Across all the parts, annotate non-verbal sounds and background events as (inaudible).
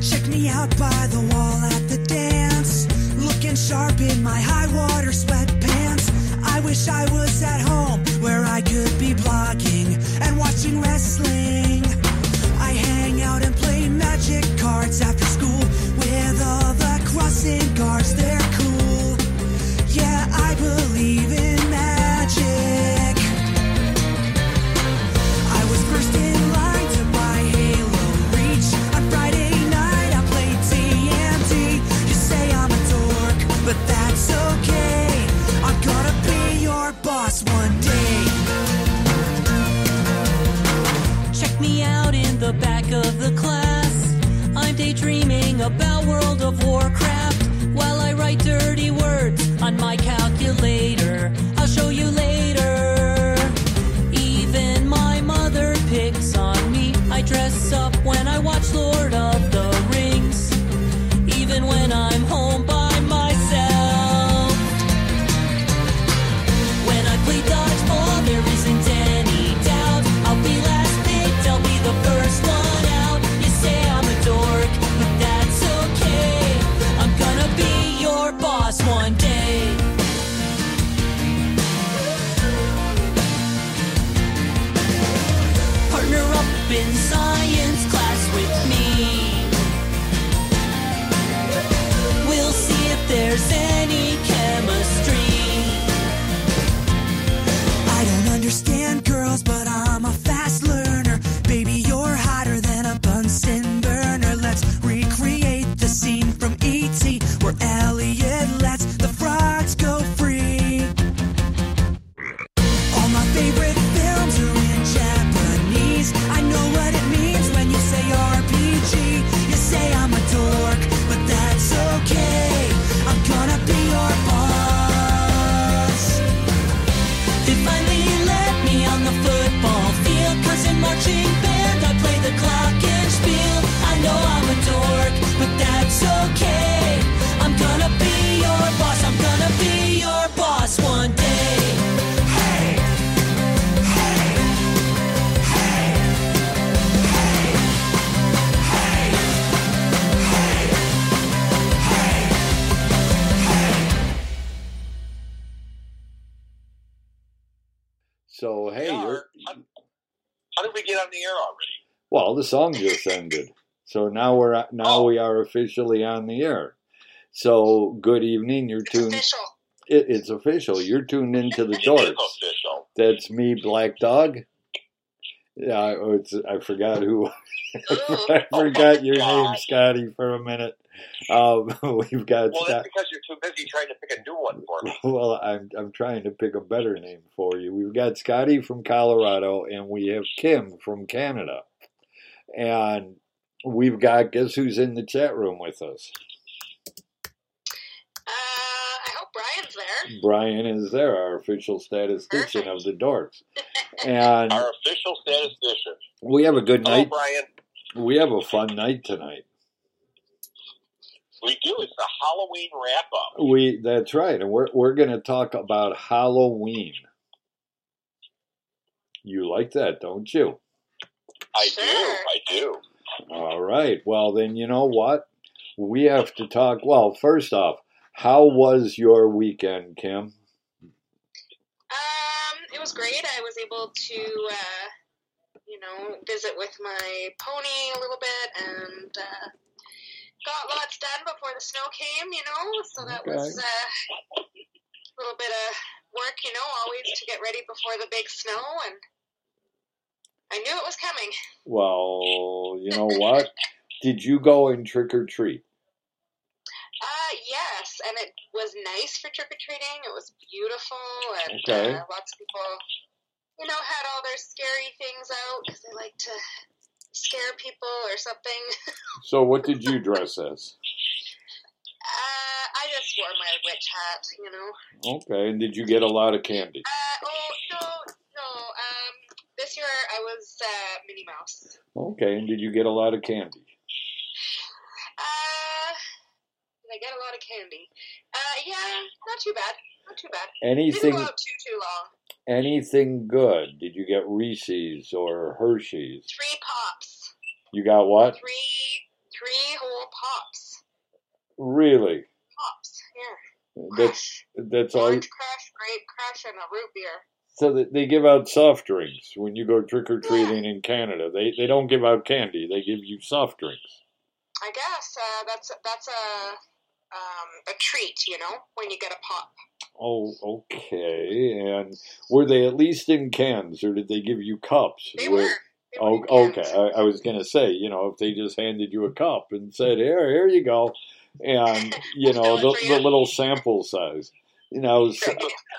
Check me out by the wall at the dance. Looking sharp in my high water sweatpants. I wish I was at home where I could be blogging and watching wrestling. I hang out and play magic cards after school with all the crossing guards. They're cool. Yeah, I believe in magic. I was first in line to buy Halo Reach. On Friday night, I played TMT. You say I'm a dork, but that's okay. I'm gonna be your boss one day. Check me out in the back of the class. I'm daydreaming about World of Warcraft while I write dirty words on my calculator. I'll show you later. Even my mother picks on me. I dress up when I watch Lord of the Rings. Even when I'm home by myself. When I play dodgeball, there isn't any doubt. I'll be last picked, I'll be the first one out. You say I'm a dork, but that's okay. I'm gonna be your boss one day. Partner up in science class with me. We'll see if there's any chemistry. I don't understand girls, but I'm a fast learner. Baby, you're hotter than a Bunsen burner. Let's recreate the scene from E.T. where Elliot lets the frogs go free. All my favorite films are in Japanese. I know what it means when you say RPG. You say I'm a dork, but that's okay. I'm gonna be your boss. They finally let me on the football field. Cause in marching band, I play the clock and spiel. I know I'm a dork, but that's okay. I'm gonna be your boss. I'm gonna be your boss one day. Hey, hey, hey, hey, hey, hey, hey. So hey, Yeah, you're, How did we get on the air already? well, the song just ended. So now we're uh, now Oh. we are officially on the air. So good evening. You're tuned. Official. It, it's official. You're tuned into the It is Dorks. official. That's me, Black Dog. Yeah, I, oh, it's, I forgot who. (laughs) I Oh. forgot (laughs) your name, Scotty, for a minute. Um, (laughs) we've got Well, Scott. that's because you're too busy trying to pick a new one for me. Well, I'm I'm trying to pick a better name for you. We've got Scotty from Colorado, and we have Kim from Canada, and we've got guess who's in the chat room with us? Uh, I hope Brian's there. Brian is there, our official statistician of the (laughs) Dorks, and Our official statistician. we have a good Hello, night. Brian. We have a fun night tonight. We do. It's the Halloween wrap up. We that's right, and we're we're going to talk about Halloween. You like that, don't you? I do. Sure. I do. All right. Well, then you know what? We have to talk. Well, first off, how was your weekend, Kim? Um, it was great. I was able to, uh, you know, visit with my pony a little bit and uh, got lots done before the snow came, you know, so that was Okay. uh, a little bit of work, you know, always to get ready before the big snow. And I knew it was coming. Well, you know what? Did you go and trick or treat? Uh, yes, and it was nice for trick or treating. It was beautiful, and Okay. uh, lots of people, you know, had all their scary things out because they like to scare people or something. (laughs) So what did you dress as? Uh, I just wore my witch hat, you know. Okay, and did you get a lot of candy? Uh, oh no, no. Um, this year I was uh, Minnie Mouse. Okay, and did you get a lot of candy? Uh, did I get a lot of candy? Uh, yeah, not too bad. Not too bad. Anything Didn't go out too too long. anything good? Did you get Reese's or Hershey's? Three pops. You got what? three three whole pops. Really? Pops, yeah. That's Crush. that's all. Orange crush, grape crush, and a root beer. So that they give out soft drinks when you go trick or treating in Canada. They they don't give out candy. They give you soft drinks. I guess uh, that's that's a um, a treat, you know, when you get a pop. Oh, okay. And were they at least in cans, or did they give you cups? They Were- were. They were Oh, in okay. cans. I, I was gonna say, you know, if they just handed you a cup and said, "Here, here you go," (laughs) and you know, the, the little sample size, you know, so,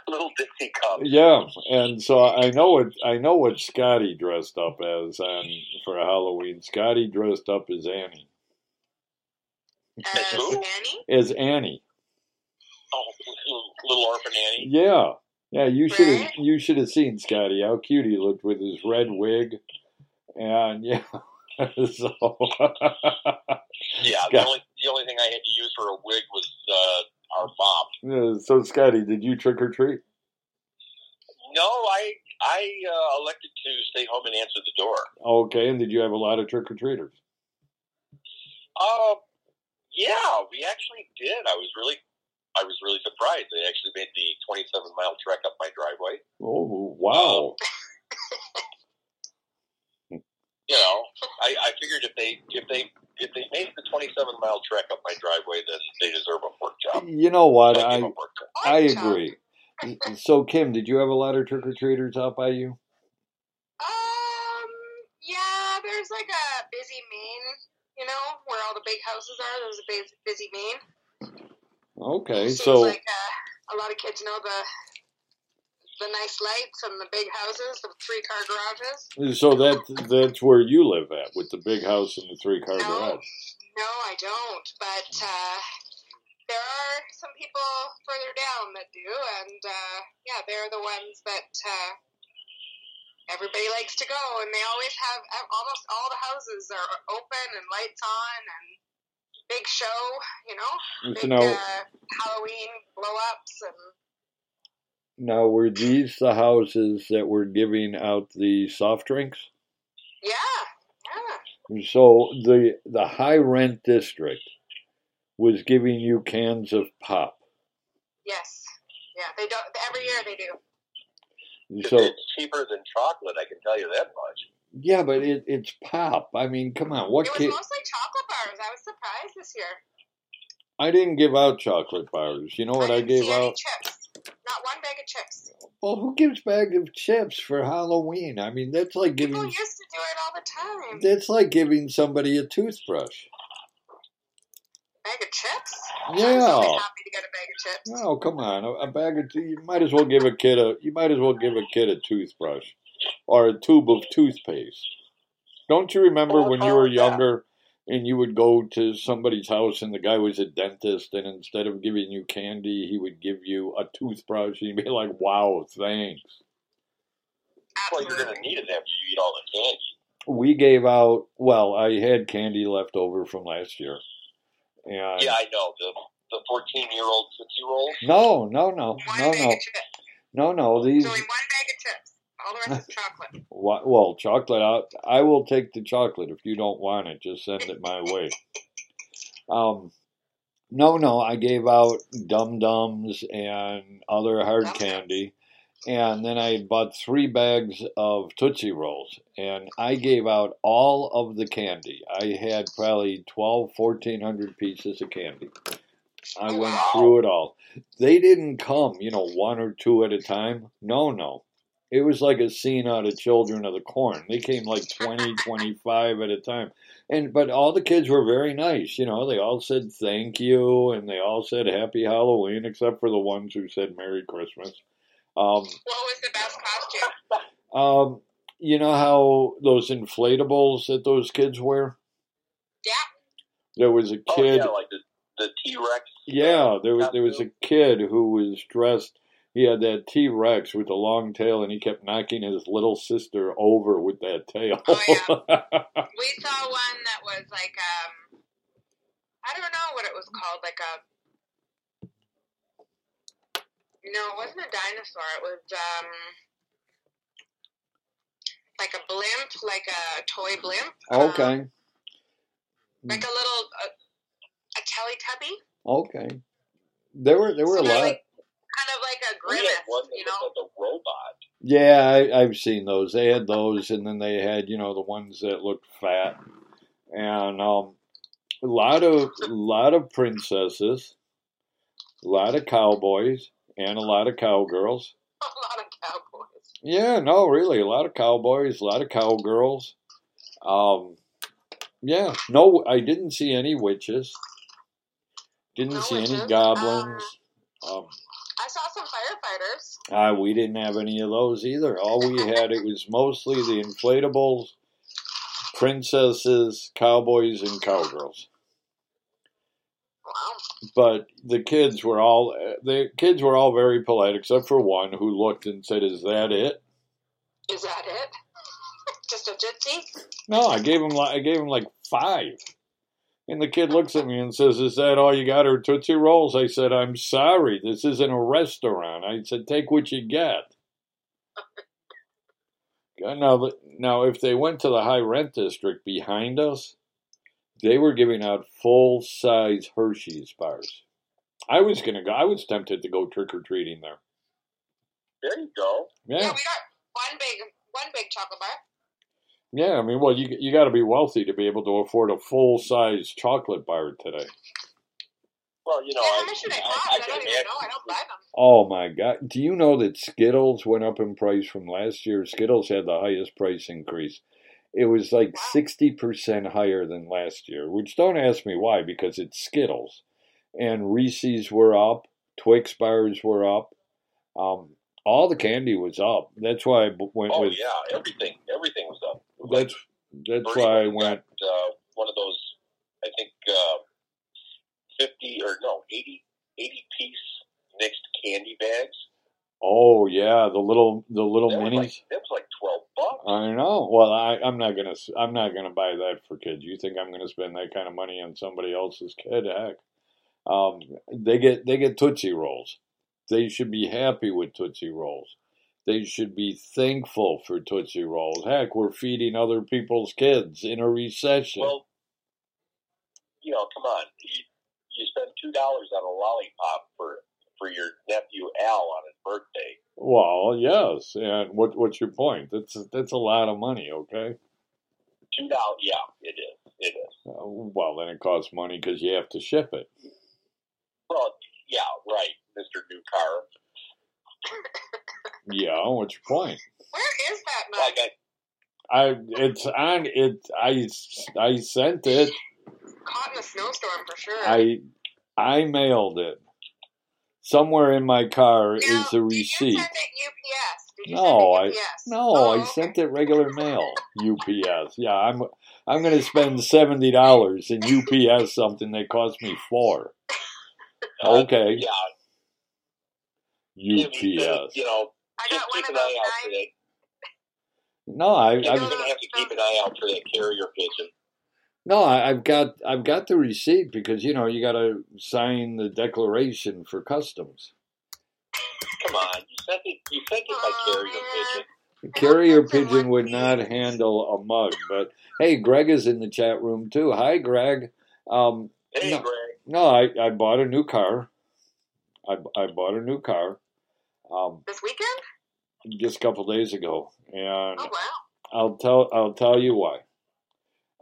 Little Dixie cup. yeah. And so I know what I know what Scotty dressed up as on for Halloween. Scotty dressed up as Annie, Uh, Who? Annie, as Annie. Oh, little- little orphan Annie. Yeah, yeah. You should have Right? you should have seen Scotty how cute he looked with his red wig, and yeah. (laughs) so (laughs) Yeah, Scott- the only, the only thing I had to use for a wig was uh, our mop. yeah, so Scotty, did you trick or treat? No, I I uh, elected to stay home and answer the door. Okay, and did you have a lot of trick or treaters? Uh, yeah, we actually did. I was really I was really surprised. They actually made the 27 mile trek up my driveway. Oh wow! You know, I, I figured if they if they if they made the 27 mile trek up my driveway, then they deserve a work job. You know what? So I, gave I them a work job. I agree. So Kim, did you have a lot of trick or treaters out by you? Um, yeah, there's like a busy main, you know, where all the big houses are. There's a big, busy main. Okay, Seems so like uh, a lot of kids know the the nice lights and the big houses, the three car garages. so that that's where you live at with the big house and the three car No. garage. No, I don't. But uh, there are some people further down that do, and uh, yeah, they're the ones that uh, everybody likes to go, and they always have uh, almost all the houses are open and lights on and big show, you know, And big So now, uh, Halloween blow ups and. now were these the houses that were giving out the soft drinks? Yeah, yeah. So the the high rent district was giving you cans of pop. Yes. Yeah, they don't. Every year they do. So it's cheaper than chocolate. I can tell you that much. yeah, but it, it's pop. I mean, come on, what It was kid? mostly chocolate bars. I was surprised this year. I didn't give out chocolate bars. You know what I, didn't gave see any out? chips. Not one bag of chips. Well, who gives bag of chips for Halloween? I mean, that's like People giving used to do it all the time. that's like giving somebody a toothbrush. bag of chips. I was Yeah. always happy to get a bag of chips. Oh, come on. A, a bag of you might as well give a kid a you might as well give a kid a toothbrush or a tube of toothpaste. Don't you remember when you were younger and you would go to somebody's house and the guy was a dentist and instead of giving you candy, he would give you a toothbrush and you'd be like, "Wow, thanks." Well, you're going Absolutely. to need it after you eat all the candy. we gave out well i had candy left over from last year and Yeah, I know the the 14 year old, 6 year old. no no no One no bag no of chips. no no these There's only one bag of chips. All the rest (laughs) is chocolate. wa- well chocolate I, I will take the chocolate if you don't want it just send it my way um no no i gave out dum dums and other hard Dum-Dums. candy and then i had bought three bags of tootsie rolls and i gave out all of the candy i had probably 12 1400 pieces of candy I went Wow. through it all. They didn't come, you know, one or two at a time. No, no. It was like a scene out of Children of the Corn. They came like (laughs) 20, 25 at a time. And but all the kids were very nice, you know. They all said thank you and they all said happy Halloween except for the ones who said Merry Christmas. Um What was the best costume? um you know how those inflatables that those kids wear? Yeah. There was a Oh, kid yeah, like the, the T-Rex. Yeah, there was there was a kid who was dressed. He had that T Rex with the long tail, and he kept knocking his little sister over with that tail. Oh, We saw one that was like um I don't know what it was called, like a No, it wasn't a dinosaur, it was um like a blimp, like a toy blimp. (laughs) um, okay, like a little a, a Teletubby. okay. There were there were a So, lot. like, kind of like a We grimace, had one that you was know. like a robot. Yeah, I, I've seen those. They had those, and then they had you know the ones that looked fat, and um, a lot of lot of princesses, a lot of cowboys, and a lot of cowgirls. (laughs) A lot of cowboys. Yeah, no, really, a lot of cowboys, a lot of cowgirls. Um, yeah, no, I didn't see any witches. Didn't No see any witches, Ah. goblins. Um, I saw some firefighters. ah, we didn't have any of those either. All we had it was mostly the inflatables, princesses, cowboys, and cowgirls. Wow. But the kids were all eh, the kids were all very polite, except for one who looked and said, "Is that it?" Is that it? (laughs) Just a gypsy? No, I gave him like I gave him like five. And the kid looks at me and says, "Is that all you got, or Tootsie Rolls?" I said, "I'm sorry, this isn't a restaurant." I said, "Take what you get." God, Now, now, if they went to the high rent district behind us, they were giving out full size Hershey's bars. I was gonna go. I was tempted to go trick or treating there. There you go. Yeah, Yeah, we got one big one big chocolate bar. yeah. I mean, well, you you got to be wealthy to be able to afford a full size chocolate bar today. Well, you know, yeah, I, how much do they I, cost? I I, can don't even imagine know. I don't buy them. Oh my God! Do you know that Skittles went up in price from last year? Skittles had the highest price increase. It was like sixty percent higher than last year. Which don't ask me why, because it's Skittles. And Reese's were up, Twix bars were up, um, all the candy was up. That's why I b- went Oh with. yeah, everything, everything was up. It was like That's that's why I went. uh, one of those, I think, uh, 50 or no, 80, 80 piece mixed candy bags. Oh yeah, the little the little That was, Oh, minis. like, that was like 12 bucks. I know. Well, I, I'm not gonna. s- I'm not gonna buy that for kids. You think I'm gonna spend that kind of money on somebody else's kid? Heck, um, they get they get tootsie rolls. They should be happy with tootsie rolls. They should be thankful for tootsie rolls. Heck, we're feeding other people's kids in a recession. Well, you know, come on. You, you spend $2 on a lollipop for, for your nephew Al on his birthday. well, yes. And what what's your point? That's that's a lot of money. Okay. $2, yeah, it is. It is. Uh, well, then it costs money because you have to ship it. Well, yeah, right, Mr. New Car. Yeah. What's your point? Where is that uh, Like mug? I, I it's on it. I I sent it. Caught in a snowstorm for sure. I I mailed it. Somewhere in my car Now, is the Did you receipt. send it UPS? Did you No, I send it UPS? no, Oh, I okay. sent it regular mail. UPS. Yeah, I'm I'm gonna spend seventy dollars in UPS something that cost me four. Okay, yeah, if you could, UPS. You know, I just got one keep of an eye those out for that. nine. No, I, You're I've going to have to keep an eye out for that carrier pigeon. no, I, I've got I've got the receipt because you know you got to sign the declaration for customs. Come on, you sent it. You sent it by Aw, carrier man. pigeon. Carrier That's a pigeon would one-piece. not handle a mug, but hey, Greg is in the chat room too. Hi, Greg. Um, Hey, No. Greg. no, I, I bought a new car. I, I bought a new car um, This weekend? just a couple days ago, and Oh wow. I'll tell I'll tell you why.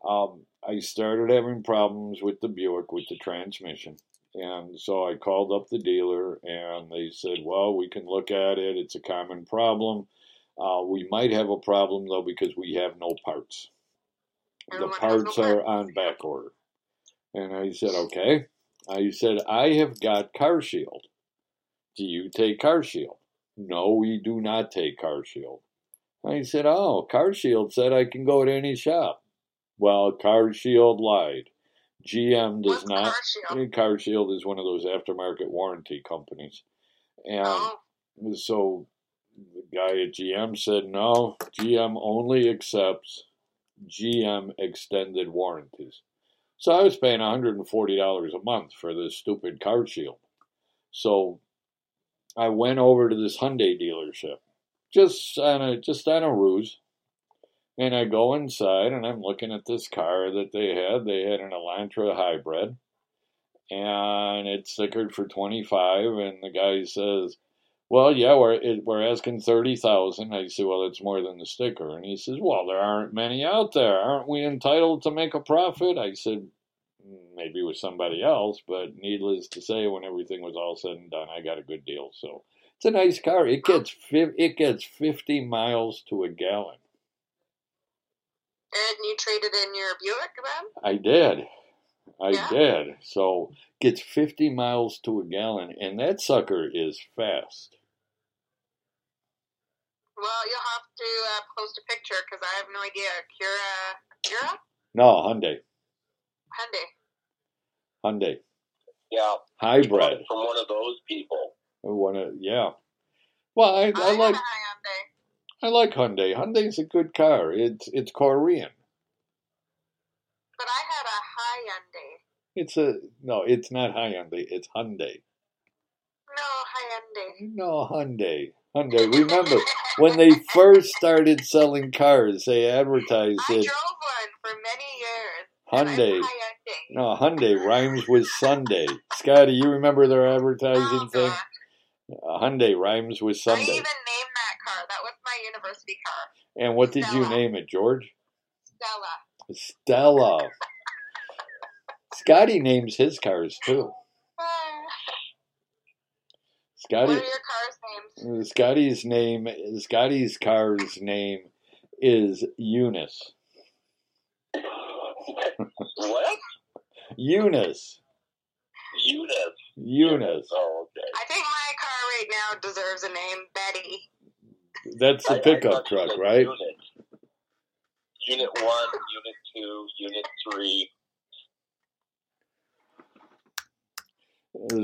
Um, I started having problems with the Buick with the transmission, and so I called up the dealer, and they said, "Well, we can look at it. It's a common problem. Uh, we might have a problem though because we have no parts. The Everyone has no parts are um, parts. on back order. And I said, okay. I said, I have got Car Shield. Do you take Car Shield? No, we do not take Car Shield. I said, oh, Car Shield said I can go to any shop. Well, Car Shield lied. GM does What's not. Car Shield? Car Shield is one of those aftermarket warranty companies. And Oh, so the guy at GM said, no, GM only accepts GM extended warranties. So I was paying $140 a month for this stupid car shield. So I went over to this Hyundai dealership just on a just on a ruse. And I go inside and I'm looking at this car that they had. They had an Elantra hybrid and it's stickered for 25 and the guy says, "Well, yeah, we're it, we're asking 30,000." I say, "Well, it's more than the sticker." And he says, "Well, there aren't many out there. Aren't we entitled to make a profit?" I said, maybe with somebody else, but needless to say, when everything was all said and done, I got a good deal. So it's a nice car. It gets fif- it gets fifty miles to a gallon. and you traded in your Buick then? I did, I Yeah. did. So gets fifty miles to a gallon, and that sucker is fast. Well, you'll have to uh, post a picture because I have no idea. Kira, Kira, No, Hyundai, Hyundai. Hyundai Yeah. You bought hybrid. it From one of those people. (laughs) One of yeah. Well, I, I had like a Hyundai. I like Hyundai. Hyundai's a good car. It's it's Korean. But I had a Hyundai. It's a no. It's not Hyundai. It's Hyundai. No, Hyundai. No, Hyundai. Hyundai. Remember, when they first started selling cars, they advertised I it. drove one for many years. Hyundai. And No, I'm Hyundai. Hyundai rhymes with Sunday. Scotty, you remember their advertising Oh, thing? God. Uh, Hyundai rhymes with I Sunday. even named that car. That was my university car. And what did you Stella. name it, George? Stella. Stella. Scotty names his cars too. Ah, Scotty. What are your car's names? Scotty's name, Scotty's car's name is Eunice. What? Eunice. Eunice. Eunice. Oh, okay. I think my car right now deserves a name, Betty. That's the I- I pickup thought you truck, said right? Unit. Unit one, unit two, unit three.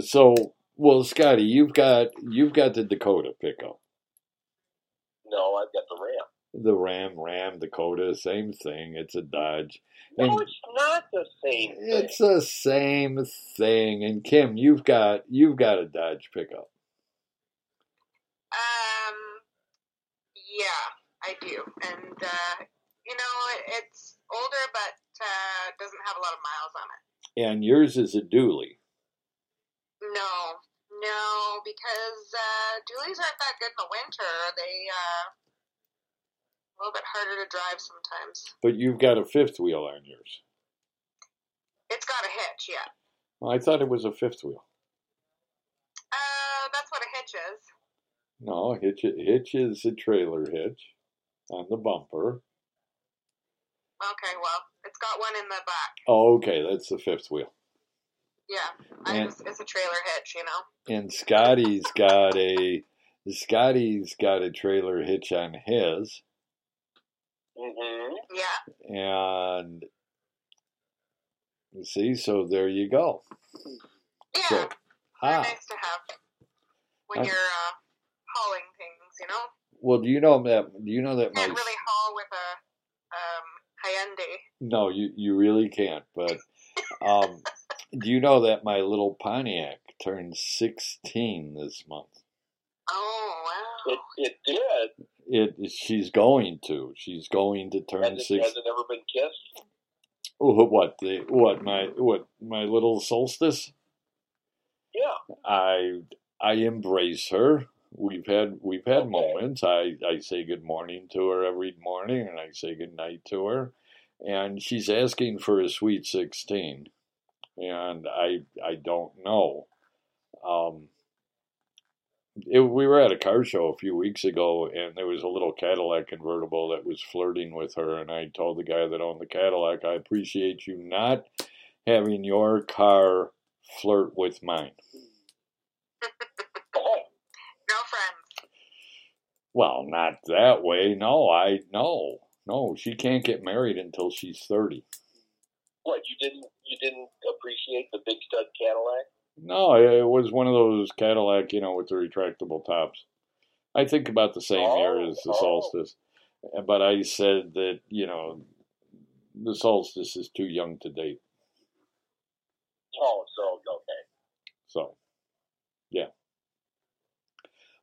So, well, Scotty, you've got you've got the Dakota pickup, No, I've got the Ram. the Ram, Ram Dakota, same thing. It's a Dodge. No, And it's not the same thing. it's the same thing. And Kim, you've got you've got a Dodge pickup. Um, yeah, I do. And, uh, you know, it, it's older, but uh, doesn't have a lot of miles on it. And yours is a dually. No, no, because uh, dualies aren't that good in the winter. They uh, a little bit harder to drive sometimes. But you've got a fifth wheel on yours. It's got a hitch, yeah. I thought it was a fifth wheel. Uh, that's what a hitch is. No, hitch hitch is a trailer hitch on the bumper. Okay, well, it's got one in the back. Oh, okay, that's the fifth wheel. Yeah, I Yeah. was, it's a trailer hitch, you know. And Scotty's got a Scotty's got a trailer hitch on his, Mm-hmm. Yeah, and you see, so there you go. yeah. So, They're ha. nice to have when I- you're uh, hauling things, you know. Well, do you know that? Do you know that my? Can't really haul with a um, Hyundai. No, you you really can't. But um, do you know that my little Pontiac turned sixteen this month? Oh wow. It, it did. It she's going to she's going to turn Has it, six. has it ever been kissed? Oh, what the what my what my little solstice? Yeah. (laughs) I I embrace her. We've had we've had Okay. moments. I I say good morning to her every morning, and I say good night to her. And she's asking for a sweet sixteen, and I I don't know. Um, it, we were at a car show a few weeks ago, and there was a little Cadillac convertible that was flirting with her. And I told the guy that owned the Cadillac, I appreciate you not having your car flirt with mine. No friends. Well, not that way. No, I no, no. She can't get married until she's thirty. What you didn't you didn't appreciate the big stud Cadillac? No, it was one of those Cadillac, you know, with the retractable tops. I think about the same year as the Oh, oh. Solstice, eh, but I said that you know, the Solstice is too young to date. Oh, so okay. So, yeah.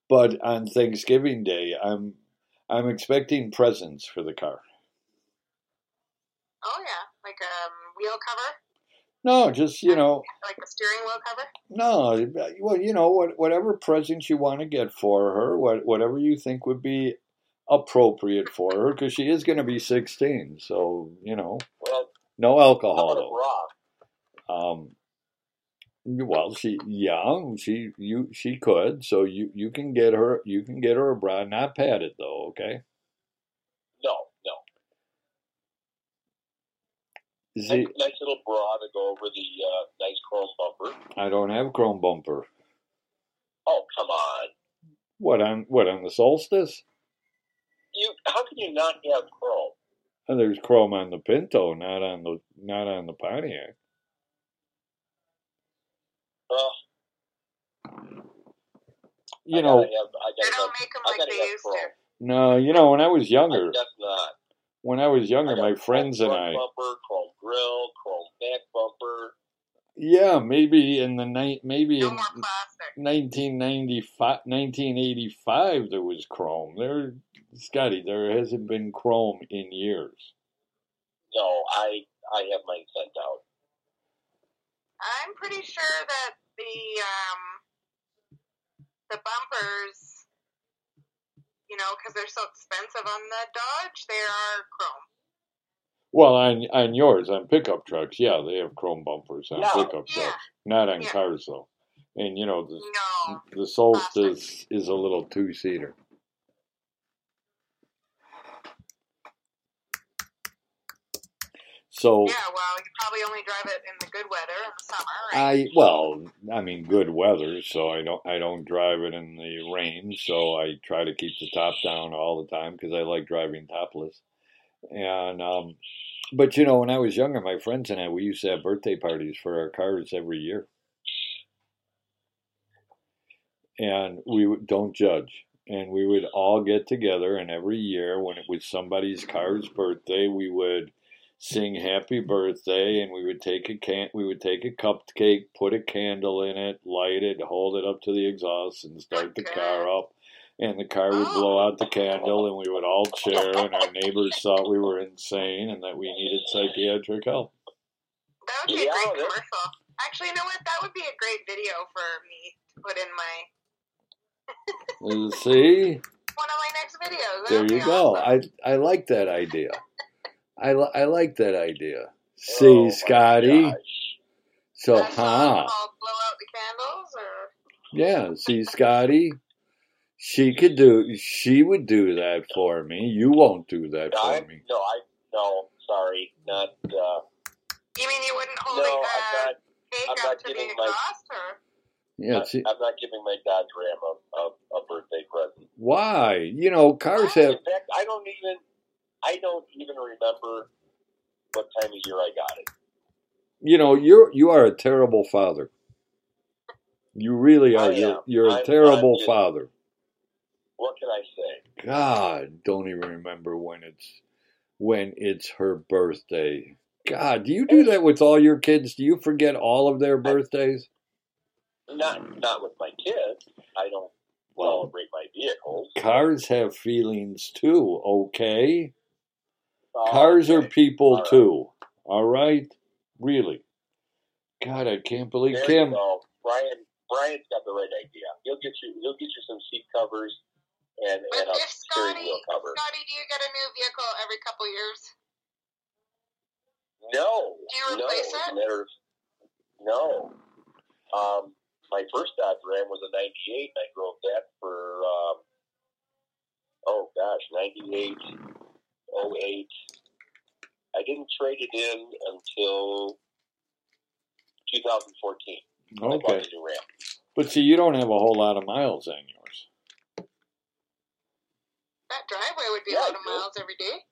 But on Thanksgiving Day, I'm I'm expecting presents for the car. Oh yeah, like um, wheel cover, No, just you know, like the steering wheel cover. No, well, you know, what, whatever presents you want to get for her, what, whatever you think would be appropriate for her, because she is going to be 16, so, you know, Well, no how about a alcohol, bra? though. Um, well, she, yeah, she, you, she could, so you, you can get her, you can get her a bra, not padded, though, okay? No, no. See, Nice, nice little bra to go over the uh, nice chrome bumper. I don't have chrome bumper. Oh, come on. What, on, what, on the solstice? You how can you not have chrome? Oh, There's chrome on the Pinto, not on the, not on the Pontiac. Uh, You I know, gotta have, I They gotta don't have, make them I like gotta they have used chrome. to. No, you know, when I was I younger, guess not. when I was I younger, got my a friends and chrome I, front Bumper, chrome grill, chrome back bumper. yeah, maybe in the night, maybe No in more plastic. 1995, 1985, there was chrome. There, Scotty, there hasn't been chrome in years. No, I I have mine sent out. I'm pretty sure that the um, the bumpers, you know, because they're so expensive on the Dodge, they are chrome. Well, on on yours, on pickup trucks, yeah, they have chrome bumpers on Yeah. pickup Yeah. trucks, not on Yeah. cars though. And you know, the No, the Solstice is a little two seater. So yeah, well, you probably only drive it in the good weather in the summer, right? I well, I mean, good weather, so I don't I don't drive it in the rain, so I try to keep the top down all the time because I like driving topless. And um, but you know, when I was younger, my friends and I we used to have birthday parties for our cars every year, and we would, don't judge. And we would all get together, and every year when it was somebody's car's birthday, we would sing happy birthday and we would take a can we would take a cupcake put a candle in it light it hold it up to the exhaust and start the car up and the car would blow out the candle and we would all cheer and our neighbors thought we were insane and that we needed psychiatric help That would be a Yeah, great that- commercial. Actually, you know what? That would be a great video for me to put in my see one of my next videos. That there would be you go awesome. i i like that idea i, li- I like that idea Oh, see my scotty gosh. so That song huh called "Blow Out the Candles" or Yeah, see, Scotty, she could do. She would do that for me. You won't do that I, for me. no, I no, sorry, not. Uh, you mean you wouldn't hold no, I'm a uh, not. cake I'm up not to the giving my- exhaust or? Yeah, see, I'm not giving my Dodge Ram a, a, a birthday present. why? You know, cars have. In fact, I don't even. I don't even remember what time of year I got it. You know, you're you are a terrible father. You really I are. am. You're, you're a I'm- terrible I'm just- father. What can I say? God, don't even remember when it's when it's her birthday. God, do you do that with all your kids? Do you forget all of their birthdays? Hmm. Not not with my kids. I don't Well- celebrate my vehicles. Cars have feelings too. Okay. Uh, Cars are people All right. too. All right? Really. God, I can't believe There Kim. you go. Brian. Brian's got the right idea. He'll get you. He'll get you some seat covers and, But and a if steering Scotty, wheel cover. Scotty, do you get a new vehicle every couple years? No. Do you no. replace as a it? matter of- no. Um, my first Dodge Ram was a 98, and I drove that for, um, oh gosh, 98, 08. I didn't trade it in until 2014. I bought Okay. the new Ram. But see, you don't have a whole lot of miles on yours. That driveway would be Yeah, a I lot of do. miles every day.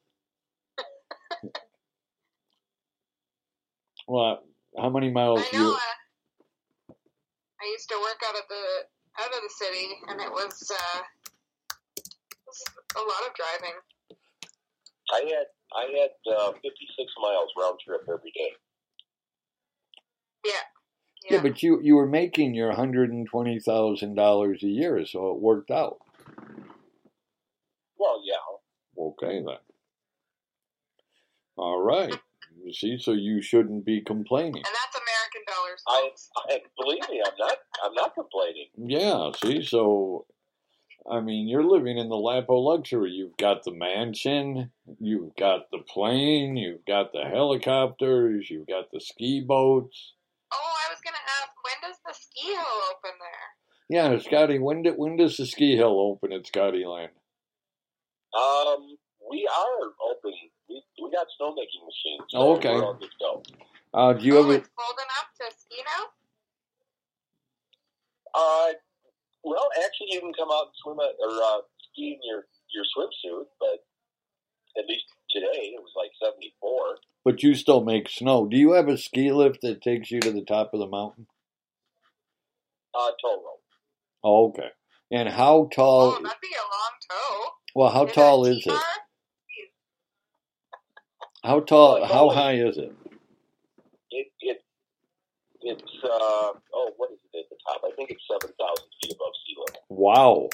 Well, uh, how many Oh, miles I do know. you? Uh, I used to work out of the out of the city, and it was uh, it was a lot of driving. I had I had uh, 56 miles round trip every day. Yeah. Yeah, but you you were making your hundred and twenty thousand dollars a year, so it worked out. Well, yeah, Okay then. All right. You see, so you shouldn't be complaining. and that's American dollars. I, folks. I believe me, I'm not I'm not complaining. Yeah, see, so I mean, you're living in the lap of luxury. You've got the mansion, you've got the plane, you've got the helicopters, you've got the ski boats. Oh, I was gonna ask, when does the ski hill open there? Yeah, Scotty, when do, when does the ski hill open at Scottyland? Um, we are open. We, we got snowmaking machines. so Oh, okay. We're all good to go. Uh, do you oh, ever? it's cold enough to ski now. Uh, well, actually, you can come out and swim at, or uh, ski in your your swimsuit, but at least today it was like 74. But you still make snow. Do you have a ski lift that takes you to the top of the mountain? Uh, tow rope. Oh, okay. And how Oh, tall? that'd be a long toe. Well, how tall is it? How tall? How high is it? It it it's uh oh what is it at the top? I think it's seven thousand feet above sea level. Wow.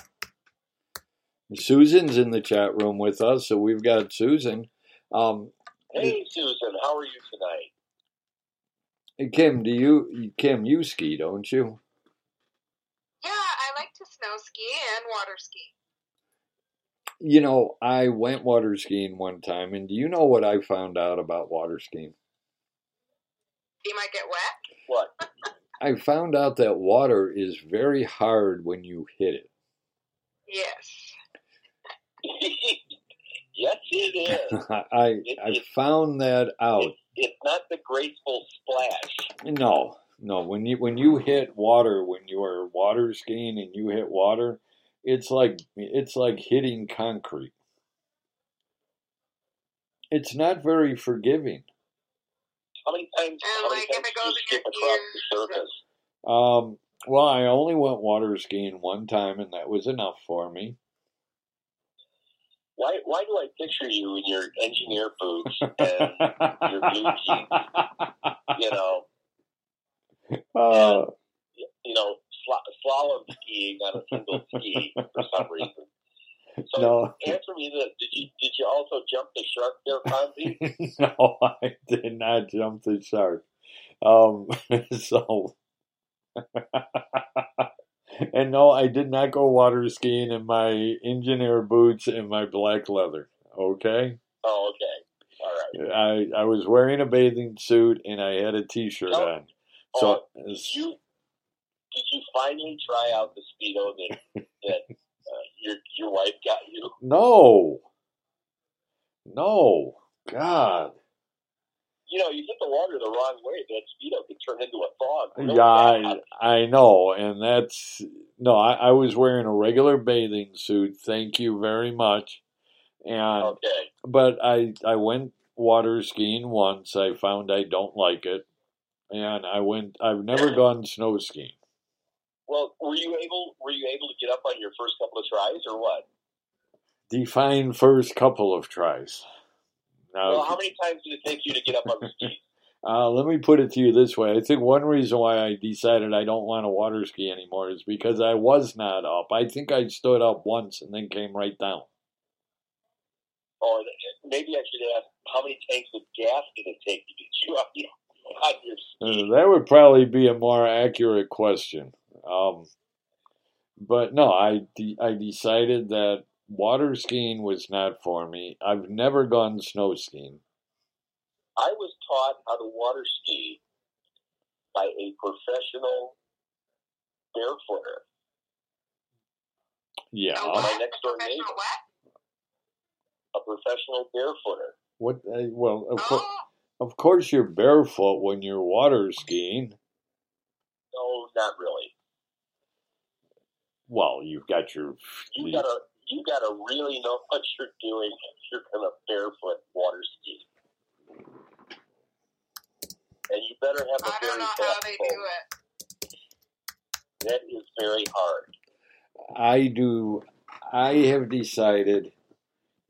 Susan's in the chat room with us, so we've got Susan. Um, Hey Susan, how are you tonight? Kim, do you Kim you ski, don't you? Yeah, I like to snow ski and water ski. You know, I went water skiing one time, and do you know what I found out about water skiing? You might get wet. What? (laughs) I found out that water is very hard when you hit it. (laughs) Yes. yes, (laughs) it is. I I found that out. It, it's not the graceful splash. No, no. When you when you hit water, when you are water skiing and you hit water, it's like it's like hitting concrete. It's not very forgiving. How many times? And, How many like, if times it do you goes in skip your across ears, the surface? Um, well, I only went water skiing one time, and that was enough for me. Why? Why do I picture you in your engineer (laughs) boots and your blue you know (laughs) Uh, you know sl- slalom skiing on a single ski for some reason? So no, answer me this: Did you did you also jump the shark there, Fonzie? (laughs) no, I did not jump the shark. Um, (laughs) so, (laughs) and no, I did not go water skiing in my engineer boots and my black leather. Okay, oh, okay, all right. I I was wearing a bathing suit and I had a t-shirt Oh. on. So, Did you did you finally try out the speedo that that uh, your your wife got you? no, no, God, You know, you hit the water the wrong way, that speedo could turn into a thong. real yeah, I, fast. I know, and that's no. I, I was wearing a regular bathing suit. Thank you very much. And Okay. but I I went water skiing once. I found I don't like it, and I went. I've never gone snow skiing. Well, were you able were you able to get up on your first couple of tries or what? Define first couple of tries. Now, Well, how many times did it take you to get up on the ski? uh, let me put it to you this way. I think one reason why I decided I don't want to water ski anymore is because I was not up. I think I stood up once and then came right down. Or maybe I should ask, how many tanks of gas did it take to get you up your- on your Uh, ski? that would probably be a more accurate question. Um, but no, I de- I decided that water skiing was not for me. I've never gone snow skiing. I was taught how to water ski by a professional barefooter. Yeah. A what? My next door Professional neighbor, what? a professional barefooter. What? Uh, well, of, cour- Oh, of course you're barefoot when you're water skiing. No, not really. Well, you've got your You gotta you gotta really know what you're doing if you're gonna barefoot water ski. And you better have a I very don't know how fast they boat. do it. That is very hard. I do. I have decided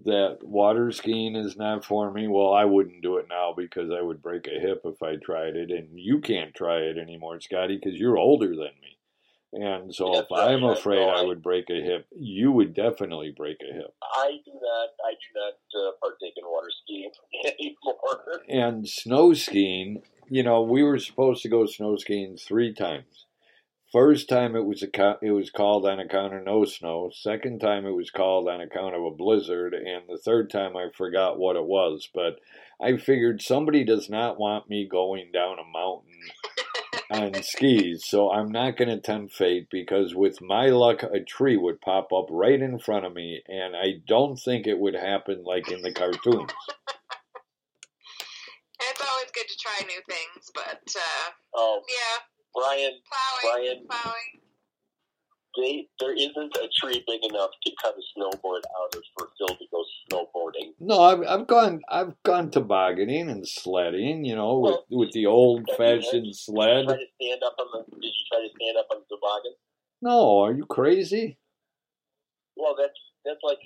that water skiing is not for me. Well, I wouldn't do it now because I would break a hip if I tried it, and you can't try it anymore, Scotty, because you're older than me. And so, if That's right, I'm that's afraid I right. would break a hip, you would definitely break a hip. I do not. I do not uh, partake in water skiing (laughs) anymore. And snow skiing, you know, we were supposed to go snow skiing three times. First time it was a co- it was called on account of no snow. Second time it was called on account of a blizzard, and the third time I forgot what it was. But I figured somebody does not want me going down a mountain on skis, so I'm not going to tempt fate because with my luck, a tree would pop up right in front of me, and I don't think it would happen like in the cartoons. It's always good to try new things, but uh, Oh, yeah, Brian, Brian. plowing, plowing. they, there isn't a tree big enough to cut a snowboard out of for Phil to go snowboarding. No, I've, I've gone I've gone tobogganing and sledding, you know, with, Well, with the old fashioned Did you try sled. to stand up on the? Did you try to stand up on the toboggan? No, are you crazy? Well, that's that's like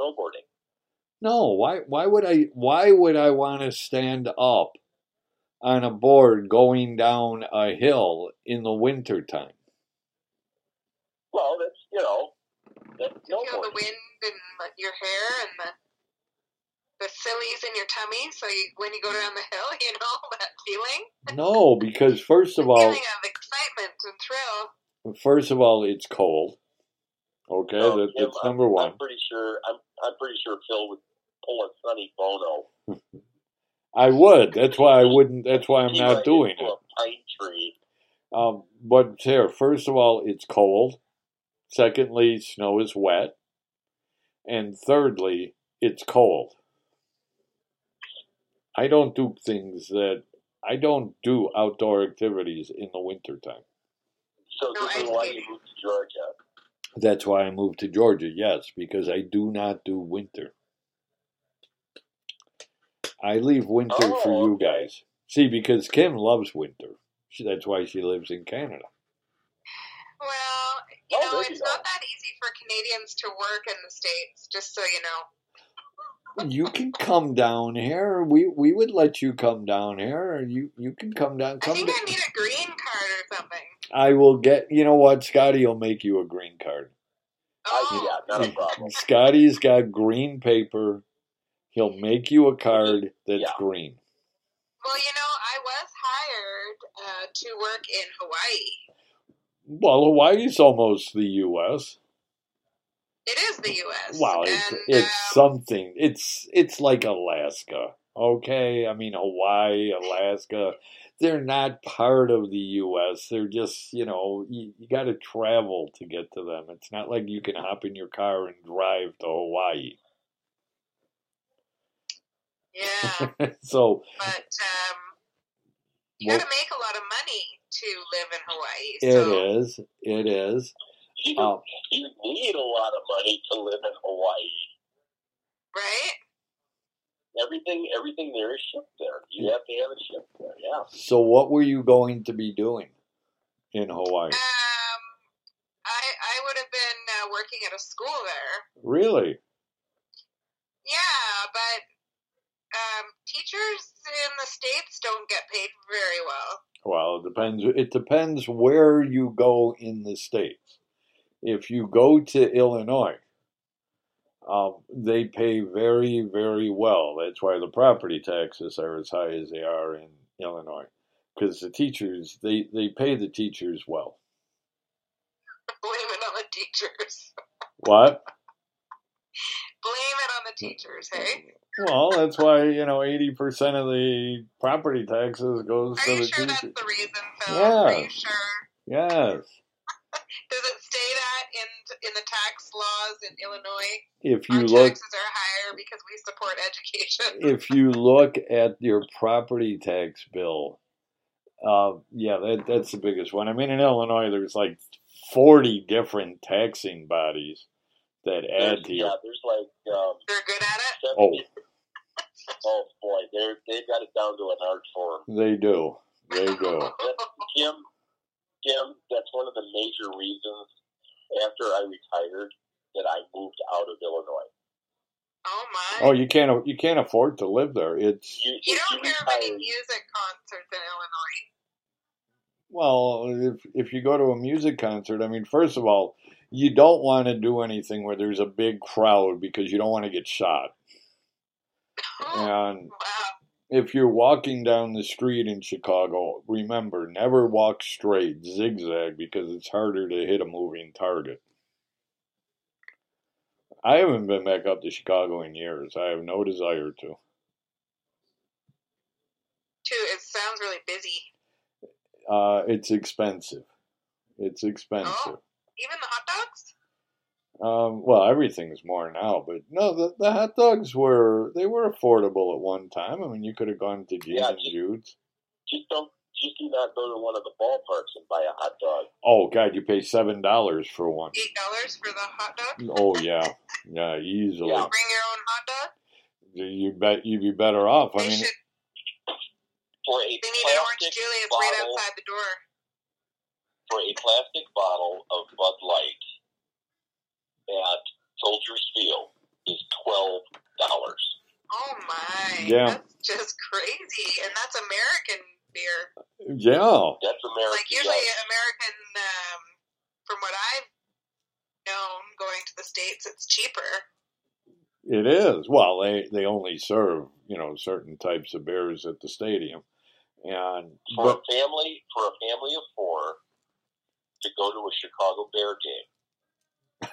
snowboarding. No, why why would I why would I want to stand up on a board going down a hill in the wintertime? Well, that's you know, that's You feel the snowboarding. wind in the- your hair and the the sillies in your tummy. So you, when you go down the hill, (laughs) you know that feeling, (laughs) No, because first of all, feeling of excitement and thrill. first of all, it's cold. Okay, No, that, Jim, that's I'm- number one. (laughs) I'm pretty sure. I'm I'm pretty sure Phil would pull a Sonny Bono. I would. That's why I wouldn't. That's why I'm He not ran doing into it. a pine tree. Um, but here, first of all, it's cold. Secondly, snow is wet. And thirdly, it's cold. I don't do things that I don't do outdoor activities in the wintertime. So No, this is I why see. you moved to Georgia. That's why I moved to Georgia, yes, because I do not do winter. I leave winter for Oh, you okay. guys. See, because Kim loves winter. She, that's why she lives in Canada. Well, you Oh, know, there you it's go. not that easy for Canadians to work in the states. Just so you know. you can come down here. We we would let you come down here. You you can come down. I Come. think d- I need a green card or something. I will get. You know what? Scotty will make you a green card. Oh, I, yeah, not a problem. Scotty's got green paper. He'll make you a card that's Yeah. green. well, you know, I was hired uh, to work in Hawaii. Well, Hawaii's almost the U.S. It is the U.S. Wow, it's and, it's um, something. It's it's like Alaska. Okay, I mean Hawaii, Alaska. They're not part of the U.S. They're just you know you, you got to travel to get to them. It's not like you can hop in your car and drive to Hawaii. (laughs) yeah, so but um, you well, got to make a lot of money to live in Hawaii. So it is. It is. You, Um, you need a lot of money to live in Hawaii. right? Everything, everything there is shipped there. You have to have it shipped there. Yeah. so what were you going to be doing in Hawaii? Um, I I would have been uh, working at a school there. Really? Yeah, but um, teachers in the states don't get paid very well. (laughs) Well, it depends. It depends where you go in the states. If you go to Illinois, um, they pay very, very well. That's why the property taxes are as high as they are in Illinois, because the teachers they they pay the teachers well. Blame it on the teachers. (laughs) What? Blame it on the Mm. teachers. Hey, Well, that's why you know eighty percent of the property taxes goes are to you the sure that's teachers. the reason, Phil? Yeah. Are you sure? Yes. in the tax laws in Illinois. If you our look taxes are higher because we support education. if you look at your property tax bill, uh, yeah, that, that's the biggest one. I mean, in Illinois, there's like 40 different taxing bodies that add There's, to your. yeah, there's like um, They're good at it. Oh, 70, oh boy, they're they've got it down to an art form. they do. They do. Kim, Kim, that's one of the major reasons after I retired that I moved out of Illinois. Oh my. Oh, you can't you can't afford to live there. It's You, you if don't you hear many retired, music concerts in Illinois. well, if if you go to a music concert, I mean, first of all, you don't want to do anything where there's a big crowd because you don't want to get shot. And Oh, Wow. if you're walking down the street in Chicago, remember never walk straight, zigzag, because it's harder to hit a moving target. I haven't been back up to Chicago in years. I have no desire to. Too, it sounds really busy. Uh, it's expensive. It's expensive. Even the hot dogs? Um, well, everything's more now, but no, the, the hot dogs were they were affordable at one time. I mean, you could have gone to Gene Yeah, and just- Jude's. just don't, just do not go to one of the ballparks and buy a hot dog. Oh God, you pay seven dollars for one. Eight dollars for the hot dog? Oh yeah, yeah, easily. Yeah. Bring your own hot dog? you bet you'd be better off. I They mean, should For a they need an orange plastic Julius right bottle, outside the door. for a plastic bottle of Bud Light at Soldier's Field is twelve dollars. Oh my. Yeah. That's just crazy. And that's American beer. yeah, That's American. Like usually American um, from what I've known going to the States it's cheaper. it is. Well, they they only serve you know certain types of beers at the stadium, and for but a family for a family of four to go to a Chicago Bear game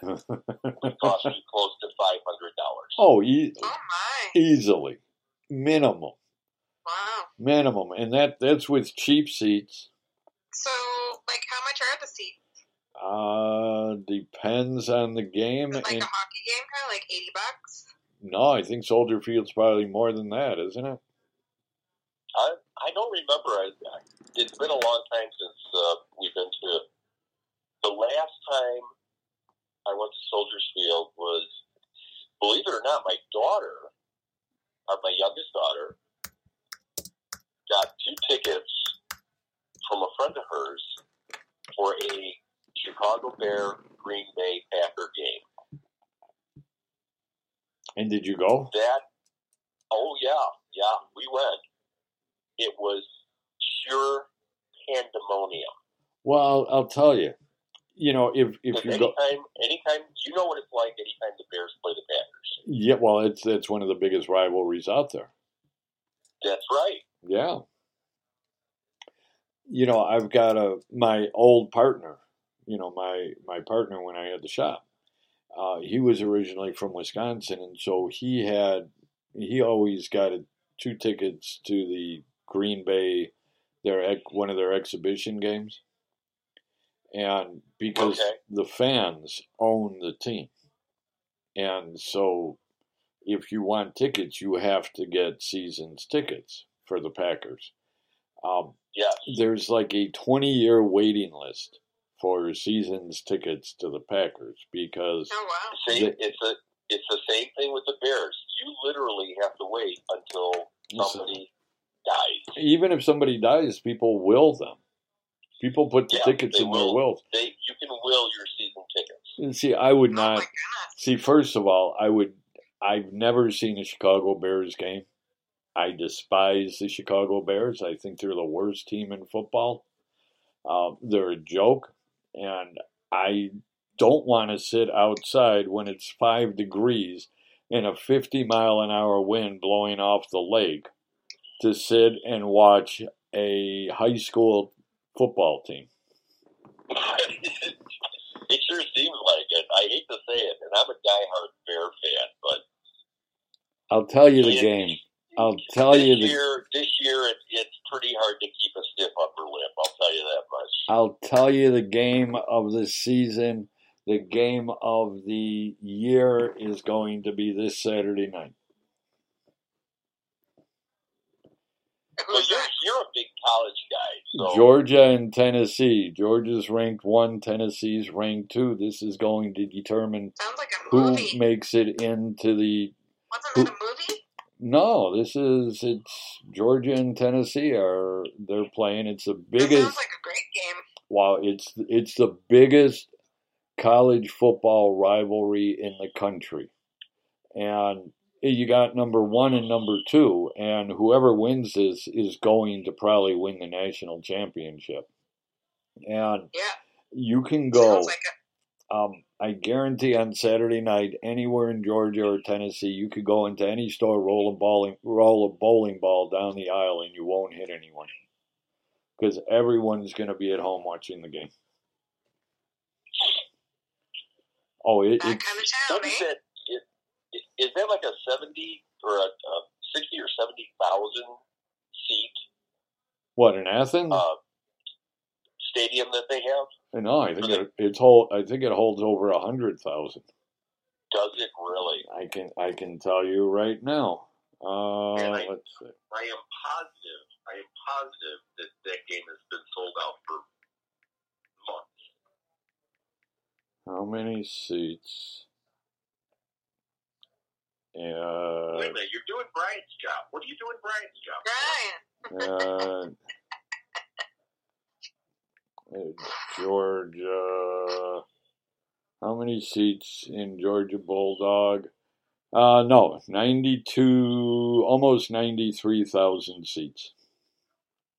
would cost you close to five hundred dollars. (laughs) oh, e- Oh my. easily minimum Wow. minimum, and that that's with cheap seats. So like how much are the seats? Uh, depends on the game. Is it like And, a hockey game kind of like 80 bucks? no, I think Soldier Field's probably more than that, isn't it? I I don't remember. I, I, it's been a long time since uh, we've been to. The last time I went to Soldiers Field was, believe it or not, my daughter, or my youngest daughter, got two tickets from a friend of hers for a Chicago Bear Green Bay Packer game. And did you go? That, oh yeah, yeah, we went. It was pure pandemonium. Well, I'll, I'll tell you. You know, if if Because you go, anytime, anytime you know what it's like. Anytime the Bears play the Packers, yeah, well, it's it's one of the biggest rivalries out there. that's right. Yeah. You know, I've got a my old partner. You know, my my partner when I had the shop. Uh, he was originally from Wisconsin, and so he had he always got a, two tickets to the Green Bay, their ex, one of their exhibition games, and because Okay. the fans own the team, and so if you want tickets, you have to get season's tickets for the Packers. Um, Yes, there's like a 20 year waiting list for season's tickets to the Packers because Oh, wow. see, They- it's a it's the same thing with the Bears. You literally have to wait until somebody dies. even if somebody dies, people will them. People put the Yeah, tickets they in their will. wills. They you can will your season tickets. (laughs) And see, I would Oh, not my goodness. see. First of all, I would. I've never seen a Chicago Bears game. I despise the Chicago Bears. I think they're the worst team in football. Uh, they're a joke, and I don't want to sit outside when it's five degrees and a 50 mile an hour wind blowing off the lake to sit and watch a high school football team. it sure seems like it. I hate to say it, and I'm a diehard Bear fan, but I'll tell you the Yeah. game. I'll tell this you the. year, this year it, it's pretty hard to keep a stiff upper lip. I'll tell you that much. I'll tell you the game of the season The game of the year is going to be this Saturday night. Well, you're, you're a big college guy, so Georgia and Tennessee. Georgia's ranked one, Tennessee's ranked two. This is going to determine Sounds like a who movie. makes it into the. Wasn't that a movie? No, this is it's Georgia and Tennessee are they're playing. It's the That biggest. sounds like a great game. Wow, it's it's the biggest college football rivalry in the country, and you got number one and number two, and whoever wins this is going to probably win the national championship. And Yeah. you can go. Sounds like a, Um, I guarantee on Saturday night, anywhere in Georgia or Tennessee, you could go into any store, roll a bowling, roll a bowling ball down the aisle, and you won't hit anyone because everyone's going to be at home watching the game. Oh, it, that kind of it's town, what is eh? that? Is, is that like a seventy or a, a sixty or seventy thousand seat what in Athens? Uh, uh, stadium that they have? no, I think it, it's whole. I think it holds over a hundred thousand. Does it really? I can I can tell you right now. Uh, Really? let's see. I am positive. I am positive that that game has been sold out for months. How many seats? Wait Uh, a minute, you're doing Brian's job. What are you doing Brian's job? Brian. uh, Georgia. How many seats in Georgia Bulldog? Uh, no, 92, almost 93,000 seats.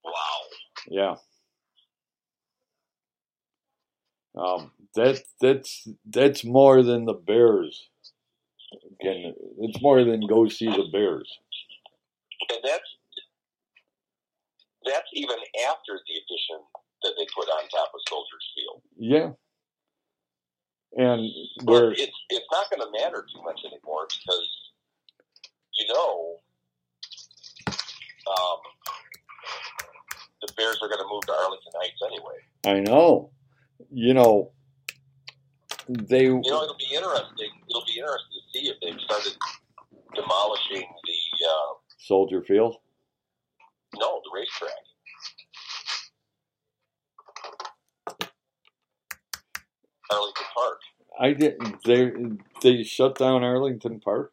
Wow. Yeah. Um, that that's that's more than the Bears can. It's more than go see the Bears. And that's that's even after the addition that they put on top of Soldiers Field. Yeah. And But we're it's it's not going to matter too much anymore because you know um, the Bears are going to move to Arlington Heights anyway. I know. You know they You know it'll be interesting. It'll be interesting to see if they've started demolishing the uh, Soldier Field. no the racetrack. Arlington Park. I did they they shut down Arlington Park.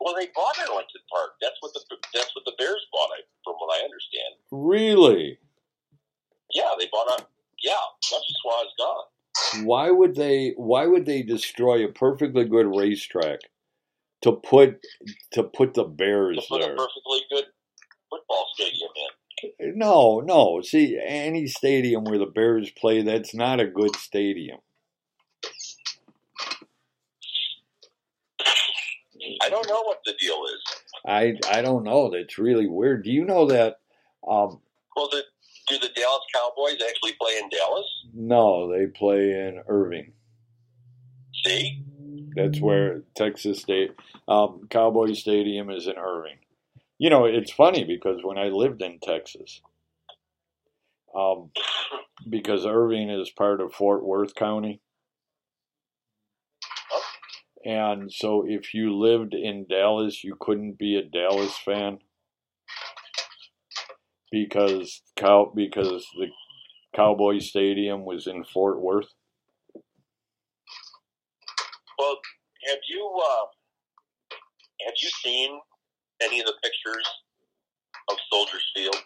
Well, they bought Arlington Park. That's what the that's what the Bears bought. I from what I understand. Really? Yeah, they bought on. Yeah, Nutshwa is gone. Why would they why would they destroy a perfectly good racetrack to put to put the To Bears put a there? perfectly good football stadium in. No, no. See, any stadium where the Bears play, that's not a good stadium. I don't know what the deal is. I I don't know. That's really weird. Do you know that um Well, the, do the Dallas Cowboys actually play in Dallas? no, they play in Irving. See, That's where Texas State um, Cowboy Stadium is in Irving. You know, it's funny because when I lived in Texas, um, because Irving is part of Fort Worth County, and so if you lived in Dallas, you couldn't be a Dallas fan because cow because the Cowboy Stadium was in Fort Worth. well, have you uh, have you seen any of the pictures of Soldiers Field?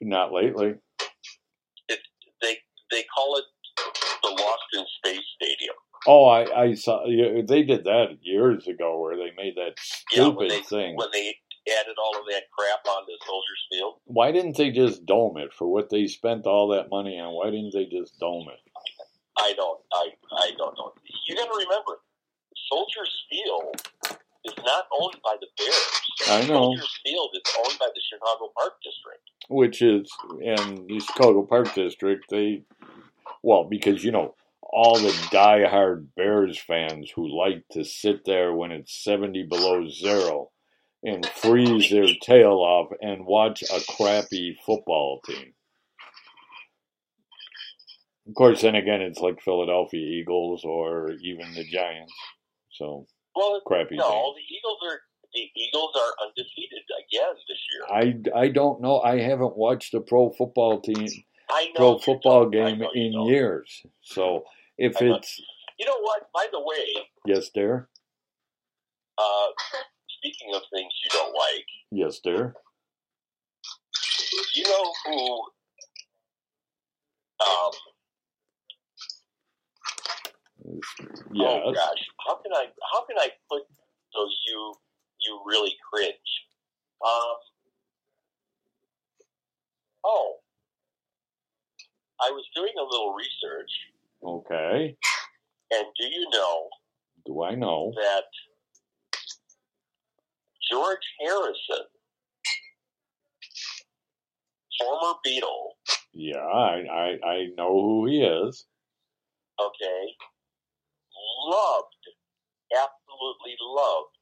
Not lately. They they call it the Lost in Space Stadium. Oh, I, I saw yeah, they did that years ago where they made that Yeah, stupid when they thing. when they added all of that crap onto Soldiers Field. Why didn't they just dome it for what they spent all that money on? Why didn't they just dome it? I don't. I I don't know. You got to remember, Soldiers Field is not owned by the Bears. I know. Soldiers Field is owned by the Chicago Park District. Which is in the Chicago Park District, they well, because you know, all the diehard Bears fans who like to sit there when it's seventy below zero and freeze their tail off and watch a crappy football team. Of course, then again, it's like Philadelphia Eagles or even the Giants. So Well, Crappy no, team. the Eagles are the Eagles are undefeated again this year. I, I don't know. I haven't watched a pro football team I know pro you football don't. I game know you in don't. years. So if I know. it's You know what? By the way, yes, there, uh, speaking of things you don't like, yes, there. you know who? Um, Yes. Oh gosh, how can I? How can I put so you you really cringe? Um. Oh, I was doing a little research, Okay. and do you know Do I know? that George Harrison, former Beatle, Yeah, I, I, I know who he is. okay, loved, absolutely loved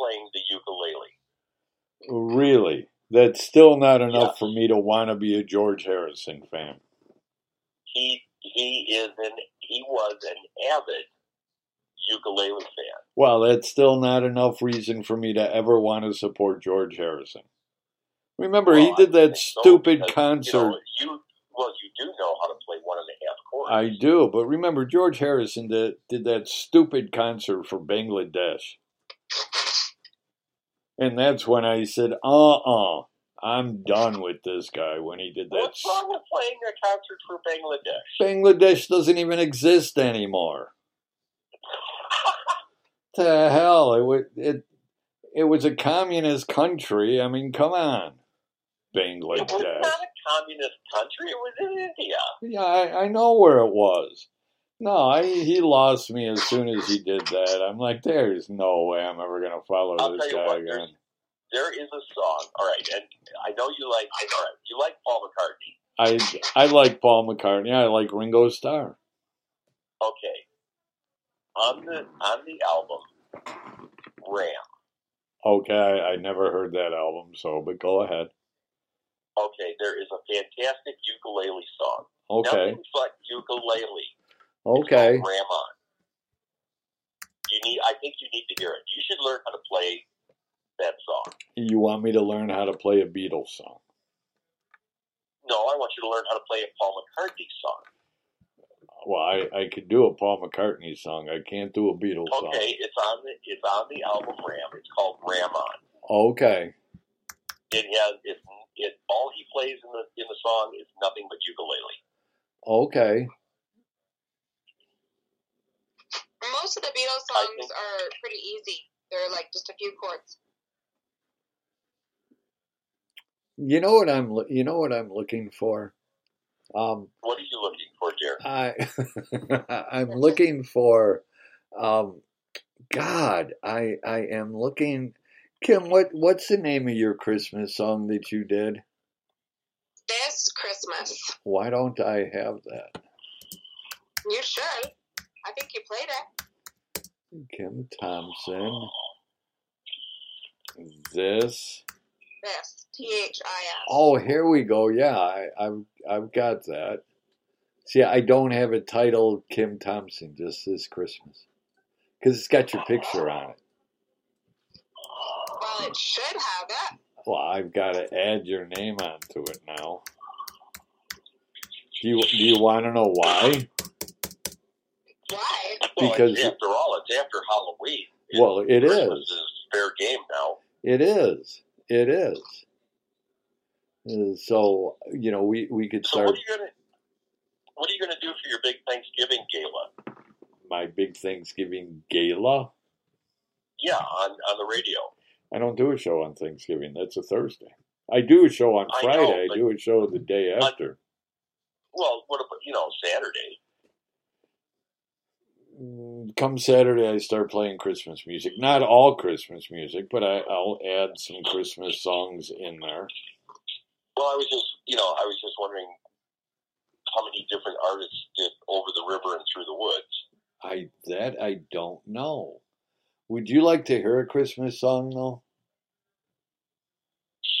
playing the ukulele. Really, that's still not enough Yeah. for me to want to be a George Harrison fan. He he is an he was an avid ukulele fan. Well, that's still not enough reason for me to ever want to support George Harrison. Remember, he Well, did I that think so, stupid because, concert. You, know, you well, you do know how to play one and a half chords. I do, but remember George Harrison did, did that stupid concert for Bangladesh. And that's when I said, uh-uh, I'm done with this guy when he did (laughs) that. What's wrong with playing a concert for Bangladesh? Bangladesh doesn't even exist anymore. to hell, it was it it was a communist country. I mean, come on. It was Bangladesh. not a communist country. It was in India. Yeah, I, I know where it was. No, I, he lost me as soon as he did that. I'm like, there's no way I'm ever gonna follow I'll this tell you guy what, again. There is a song. All right, and I know you like. All right, you like Paul McCartney. I I like Paul McCartney. I like Ringo Starr. Okay. On the on the album, Ram. Okay, I, I never heard that album, so but go ahead. Okay, there is a fantastic ukulele song. Okay, Nothing but ukulele. okay, Ram on. You need. I think you need to hear it. You should learn how to play that song. you want me to learn how to play a Beatles song? No, I want you to learn how to play a Paul McCartney song. Well, I, I could do a Paul McCartney song. I can't do a Beatles Okay, it's on the it's on the album Ram. It's called Ram on. song. Okay, It has it, it all he plays in the in the song is nothing but ukulele. okay. Most of the Beatles songs are pretty easy. They're like just a few chords. You know what I'm lo- you know what I'm looking for. Um, What are you looking for, Jared? I (laughs) I'm looking for um God, I I am looking Kim, what what's the name of your Christmas song that you did? This Christmas, Why don't I have that? you should. I think you played it. Kim Thompson. This This T H I S. Oh, here we go. Yeah, I, I've I've got that. See, I don't have it titled Kim Thompson just this Christmas because it's got your picture on it. Well, it should have it. Well, I've got to add your name onto it now. Do you do you want to know why? Why? Because- well, it's after all, it's after Halloween. It's- Well, it Christmas is. fair game now. It is. It is. Uh, So you know, we we could So start what are you gonna what are you gonna do for your big Thanksgiving gala? my big Thanksgiving gala. Yeah, on, on the radio. I don't do a show on Thanksgiving. That's a Thursday. I do a show on I know, Friday. I but- do a show the day But- after. Well, what about you know Saturday? Mm, Come Saturday, I start playing Christmas music. Not all Christmas music, but I, I'll add some Christmas songs in there. Well, I was just, you know, I was just wondering how many different artists did "Over the River and Through the Woods." I that I don't know. Would you like to hear a Christmas song though?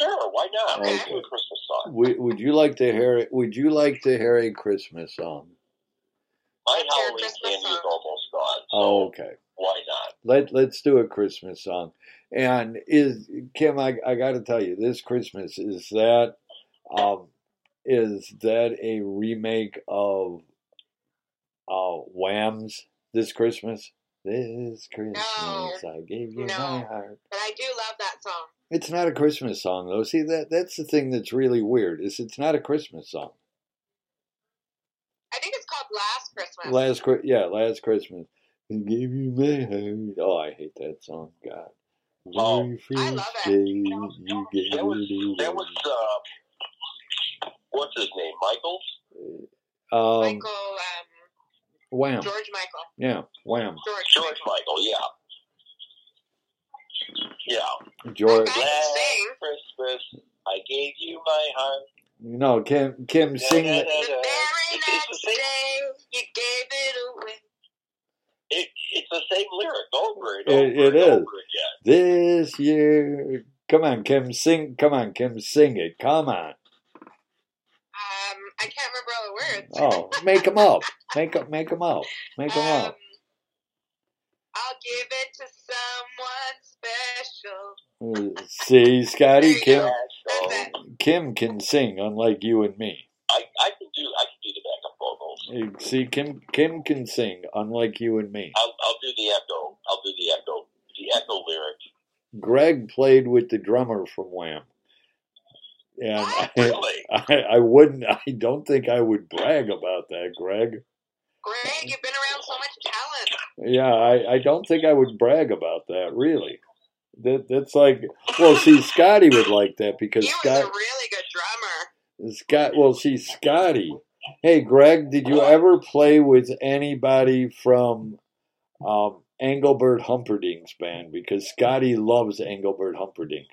Sure, why not? Okay. Let's do a Christmas song. song. Would, would you like to hear? Would you like to hear a Christmas song? My your Halloween Christmas candy is song? almost gone. So Oh, okay. why not? Let Let's do a Christmas song. And is Kim? I I got to tell you, this Christmas is that, um, is that a remake of, uh, Wham's This Christmas? This Christmas, I gave you No. my heart. But I do love that song. It's not a Christmas song though. See that that's the thing that's really weird is it's not a Christmas song. I think it's called Last Christmas. Last Chri- yeah, last Christmas. I gave you my heart. Oh, I hate that song. God. Oh, Very I love first it. day you gave That was it that was uh, what's his name? Michael. away. Um, Michael, um, wham. George Michael. Yeah, wham. George. George Michael. Yeah. Yeah. George. I can Last sing. Christmas, I gave you my heart. No, Kim. Kim, sing it. The very It's- it's the next same- day, you gave it away. It, it's the same lyric over and It- over it and is. over again. This year. Come on, Kim. Sing. Come on, Kim. Sing it. Come on. Um, I can't remember all the words. Oh, make 'em up. Make 'em. Make 'em up. Make 'em Um, up. I'll give it to someone special. Uh, See, Scotty, Kim, Yeah. So That's it. Kim can sing, unlike you and me. I, I can do I can do the backup vocals. See, Kim, Kim can sing, unlike you and me. I'll, I'll do the echo. I'll do the echo. The echo lyric. Greg played with the drummer from Wham, and I, Really? I, I wouldn't. I don't think I would brag about that, Greg. Greg, you've been around so much talent. Yeah, I, I don't think I would brag about that. Really, that that's like. Well, see, Scotty would like that because He was Scott, a really good drummer. Scott. Well, see, Scotty. Hey, Greg, did you ever play with anybody from um, Engelbert Humperdinck's band? Because Scotty loves Engelbert Humperdinck,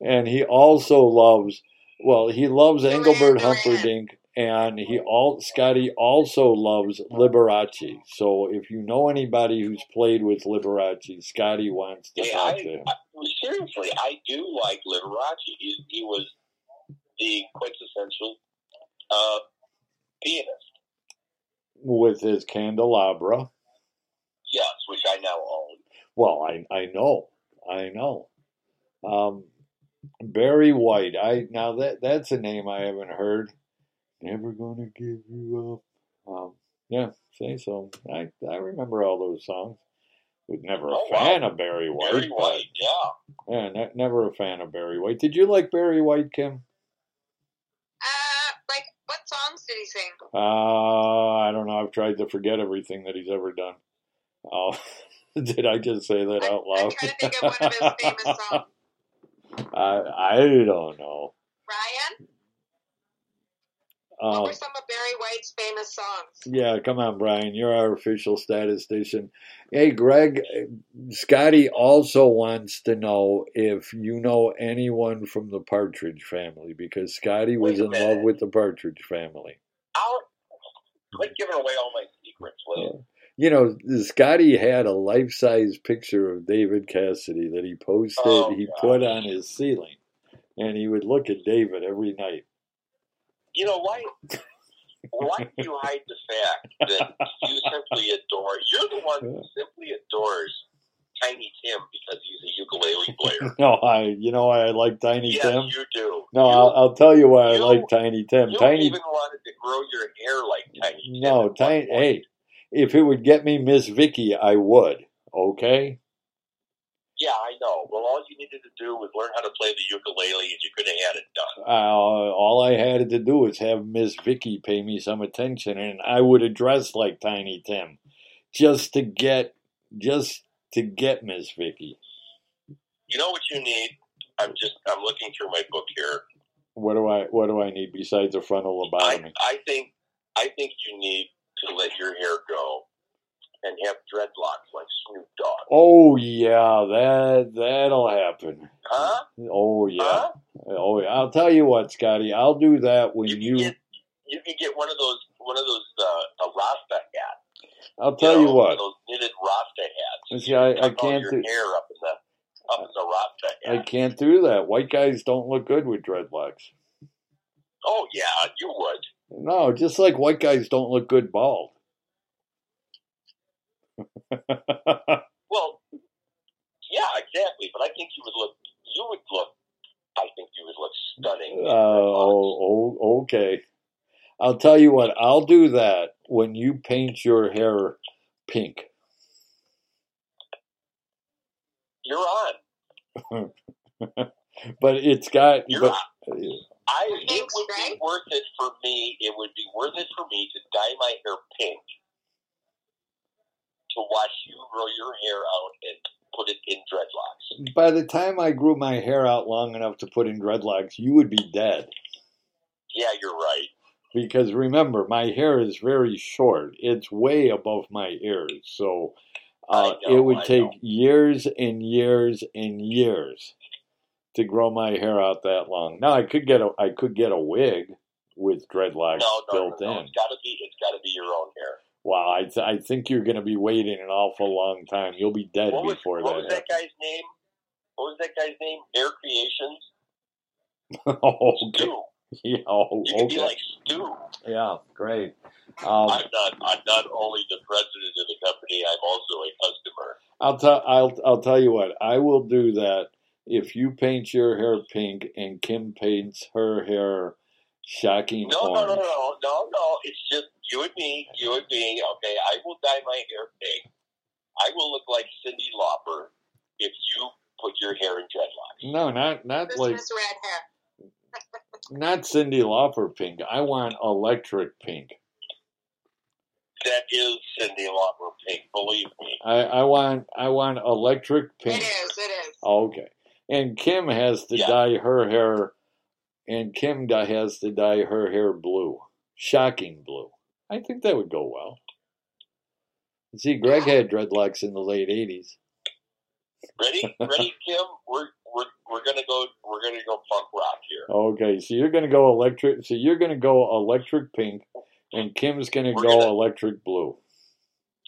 and he also loves. Well, he loves Duran Engelbert Duran. Humperdinck, and he all Scotty also loves Liberace. So, if you know anybody who's played with Liberace, Scotty wants to Hey, talk I- to him. I- seriously, I do like Liberace. He, he was the quintessential uh, pianist. with his candelabra. Yes, which I now own. Well, I I know, I know. Um, Barry White. I now that that's a name I haven't heard. Never gonna give you up. Um, yeah, say so. I I remember all those songs. Was never a Oh, wow. fan of Barry White. Barry but- White. Yeah. yeah, ne- never a fan of Barry White. Did you like Barry White, Kim? Uh, like, what songs did he sing? Uh, I don't know. I've tried to forget everything that he's ever done. Oh, (laughs) did I just say that I'm- out loud? I'm trying to think of one of (laughs) his famous songs. I, I don't know. Ryan, what Um, were some of Barry White's famous songs? yeah, come on, Brian. You're our official statistician. Hey, Greg, Scotty also wants to know if you know anyone from the Partridge family because Scotty was Wait a in love minute. with the Partridge family. I'll quit giving away all my secrets. will you? You know, Scotty had a life size picture of David Cassidy that he posted, Oh, he God. put on his ceiling, and he would look at David every night. You know why? Why do you hide the fact that you simply adore? You're the one who simply adores Tiny Tim because he's a ukulele (laughs) player. No, I, you know, why I like Tiny yes, Tim. you do. No, you, I'll, I'll tell you why I you- like Tiny Tim. you Tiny, even wanted to grow your hair like Tiny Tim. at no, one Tiny. point. Hey, if it would get me Miss Vicky, I would. Okay. Yeah, I know. Well, all you needed to do was learn how to play the ukulele, and you could have had it done. Uh, all I had to do was have Miss Vicky pay me some attention, and I would address like Tiny Tim, just to get, just to get Miss Vicky. You know what you need? I'm just I'm looking through my book here. What do I? What do I need besides a frontal I, lobotomy? I think I think you need to let your hair go and have dreadlocks like Snoop Dogg. Oh yeah, that that'll happen. Huh? Oh yeah. Huh? Oh, yeah. I'll tell you what, Scotty. I'll do that when You can you. get you can get one of those one of those uh, a Rasta hat. I'll tell you know, what. those knitted Rasta hats. See, I, I Tuck all can't your do. hair up in the up in the Rasta I can't do that. White guys don't look good with dreadlocks. Oh yeah, you would. No, just like white guys don't look good bald. (laughs) Well, yeah, exactly. But I think you would look. You would look. I think you would look stunning. in Uh, dreadlocks. oh, oh, okay. I'll tell you what. I'll do that when you paint your hair pink. You're on. But it's got. You're But, on. I it Thanks, would be Greg. worth it for me. It would be worth it for me to dye my hair pink to watch you grow your hair out and put it in dreadlocks. by the time I grew my hair out long enough to put in dreadlocks, you would be dead. Yeah, you're right. Because remember, my hair is very short. It's way above my ears. So uh, I know, it would I take know. years and years and years to grow my hair out that long. Now I could get a I could get a wig with dreadlocks No, no, no, built no. in. It's got to be. It's got to be your own hair. Wow, I, th- I think you're going to be waiting an awful long time. You'll be dead What was, before what that. was that guy's name? What was that guy's name? Hair Creations. happens. (laughs) oh, Stu. okay. You Yeah, oh, could okay. be like Stu. yeah, great. Um, I'm not. I'm not only the president of the company. I'm also a customer. I'll tell I'll I'll tell you what I will do that if you paint your hair pink and Kim paints her hair shocking No, no, orange. no, no, no, no. It's just you and me, you and me. Okay, I will dye my hair pink. I will look like Cindy Lauper if you put your hair in dreadlocks. no, not not like Christmas red hair. not Cindy Lauper pink. I want electric pink. That is Cindy Lauper pink. Believe me. I I want I want electric It pink. is, it is. Oh, Okay, and Kim has to Yeah. dye her hair, and Kim dye, has to dye her hair blue, shocking blue. I think that would go well. See, Greg had dreadlocks in the late '80s. Ready, ready, Kim? We're we're we're gonna go. We're gonna go punk rock here. Okay, so you're gonna go electric. So you're gonna go electric pink, and Kim's gonna We're go gonna- electric (laughs) blue.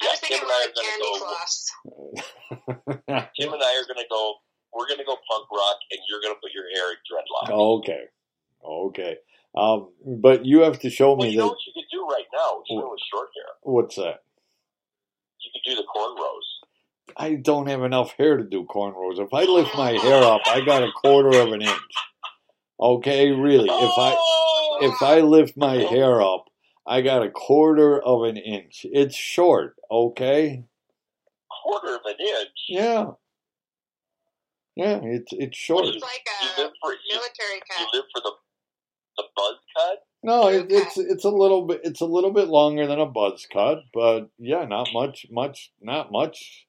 I was thinking Kim more and I like are gonna candy go. floss. Kim and I are gonna go. We're gonna go punk rock, and you're gonna put your hair in dreadlocks. okay, okay. Um, but you have to show Well, me you know that. what you could do right now? You know, with short hair, What's that? you could do the cornrows. I don't have enough hair to do cornrows. If I lift my hair up, I got (laughs) a quarter of an inch. Okay, really. If I Oh! if I lift my hair up, I got a quarter of an inch. It's short. Okay. quarter of an inch. Yeah. Yeah. It's it's short. It's like You a live for you, military you cut. live for the the buzz cut. No, it, Okay. it's it's a little bit it's a little bit longer than a buzz cut, but yeah, not much much not much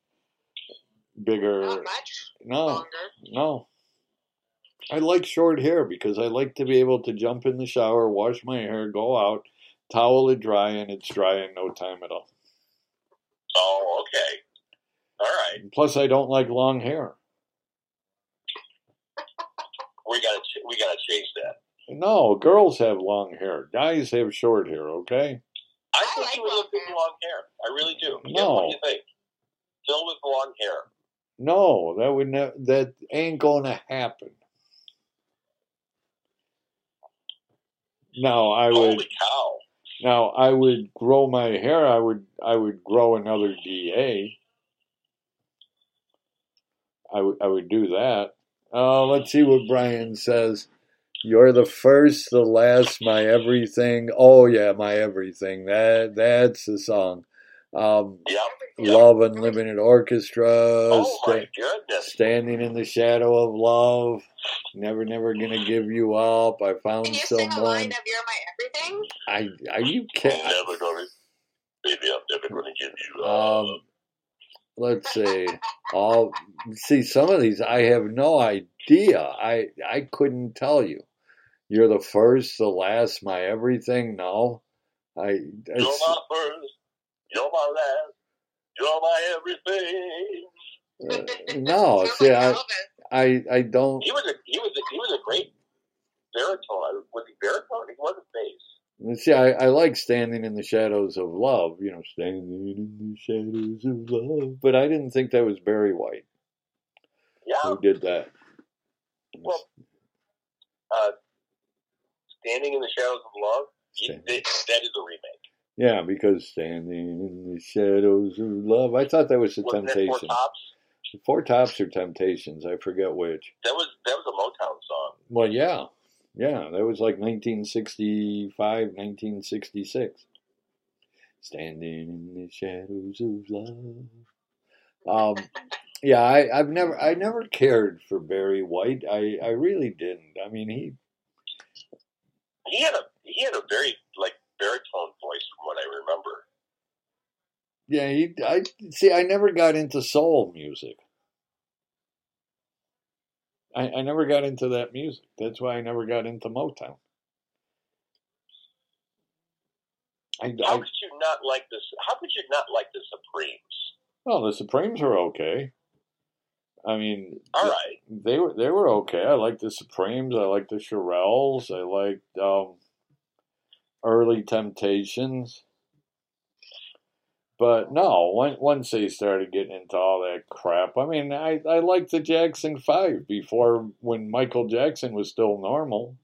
bigger. Not much No, longer. no. I like short hair because I like to be able to jump in the shower, wash my hair, go out, towel it dry, and it's dry in no time at all. Oh, okay. All right. Plus, I don't like long hair. We gotta ch- we gotta change that. No, girls have long hair. Guys have short hair. Okay. I, I think like you would long look good hair. with long hair. I really do. Kim, No. what do you think? Phil with long hair. No, that would ne- that ain't gonna happen. No, I would. Holy cow! Now I would grow my hair. I would I would grow another DA. I would I would do that. Uh, let's see what Brian says. You're the first, the last, my everything. Oh yeah, my everything. That that's the song. Um, Yep. yep. Love Unlimited Orchestra. Oh my Sta- goodness! standing in the shadow of love. Never, never gonna give you up. I found Can you sing a someone. line of You're My Everything? I are you I'm kidding? never gonna, baby. I'm never gonna give you. Uh, Um, let's see. All see some of these I have no idea. I I couldn't tell you. You're the first, the last, my everything. No, I. you're It's, my first. You're my last. You're my everything. uh, (laughs) no, Sounds see, like I, Elvis. I I don't. He was a he was a he was a great baritone. Was he baritone? He wasn't bass. See, I, I like standing in the shadows of love. You know, standing in the shadows of love. But I didn't think that was Barry White Yeah, who did that. Well, uh, Standing in the Shadows of Love, Standing. it, that is a remake. Yeah, because standing in the shadows of love. I thought that was the Wasn't it Four Temptations. Tops? Four Tops or Temptations? I forget which. That was that was a Motown song. Well, yeah, yeah, that was like 1965, 1966. Standing in the shadows of love. Um, yeah, I, I've never, I never cared for Barry White. I, I really didn't. I mean, he He had a he had a very like baritone voice from what I remember. Yeah, he, I see. I never got into soul music. I, I never got into that music. That's why I never got into Motown. I, How I could you not like this? How could you not like the Supremes? well, the Supremes were okay. I mean, All right, they were they were okay. I liked the Supremes. I liked the Shirelles. I liked um, early Temptations. But no, on- once they started getting into all that crap, I mean, I, I liked the Jackson Five before when Michael Jackson was still normal,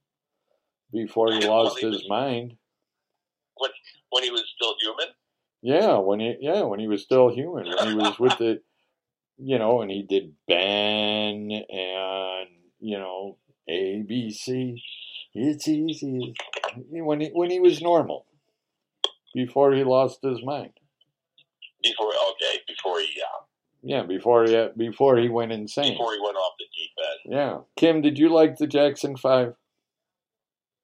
before he lost his mind. when when he was still human, Yeah, when he yeah when he was still human, when he was with the, you know, and he did Ben and you know ABC. It's easy when he when he was normal, before he lost his mind. before okay, before he uh, Yeah, before he before he went insane. before he went off the deep end. Yeah, Kim, did you like the Jackson Five?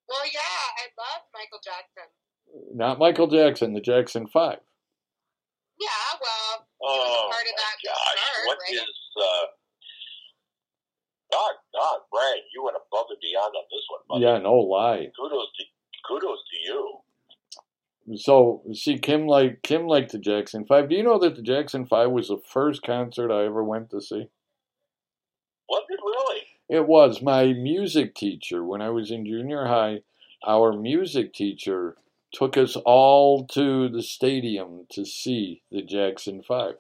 Well, yeah, I love Michael Jackson. Not Michael Jackson, the Jackson Five. Yeah, well, Oh part of my that to gosh, start, what right? is? Uh, God, God, Brian, you went above and beyond on this one. buddy. Yeah, no lie. kudos to kudos to you. So see, Kim like Kim liked the Jackson Five. Do you know that the Jackson Five was the first concert I ever went to see? Was it really? It was my music teacher when I was in junior high. Our music teacher took us all to the stadium to see the Jackson Five.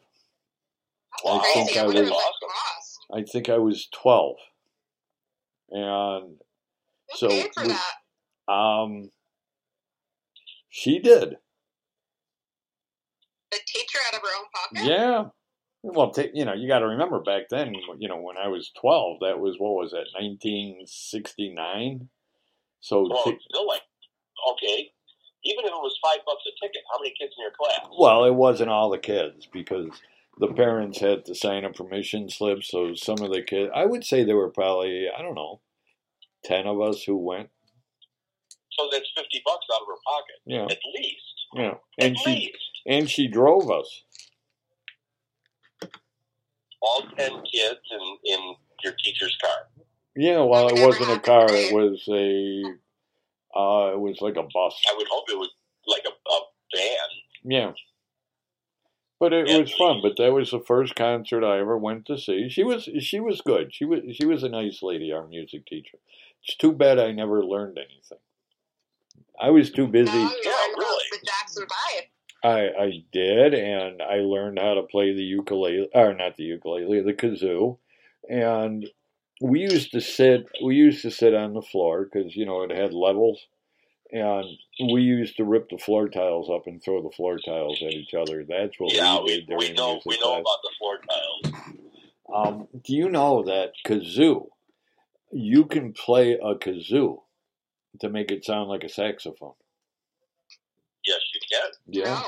That's I think crazy. I, I would have was- like lost. I think I was twelve, and Who So paid for we- that? um, she did. The teacher out of her own pocket? Yeah. Well, ta you know, you got to remember back then, you know, when I was 12, that was, what was that, 1969? So, Well, ta- it's still like okay. Even if it was five bucks a ticket, how many kids in your class? well, it wasn't all the kids because the parents had to sign a permission slip. So some of the kids, I would say there were probably, I don't know, 10 of us who went. So that's fifty bucks out of her pocket, Yeah. at least. Yeah. And at she, least and she drove us. all ten kids in in your teacher's car. Yeah. Well, it Whatever wasn't a happened car. today. It was a, uh, it was like a bus. I would hope it was like a, a van. Yeah. But it Yeah. was fun. But that was the first concert I ever went to see. She was she was good. She was she was a nice lady, our music teacher. It's too bad I never learned anything. I was too busy. Now you Yeah, learn about really. The Jackson Five. I I did, and I learned how to play the ukulele, or not the ukulele, the kazoo, and we used to sit. We used to sit on the floor because you know it had levels, and we used to rip the floor tiles up and throw the floor tiles at each other. That's what yeah, we we, did we during know music we know class. about the floor tiles. Um, do you know that kazoo? You can play a kazoo to make it sound like a saxophone. Yes, you can. Yeah.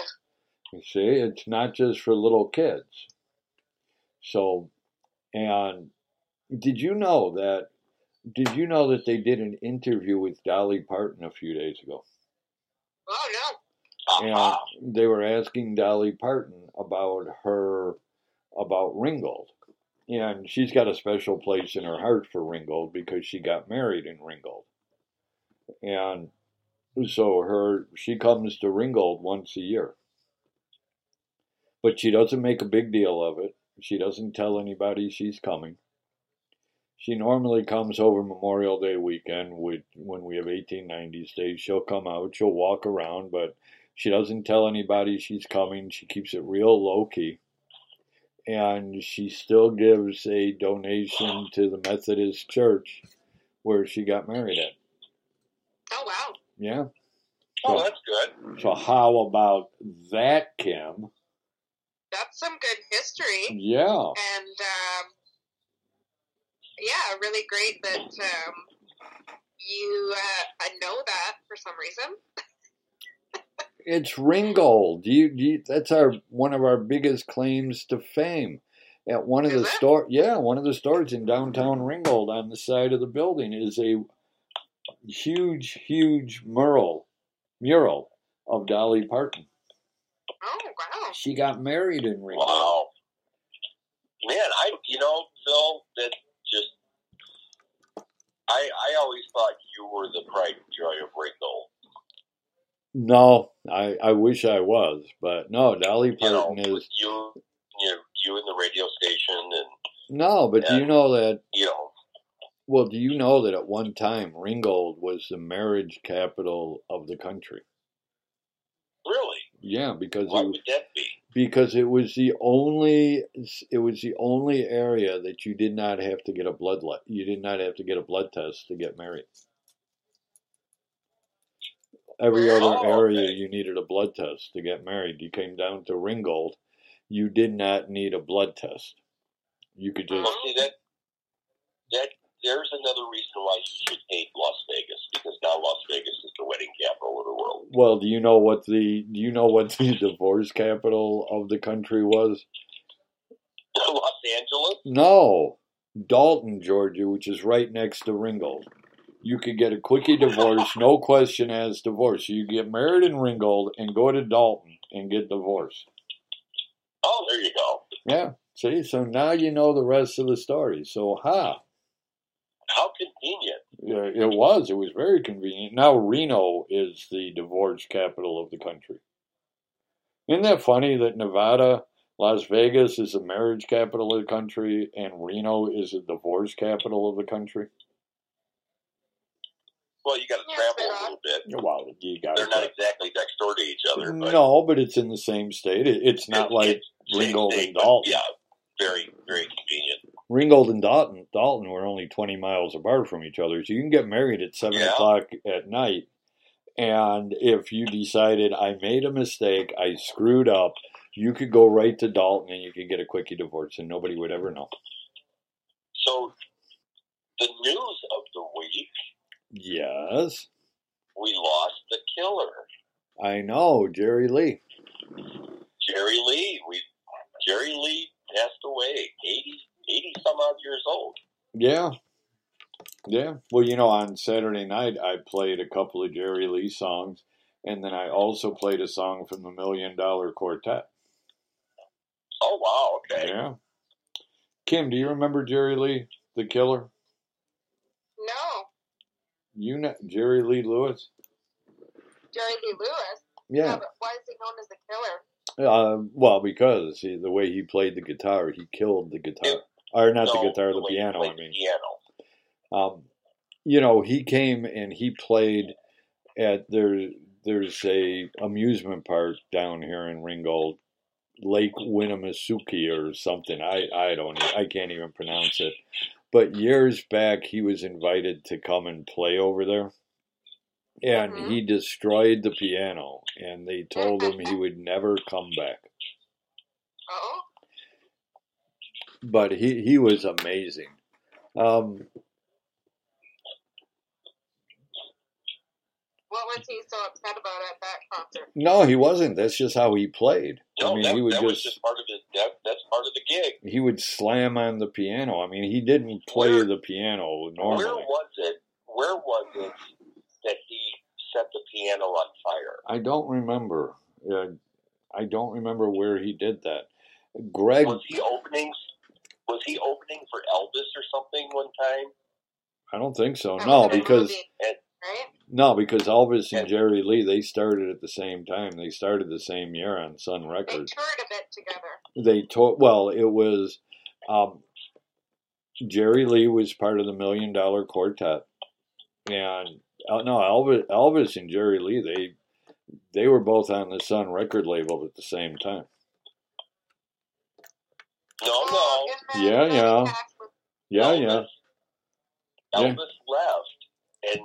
No. You see, it's not just for little kids. So, and did you know that? Did you know that they did an interview with Dolly Parton a few days ago? Oh, no. And Uh-huh. they were asking Dolly Parton about her, about Ringgold. And she's got a special place in her heart for Ringgold because she got married in Ringgold. And so her, she comes to Ringgold once a year. But she doesn't make a big deal of it. She doesn't tell anybody she's coming. She normally comes over Memorial Day weekend with, when we have 1890s Day. She'll come out, she'll walk around, but she doesn't tell anybody she's coming. She keeps it real low key. and she still gives a donation to the Methodist Church where she got married at. Oh wow. Yeah. Oh, that's good. So how about that, Kim? That's some good history. Yeah. And um, yeah, really great that um, you uh, I know that for some reason. It's Ringgold. Do you, do you, that's our one of our biggest claims to fame. At one of the Is it? store, yeah, one of the stores in downtown Ringgold on the side of the building is a huge, huge mural, mural of Dolly Parton. Oh wow. She got married in Ringgold. Wow. Man, I you know, Phil, that just I I always thought you were the pride and joy of Ringgold. No, I, I wish I was, but no, Dolly You know, Parton with is you you know, you and the radio station and no. But do you know that? you know Well, do you know that at one time Ringgold was the marriage capital of the country? really Yeah, because it why was, would that be? because it was the only it was the only area that you did not have to get a blood le- you did not have to get a blood test to get married. Every other Oh, area okay. you needed a blood test to get married. You came down to Ringgold, you did not need a blood test. You could just Well see that that there's another reason why you should hate Las Vegas because now Las Vegas is the wedding capital of the world. (laughs) well, do you know what the do you know what the (laughs) divorce capital of the country was? Los Angeles? No, Dalton, Georgia, which is right next to Ringgold. You could get a quickie divorce, no question as divorce. You get married in Ringgold and go to Dalton and get divorced. Oh, there you go. Yeah, see, so now you know the rest of the story. So, ha, How convenient. yeah, it was, it was very convenient. Now Reno is the divorce capital of the country. Isn't that funny that Nevada, Las Vegas is the marriage capital of the country, and Reno is the divorce capital of the country? Well, you got to Yeah, travel fair a little bit. Well, you got They're not exactly next door to each other, but no, but it's in the same state. It, it's not It's- like it's same Ringgold thing, and but Dalton. Yeah, very very convenient. Ringgold and Dalton, Dalton were only twenty miles apart from each other, so you can get married at seven Yeah. o'clock at night. And if you decided I made a mistake, I screwed up, you could go right to Dalton and you could get a quickie divorce, and nobody would ever know. So the news of the week: Yes, we lost the killer, I know, Jerry Lee. Jerry Lee. We Jerry Lee passed away, 80, 80 some odd years old. Yeah. Yeah. Well, you know, on Saturday night, I played a couple of Jerry Lee songs, and then I also played a song from the Million Dollar Quartet. Oh wow, okay. Yeah. Kim, do you remember Jerry Lee, the killer? No, You know Jerry Lee Lewis? Jerry Lee Lewis. Yeah, Yeah. but why is he known as the killer? Uh, well, because he, the way he played the guitar, he killed the guitar. Or not No, the guitar, the way he piano, played I the mean. piano. um, you know, he came and he played at their there's a amusement park down here in Ringgold, Lake Winnemucca or something. I I don't e, I can't even pronounce it. But years back, he was invited to come and play over there, and Mhm. Mm-hmm. he destroyed the piano. And they told him he would never come back. Oh, But he he was amazing. Um, what was he so upset about at that concert? No, he wasn't. That's just how he played. No, I mean, Oh, that, he would that was just, just part of the that, that's part of the gig. he would slam on the piano. I mean, he didn't play Where- the piano Where normally. was it? Where was it that he set the piano on fire? I don't remember. Uh, I don't remember where he did that. Greg, Was he opening? Was he opening for Elvis or something one time? I don't think so. That No, was in a because movie, And right? no, because Elvis and And- Jerry Lee they started at the same time. They started the same year on Sun They Records. toured a bit together. They told. Well, it was um, Jerry Lee was part of the Million Dollar Quartet, and uh, no, Elvis, Elvis and Jerry Lee they they were both on the Sun record label at the same time. No, no. And then Yeah, Manny yeah. Pacquiao was Yeah, Elvis- yeah. Yeah. Elvis left, and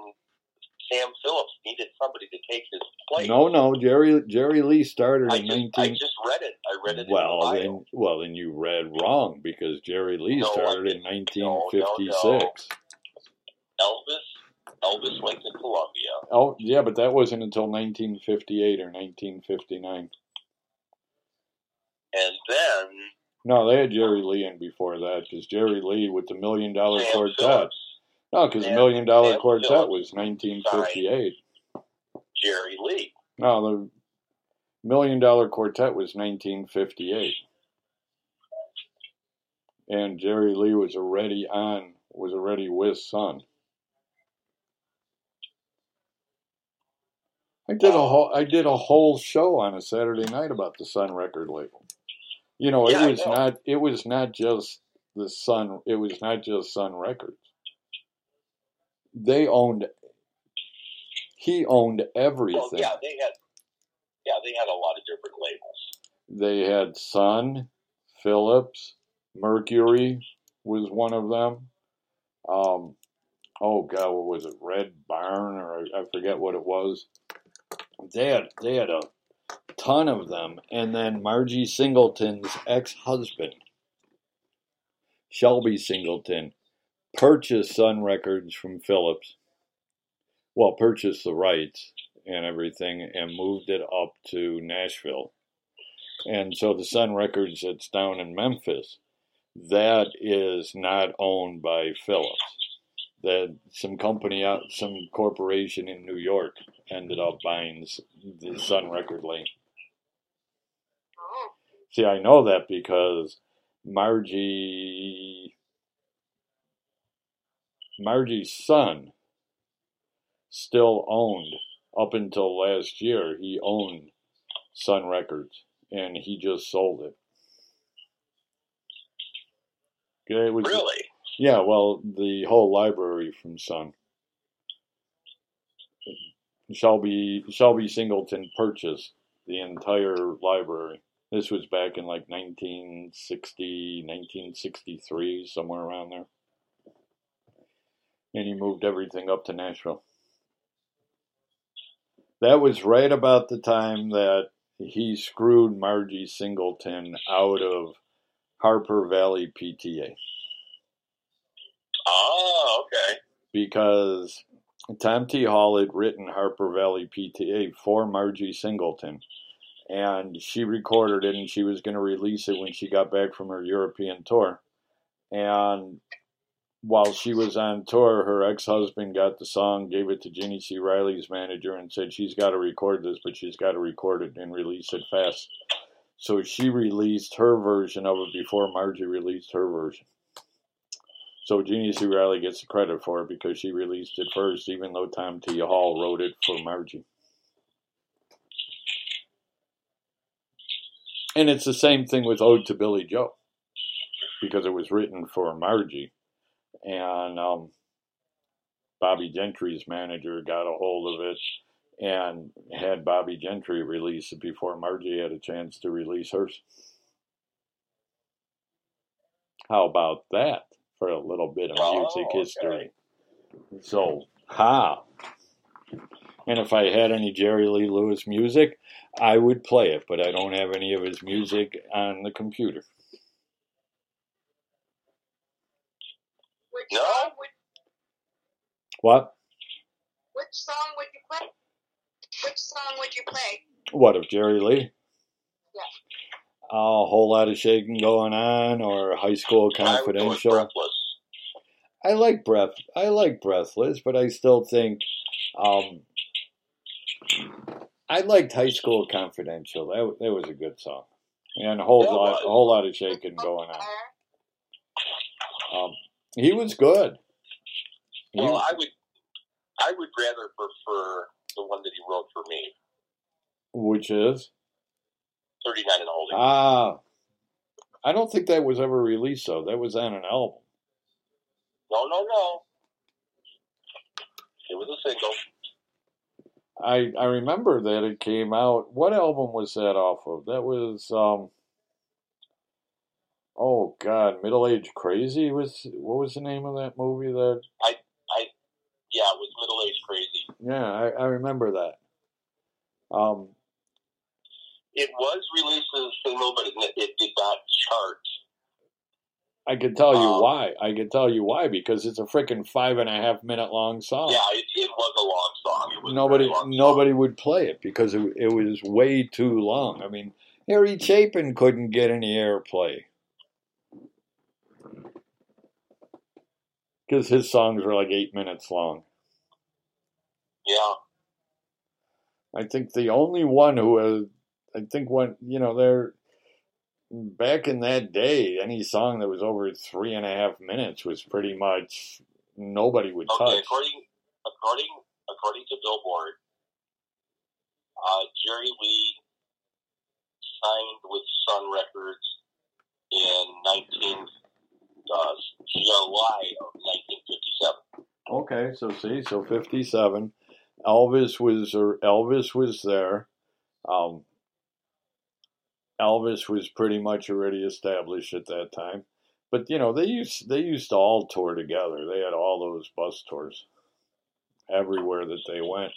Sam Phillips needed somebody to take his place. No, no. Jerry Jerry Lee started I in just, I nineteen. just read it. I read it. Well, in the bio. then, well, then you read wrong because Jerry Lee No, I started in didn't. No, no, no. 1956. Elvis, Elvis went to Columbia. Oh, yeah, but that wasn't until 1958 or 1959. And then No, they had Jerry Lee in before that because Jerry Lee with the Million Dollar Sam Quartet. Phillips, No, because the Sam- Million Dollar Sam Quartet Phillips. was 1958. Jerry Lee. No, the Million Dollar Quartet was 1958. And Jerry Lee was already on, was already with Son. I did a whole, I did a whole show on a Saturday night about the Sun record label. You know, it Yeah, I was know. not, it was not just the Sun, it was not just Sun Records. They owned, he owned everything. Well, yeah, they had, yeah, they had a lot of different labels. they had Sun, Phillips, Mercury was one of them. Um, oh God, what was it? Red Barn, or I, I forget what it was. They had they had a ton of them, and then Margie Singleton's ex-husband, Shelby Singleton, purchased Sun Records from Phillips. Well, purchased the rights and everything, and moved it up to Nashville and so the Sun Records that's down in Memphis, that is not owned by Phillips. That some company out, some corporation in New York ended up buying s- the Sun Record lane. Oh, See, I know that because Margie, Margie's son, still owned up until last year. He owned Sun Records, and he just sold it. Okay, it was- Really? Yeah, well, the whole library from Sun. Shelby Shelby Singleton purchased the entire library. This was back in like 1960, 1963, somewhere around there. And he moved everything up to Nashville. That was right about the time that he screwed Margie Singleton out of Harper Valley PTA Oh, okay. because Tom T. Hall had written Harper Valley PTA for Margie Singleton, and she recorded it, and she was going to release it when she got back from her European tour. And while she was on tour, her ex-husband got the song, gave it to Ginny C. Riley's manager, and said she's got to record this, but she's got to record it and release it fast. So she released her version of it before Margie released her version. So Jeannie C. Riley gets the credit for it because she released it first, even though Tom T. Hall wrote it for Margie. And it's the same thing with Ode to Billy Joe because it was written for Margie. And um, Bobby Gentry's manager got a hold of it and had Bobby Gentry release it before Margie had a chance to release hers. How about that for a little bit of Oh, music okay. history? So, ha. And if I had any Jerry Lee Lewis music, I would play it, but I don't have any of his music on the computer. which No. song would What? which song would you play? Which song would you play? What of Jerry Lee? Yeah. A whole lot of shaking going on, or High School I would go with Confidential. Breathless. I like breath. I like breathless, but I still think um, I liked High School Confidential. That that was a good song, and a whole That lot, was. a whole lot of shaking going on. Or- Um, he was good. He- Well, I would, I would rather prefer the one that he wrote for me, which is Thirty Nine and Holding. ah, I don't think that was ever released though. That was on an album. no, no, no. It was a single. I I remember that it came out. What album was that off of? That was um Oh God, middle aged crazy was what was the name of that movie? That Yeah, it was middle aged crazy. yeah, I, I remember that. Um, It was released as a single, but it, it did not chart. I could tell you Um, why. I could tell you why because it's a freaking five and a half minute long song. Yeah, it, it was a long song. It was Oh. a nobody very long song. nobody would play it because it, it was way too long. I mean, Harry Chapin couldn't get any airplay because his songs were like eight minutes long. Yeah, I think the only one who was, I think when you know they're back in that day, any song that was over three and a half minutes was pretty much nobody would okay. touch. According according according to Billboard, uh, Jerry Lee signed with Sun Records in 19 uh, July of 1957. Okay, so see, so fifty-seven. Elvis was or Elvis was there. Um, Elvis was pretty much already established at that time, but you know they used they used to all tour together. They had all those bus tours everywhere that they went.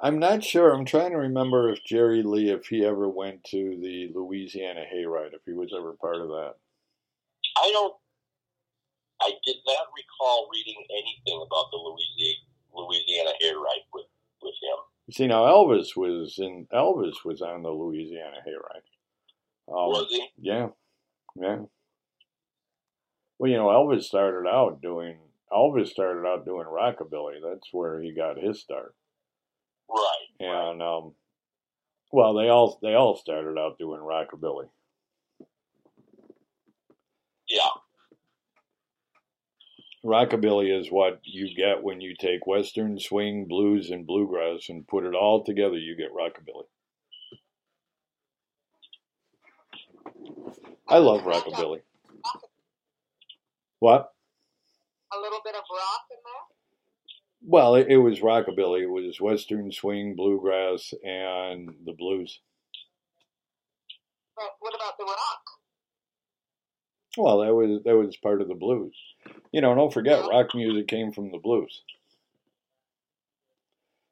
I'm not sure. I'm trying to remember if Jerry Lee, if he ever went to the Louisiana Hayride, if he was ever part of that. I don't. I did not recall reading anything about the Louisiana Louisiana hayride with with him. You see, now Elvis was in Elvis was on the Louisiana Hayride. Um, was he? Yeah, yeah. Well, you know, Elvis started out doing Elvis started out doing rockabilly. That's where he got his start. Right. right. And um, well, they all they all started out doing rockabilly. Yeah. Rockabilly is what you get when you take Western swing, blues, and bluegrass and put it all together. You get rockabilly. I love rockabilly. What? A little bit of rock in there. Well, it, it was rockabilly. It was Western swing, bluegrass, and the blues. But what about the rock? Well, that was that was part of the blues. You know, don't forget, rock music came from the blues.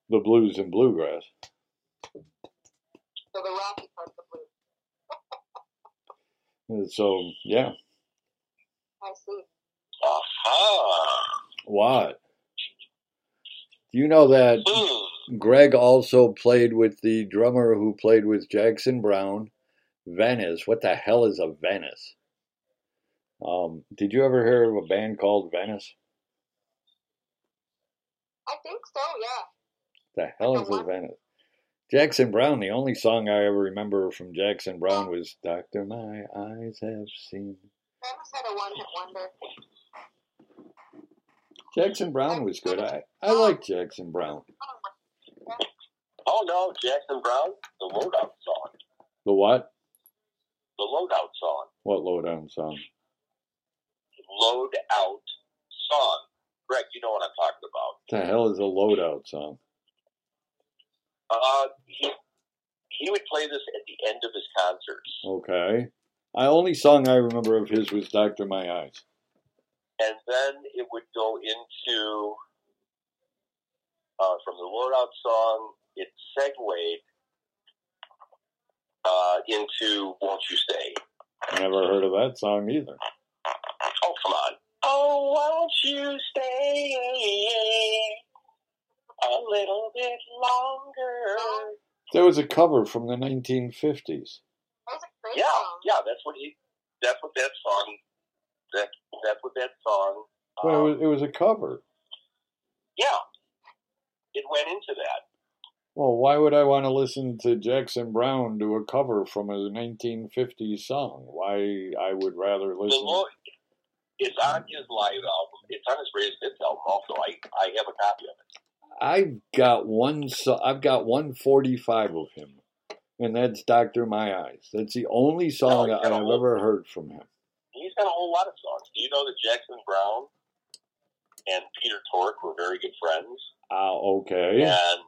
The blues and bluegrass. So the rock is part of the blue. And so, yeah. I see. Aha. What? Do you know that Hmm. Greg also played with the drummer who played with Jackson Brown, Venice. What the hell is a Venice? Um, did you ever hear of a band called Venice? I think so. Yeah. The hell is a Venice? Jackson Brown, the only song I ever remember from Jackson Brown was Doctor My Eyes Have Seen. Travis had a one-hit wonder. Jackson Brown was good. I, I like Jackson Brown. Oh no, Jackson Brown, the loadout song. The what? The loadout song. What lowdown song? Loadout song. Greg, you know what I'm talking about. What the hell is a loadout song? Uh, he he would play this at the end of his concerts, Okay. I only song I remember of his was Doctor My Eyes. and then it would go into uh, from the loadout song. It segued uh, into "Won't You Stay." Never heard of that song either. Oh come on! Oh, won't you stay a little bit longer? There was a cover from the 1950s. That was a great Yeah, song. yeah, that's what he. That's what that song. That that's what that song. Um, Well, it was, it was a cover. yeah, it went into that. Well, why would I want to listen to Jackson Brown do a cover from a 1950s song? Why I would rather The listen. Lord, it's on his live album. It's on his greatest hits album. Also, I I have a copy of it. I've got one. So, I've got 145 of him, and that's Doctor My Eyes. That's the only song No, you that I've got a whole- ever heard from him. He's got a whole lot of songs. Do you know that Jackson Brown and Peter Tork were very good friends? Ah, okay. And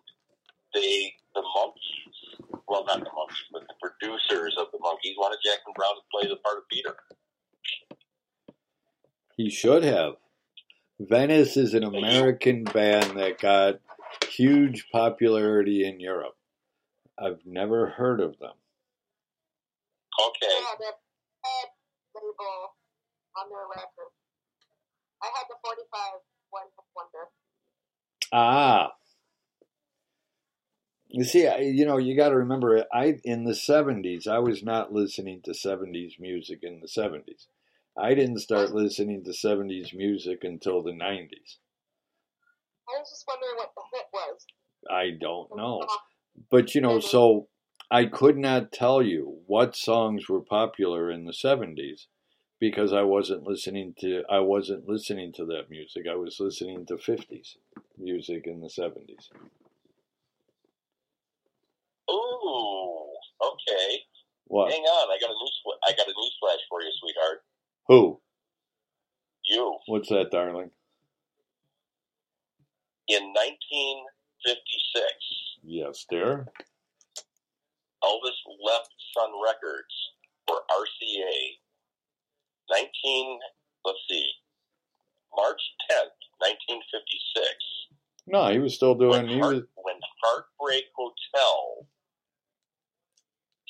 they, the monkeys, well, not the monkeys, but the producers of the monkeys wanted Jackson Brown to play the part of Peter. He should have. Venice is an American band that got huge popularity in Europe. I've never heard of them. Okay. Yeah, that had label on their record. I had the 45 one hit wonder. Ah. You see, I, you know, you got to remember, I in the '70s, I was not listening to '70s music in the '70s. I didn't start listening to '70s music until the '90s. I was just wondering what the hit was. I don't know, but you know, so I could not tell you what songs were popular in the '70s because I wasn't listening to I wasn't listening to that music. I was listening to '50s music in the '70s. Ooh. Okay. What? Hang on. I got a news. I got a news flash for you, sweetheart. Who? You What's that, darling? in 1956. Yes, dear. Elvis left Sun Records for RCA. Nineteen. Let's see. March tenth, nineteen fifty-six. No, he was still doing. When, He was Heart, when Heartbreak Hotel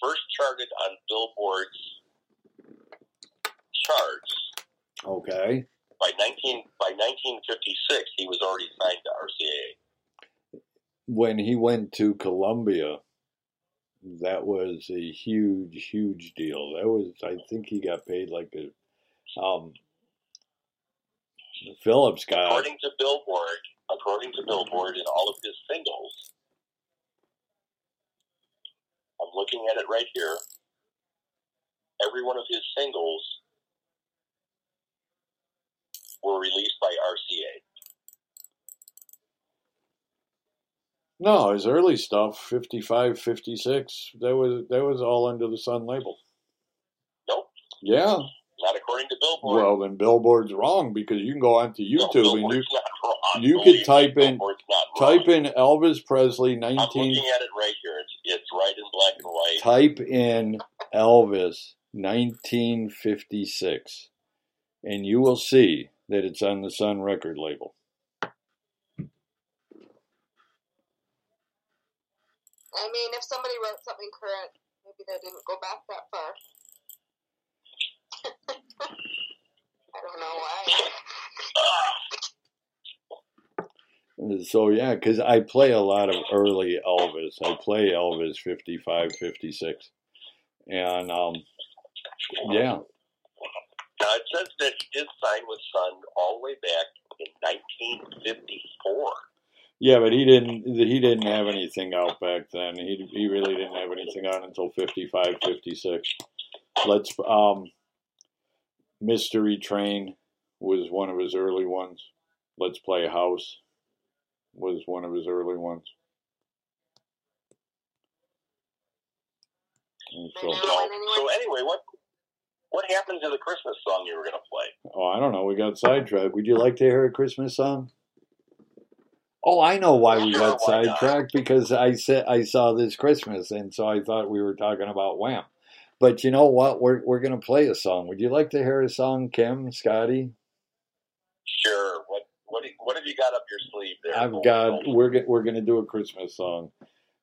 first charted on Billboard's charts okay. by nineteen by nineteen fifty-six, he was already signed to RCA. Uh, When he went to Columbia, that was a huge, huge deal. That was, I think, he got paid like a. Um, Phillips got According to Billboard, according to Billboard, in all of his singles, I'm looking at it right here. Every one of his singles were released by RCA. no his early stuff 55 56 that was that was all under the sun label Nope, yeah not according to Billboard. well then billboard's wrong because you can go onto No, youtube and you Billboard's not wrong. you Believe could me, type in- Billboard's not wrong. type in elvis presley I'm 19 looking at it right here. It's, it's right in black and white. type in Elvis 1956 and you will see that it's on the Sun record label. I mean, if somebody wrote something current, maybe they didn't go back that far. (laughs) I don't know why. So yeah, cuz I play a lot of early Elvis. I play Elvis 55 56. And um yeah, Now it says that he did sign with Sun all the way back in 1954. yeah, but he didn't he didn't have anything out back then. He he really didn't have anything on until 55 56. Let's um Mystery Train was one of his early ones. Let's Play House was one of his early ones. And so, So, so anyway, what what happened to the Christmas song you were going to play? oh, I don't know. We got sidetracked. Would you like to hear a Christmas song? Oh, I know why we got Sure, why not? sidetracked because I said I saw this Christmas, and so I thought we were talking about Wham. But you know what? We're we're gonna play a song. Would you like to hear a song, Kim, Scotty? Sure. What what do- what have you got up your sleeve there? I've Cole? got we're go- we're gonna do a Christmas song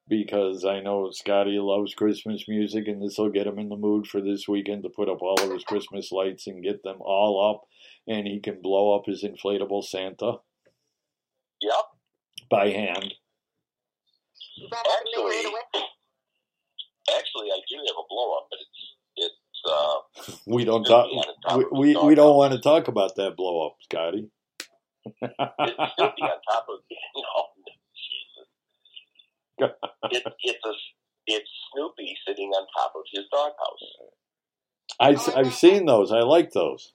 because I know Scotty loves Christmas music, and this will get him in the mood for this weekend to put up all of his Christmas lights and get them all up, and he can blow up his inflatable Santa Yep. by hand. You better have to right Actually- away. Actually, I do have a blow up, but it's it's uh, We don't talk. We we, we don't want to talk about that blow up, Scotty. (laughs) it's silky on top of (laughs) no, Jesus. It, it's a it's Snoopy sitting on top of his doghouse I (laughs) I've seen those. I like those.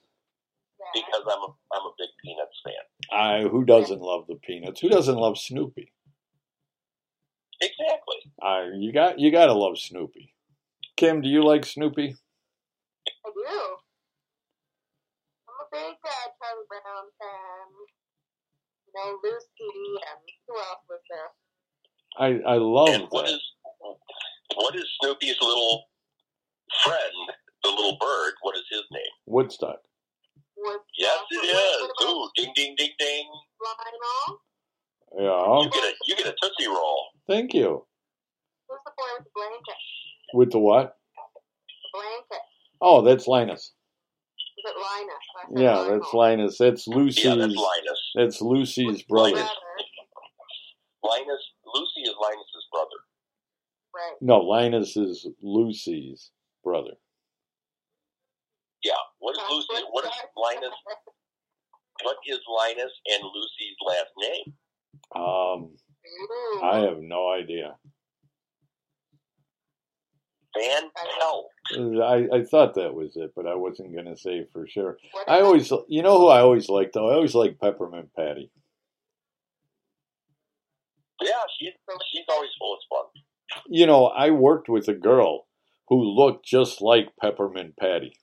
Yeah. because I'm a I'm a big Peanuts fan. I who doesn't love the peanuts? Who doesn't love Snoopy? Exactly. I you got you got to love Snoopy. Kim, do you like Snoopy? I do. I'm a big uh, Charlie Brown fan. You know, Lucy and who else was there? I I love and what that. is what is Snoopy's little friend, the little bird? What is his name? Woodstock. with Yes, uh, it what- is. What about Ooh, ding, ding, ding, ding. Lionel? Yeah. You get a you get a tootsie roll. Thank you. Who's the boy with the blanket? With the what? The blanket. Oh, that's Linus. Is it Linus? I said Yeah, Lionel. that's Linus. That's Lucy's. Yeah, that's Linus. that's Lucy's Brother, brother. Linus, Lucy is Linus's brother. Right. No, Linus is Lucy's brother. Yeah. What is Lucy? What is Linus? What is Linus and Lucy's last name? Um, Ooh. I have no idea. Van Pelt. I, I thought that was it, but I wasn't gonna say for sure. What I about- always, you know, who I always liked though. I always liked Peppermint Patty. Yeah, she's she's always full of fun. You know, I worked with a girl who looked just like Peppermint Patty.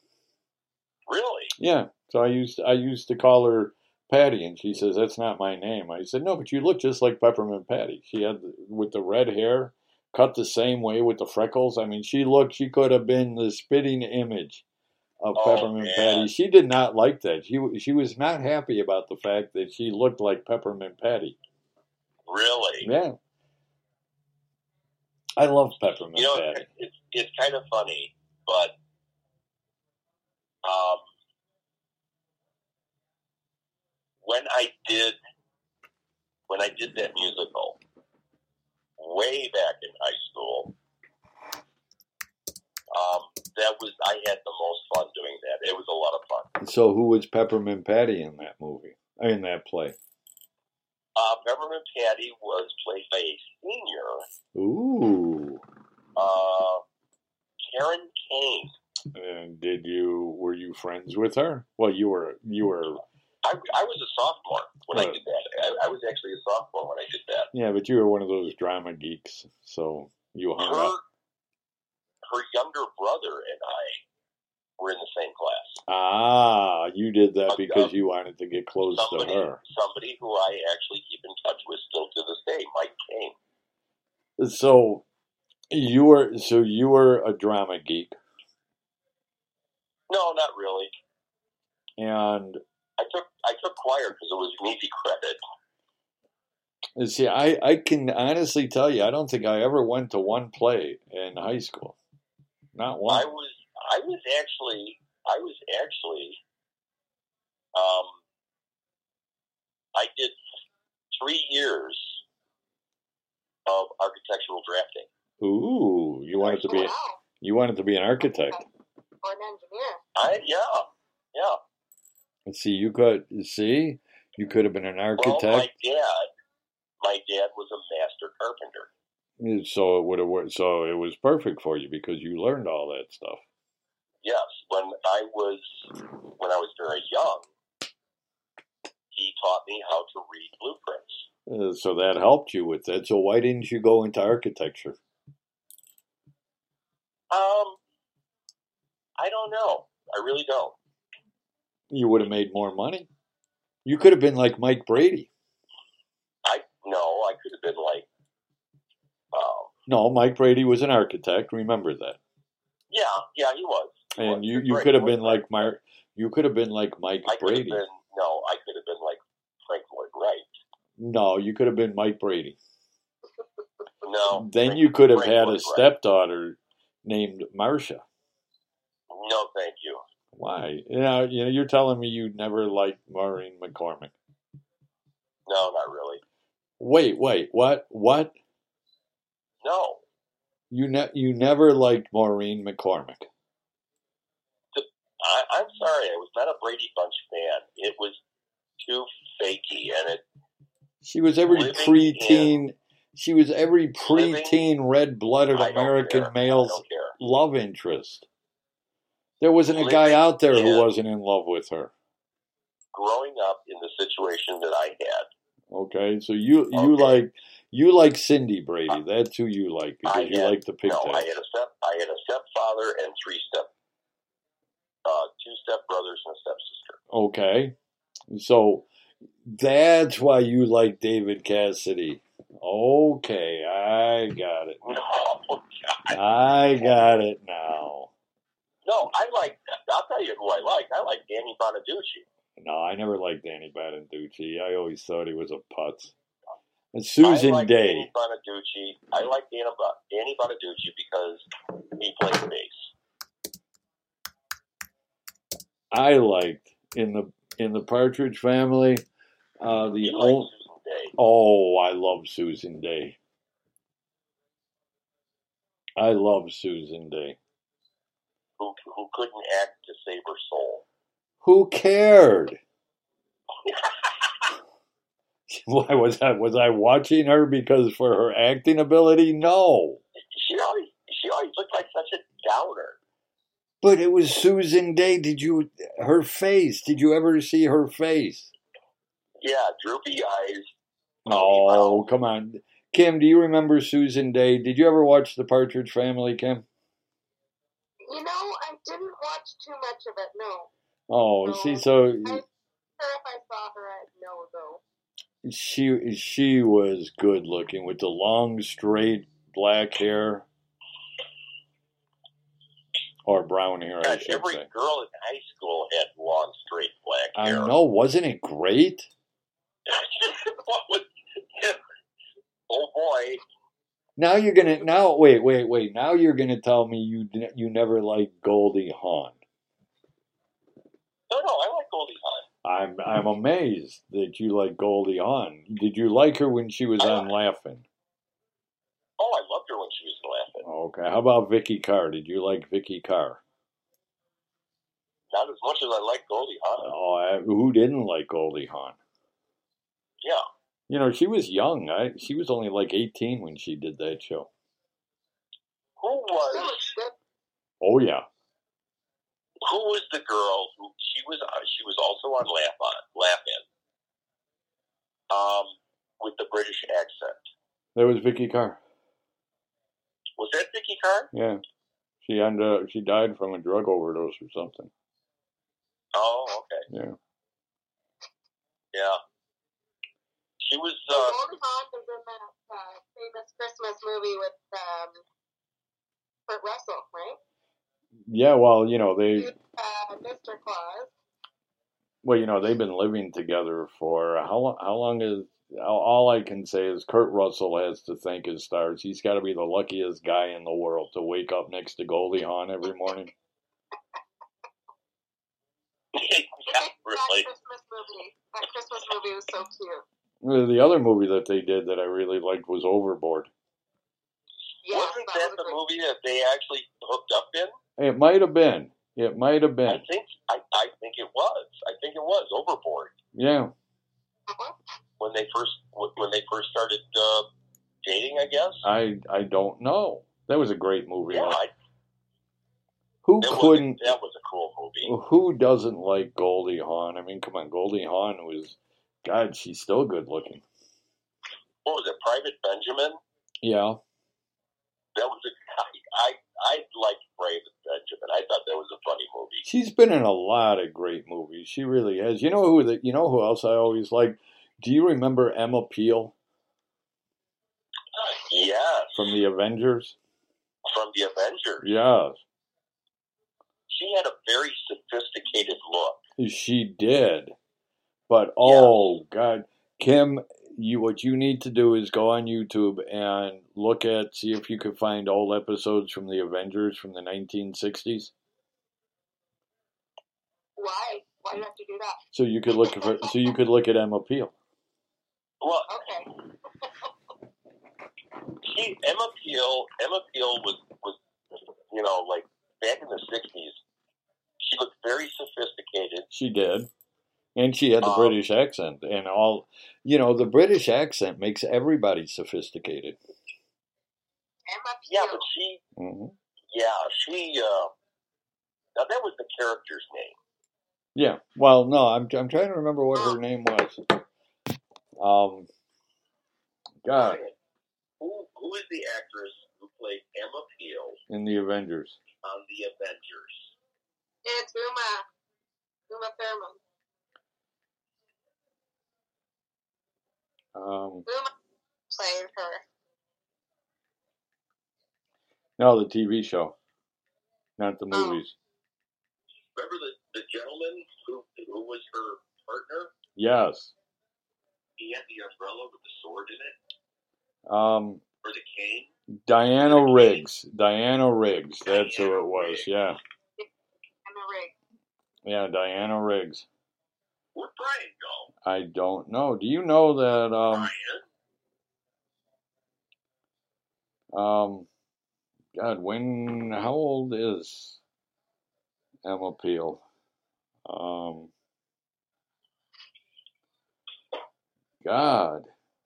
Really? Yeah. So I used I used to call her Patty, and she says that's not my name. I said no, but you look just like Peppermint Patty. She had with the red hair, cut the same way with the freckles. I mean, she looked she could have been the spitting image of Oh, Peppermint man. Patty. She did not like that. She w- she was not happy about the fact that she looked like Peppermint Patty. Really? Yeah. I love Peppermint You know, Patty. it's, it's, it's kind of funny, but um, when I did when I did that musical way back in high school, um, that was I had the most fun doing that. It was a lot of fun. So who was Peppermint Patty in that movie? In that play? Uh, Peppermint Patty was played by a senior, Ooh. uh, Karen Kane. And did you were you friends with her? Well, you were you were I, I was a sophomore when I Right. did that. I, I was actually a sophomore when I did that. yeah, but you were one of those drama geeks, so you hung Her, out. her younger brother and I were in the same class. Ah, you did that Hung because out. you wanted to get close to Somebody, her. somebody who I actually keep in touch with still to this day, Mike Kane. So you were so you were a drama geek, No, not really. and I took I took choir because it was an easy credit. see, I I can honestly tell you, I don't think I ever went to one play in high school, not one. I was I was actually I was actually um I did three years of architectural drafting. Ooh, you wanted to be Wow. you wanted to be an architect. Or an engineer. I yeah. Yeah. See, you could see you could have been an architect. Well my dad my dad was a master carpenter. So it would have worked. So it was perfect for you because you learned all that stuff. Yes, when I was when I was very young, he taught me how to read blueprints. Uh, so that helped you with that. So why didn't you go into architecture? Um I don't know. I really don't. You would have made more money. You could have been like Mike Brady. I no, I could have been like, um, No, Mike Brady was an architect. Remember that. yeah, yeah, he was. He was. And you, You're you right. could have He was been like right. Mark. You could have been like Mike I could have Brady. been no, I could have been like Frank Lloyd Wright. No, you could have been Mike Brady. No, Then Frank- you could have Frank had Lloyd a Wright. stepdaughter named Marcia. No, thank you. Why? You know, you know, you're telling me you never liked Maureen McCormick. No, not really. Wait, wait, what? What? No, You ne- you never liked Maureen McCormick. I, I'm sorry. I was not a Brady Bunch fan. It was too fakey, and it She was every Living preteen. She was every Living- preteen red-blooded I don't American care. I male's don't care. love interest. There wasn't a guy Living out there who in- wasn't in love with her. Growing up in the situation that I had, Okay, so you you Okay. Uh, like you like Cindy Brady. That's who you like because I you had- like the no, I pigtails. had a step, I had a stepfather and three step, uh, two step brothers and a stepsister. Okay, so that's why you like David Cassidy. Okay, I got it. No, God. I got it now. no, I like. I'll tell you who I like. I like Danny Bonaducci. no, I never liked Danny Badenducci. I always thought he was a putz. And Susan I like Day. Danny Bonaducci. I like Danny, Bo- Danny Bonaducci because he plays bass. I liked in the in the Partridge Family. Uh, the He only, likes Susan Day. oh, I love Susan Day. I love Susan Day. who, who couldn't act to save her soul. Who (laughs) cared? (laughs) Why was I was I watching her because for her acting ability? No, She always she always looked like such a downer. but it was Susan Day. Did you her face? Did you ever see her face? Yeah, droopy eyes. Oh, come on, Kim. Do you remember Susan Day? Did you ever watch The Partridge Family, Kim? You know, I didn't watch too much of it. No, Oh, No. see, so I sure if I saw her, I'd know though. she she was good looking with the long, straight black hair or brown hair, I God, should every say. girl in high school had long, straight black I hair. know, wasn't it great? (laughs) what was, oh boy, Now you're gonna now wait wait wait now you're gonna tell me you d- you never liked Goldie Hawn. no, no, I like Goldie Hawn. I'm I'm amazed that you like Goldie Hawn. Did you like her when she was on Laughing? Oh, I loved her when she was laughing. Okay, how about Vicky Carr? Did you like Vicky Carr? Not as much as I like Goldie Hawn. Oh, I, who didn't like Goldie Hawn? Yeah, You know, she was young. I she was only like eighteen when she did that show. who was Oh yeah, who was the girl who she was uh, she was also on Laugh on Laugh In, um, with the British accent. that was Vicky Carr. Was that Vicky Carr? Yeah, she ended up, she died from a drug overdose or something. Oh, okay, Yeah, yeah. She was. So Uh, Goldie Hawn was in that uh, famous Christmas movie with um, Kurt Russell, right? yeah. Well, you know they Mm. Uh, Mr. Claus. well you know they've been living together for how long? How long is all- all I can say is Kurt Russell has to thank his stars. He's got to be the luckiest guy in the world to wake up next to Goldie Hawn every morning. (laughs) yeah, That really. Christmas movie. That Christmas movie was so cute. The other movie that they did that I really liked was Overboard. Yeah, Wasn't that the was a- movie that they actually hooked up in? It might have been. It might have I been. think I, I think it was. I think it was Overboard Yeah. when they first when they first started uh, dating. I guess. I I don't know. That was a great movie. yeah, I, Who that, was a, couldn't? Oh. that was a cool movie. Who doesn't like Goldie Hawn? I mean, come on, Goldie Hawn was, God, she's still good looking. What was it? Private Benjamin. Yeah, That was a I I I liked Brave and Benjamin. I thought that was a funny movie. she's been in a lot of great movies. She really has. You know who? The, you know who else I always like? Do you remember Emma Peel Yes, from the Avengers? from the Avengers. Yes, She had a very sophisticated look. she did. But oh God, Kim, you what you need to do is go on YouTube and look at see if you can find old episodes from the Avengers from the 1960s. Why? Why do you have to do that? So you could look for so you could look at Emma Peel. Well, (laughs) Okay. she Emma Peel. Emma Peel was was you know like back in the sixties. She looked very sophisticated. She did. And she had the Um, British accent and all you know, the British accent makes everybody sophisticated. Emma Yeah, Peel. but she hmm yeah she uh, now that was the character's name. Yeah. Well, no, I'm I'm trying to remember what her name was. Um God, Who who is the actress who played Emma Peel in the Avengers. on the Avengers? It's Uma. Uma Thurman. Um Uma played her. No, the TV show, not the Oh. movies. Remember the, the gentleman who, who was her partner? Yes. He had the umbrella with the sword in it, Um, or the cane. Diana Riggs. Diana Riggs. That's who it was. Yeah. I'm a rig. Yeah, Diana Riggs. Where'd Brian go? I don't know. Do you know that um Brian? (laughs) um God, when how old is Emma Peel? Um God,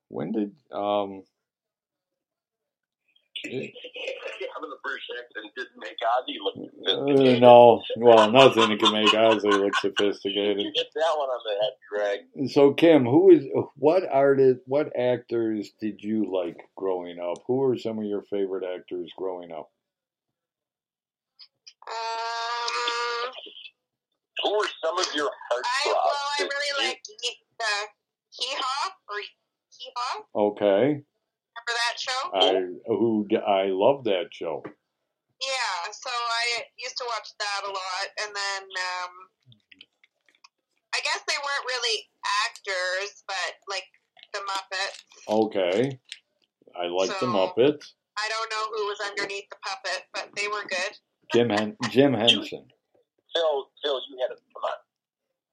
when did um it- Having a British accent didn't make Ozzy look uh, (laughs) sophisticated. no, well, nothing that can make Ozzy look sophisticated. You get that one on the head, Greg. So Kim, who is what artist, what actors did you like growing up? Who are some of your favorite actors growing up? Um, Who were some of your I, heartthrobs? well, I that really you- liked Ye- the Hee Haw or Hee Haw. Okay, Remember that show? I who I love that show. Yeah, so I used to watch that a lot, and then um, I guess they weren't really actors, but like the Muppets. Okay, I like So- the Muppets. I don't know who was underneath the puppet, but they were good. Jim Hen- (laughs) Jim Henson. Phil, Phil, you had a come on,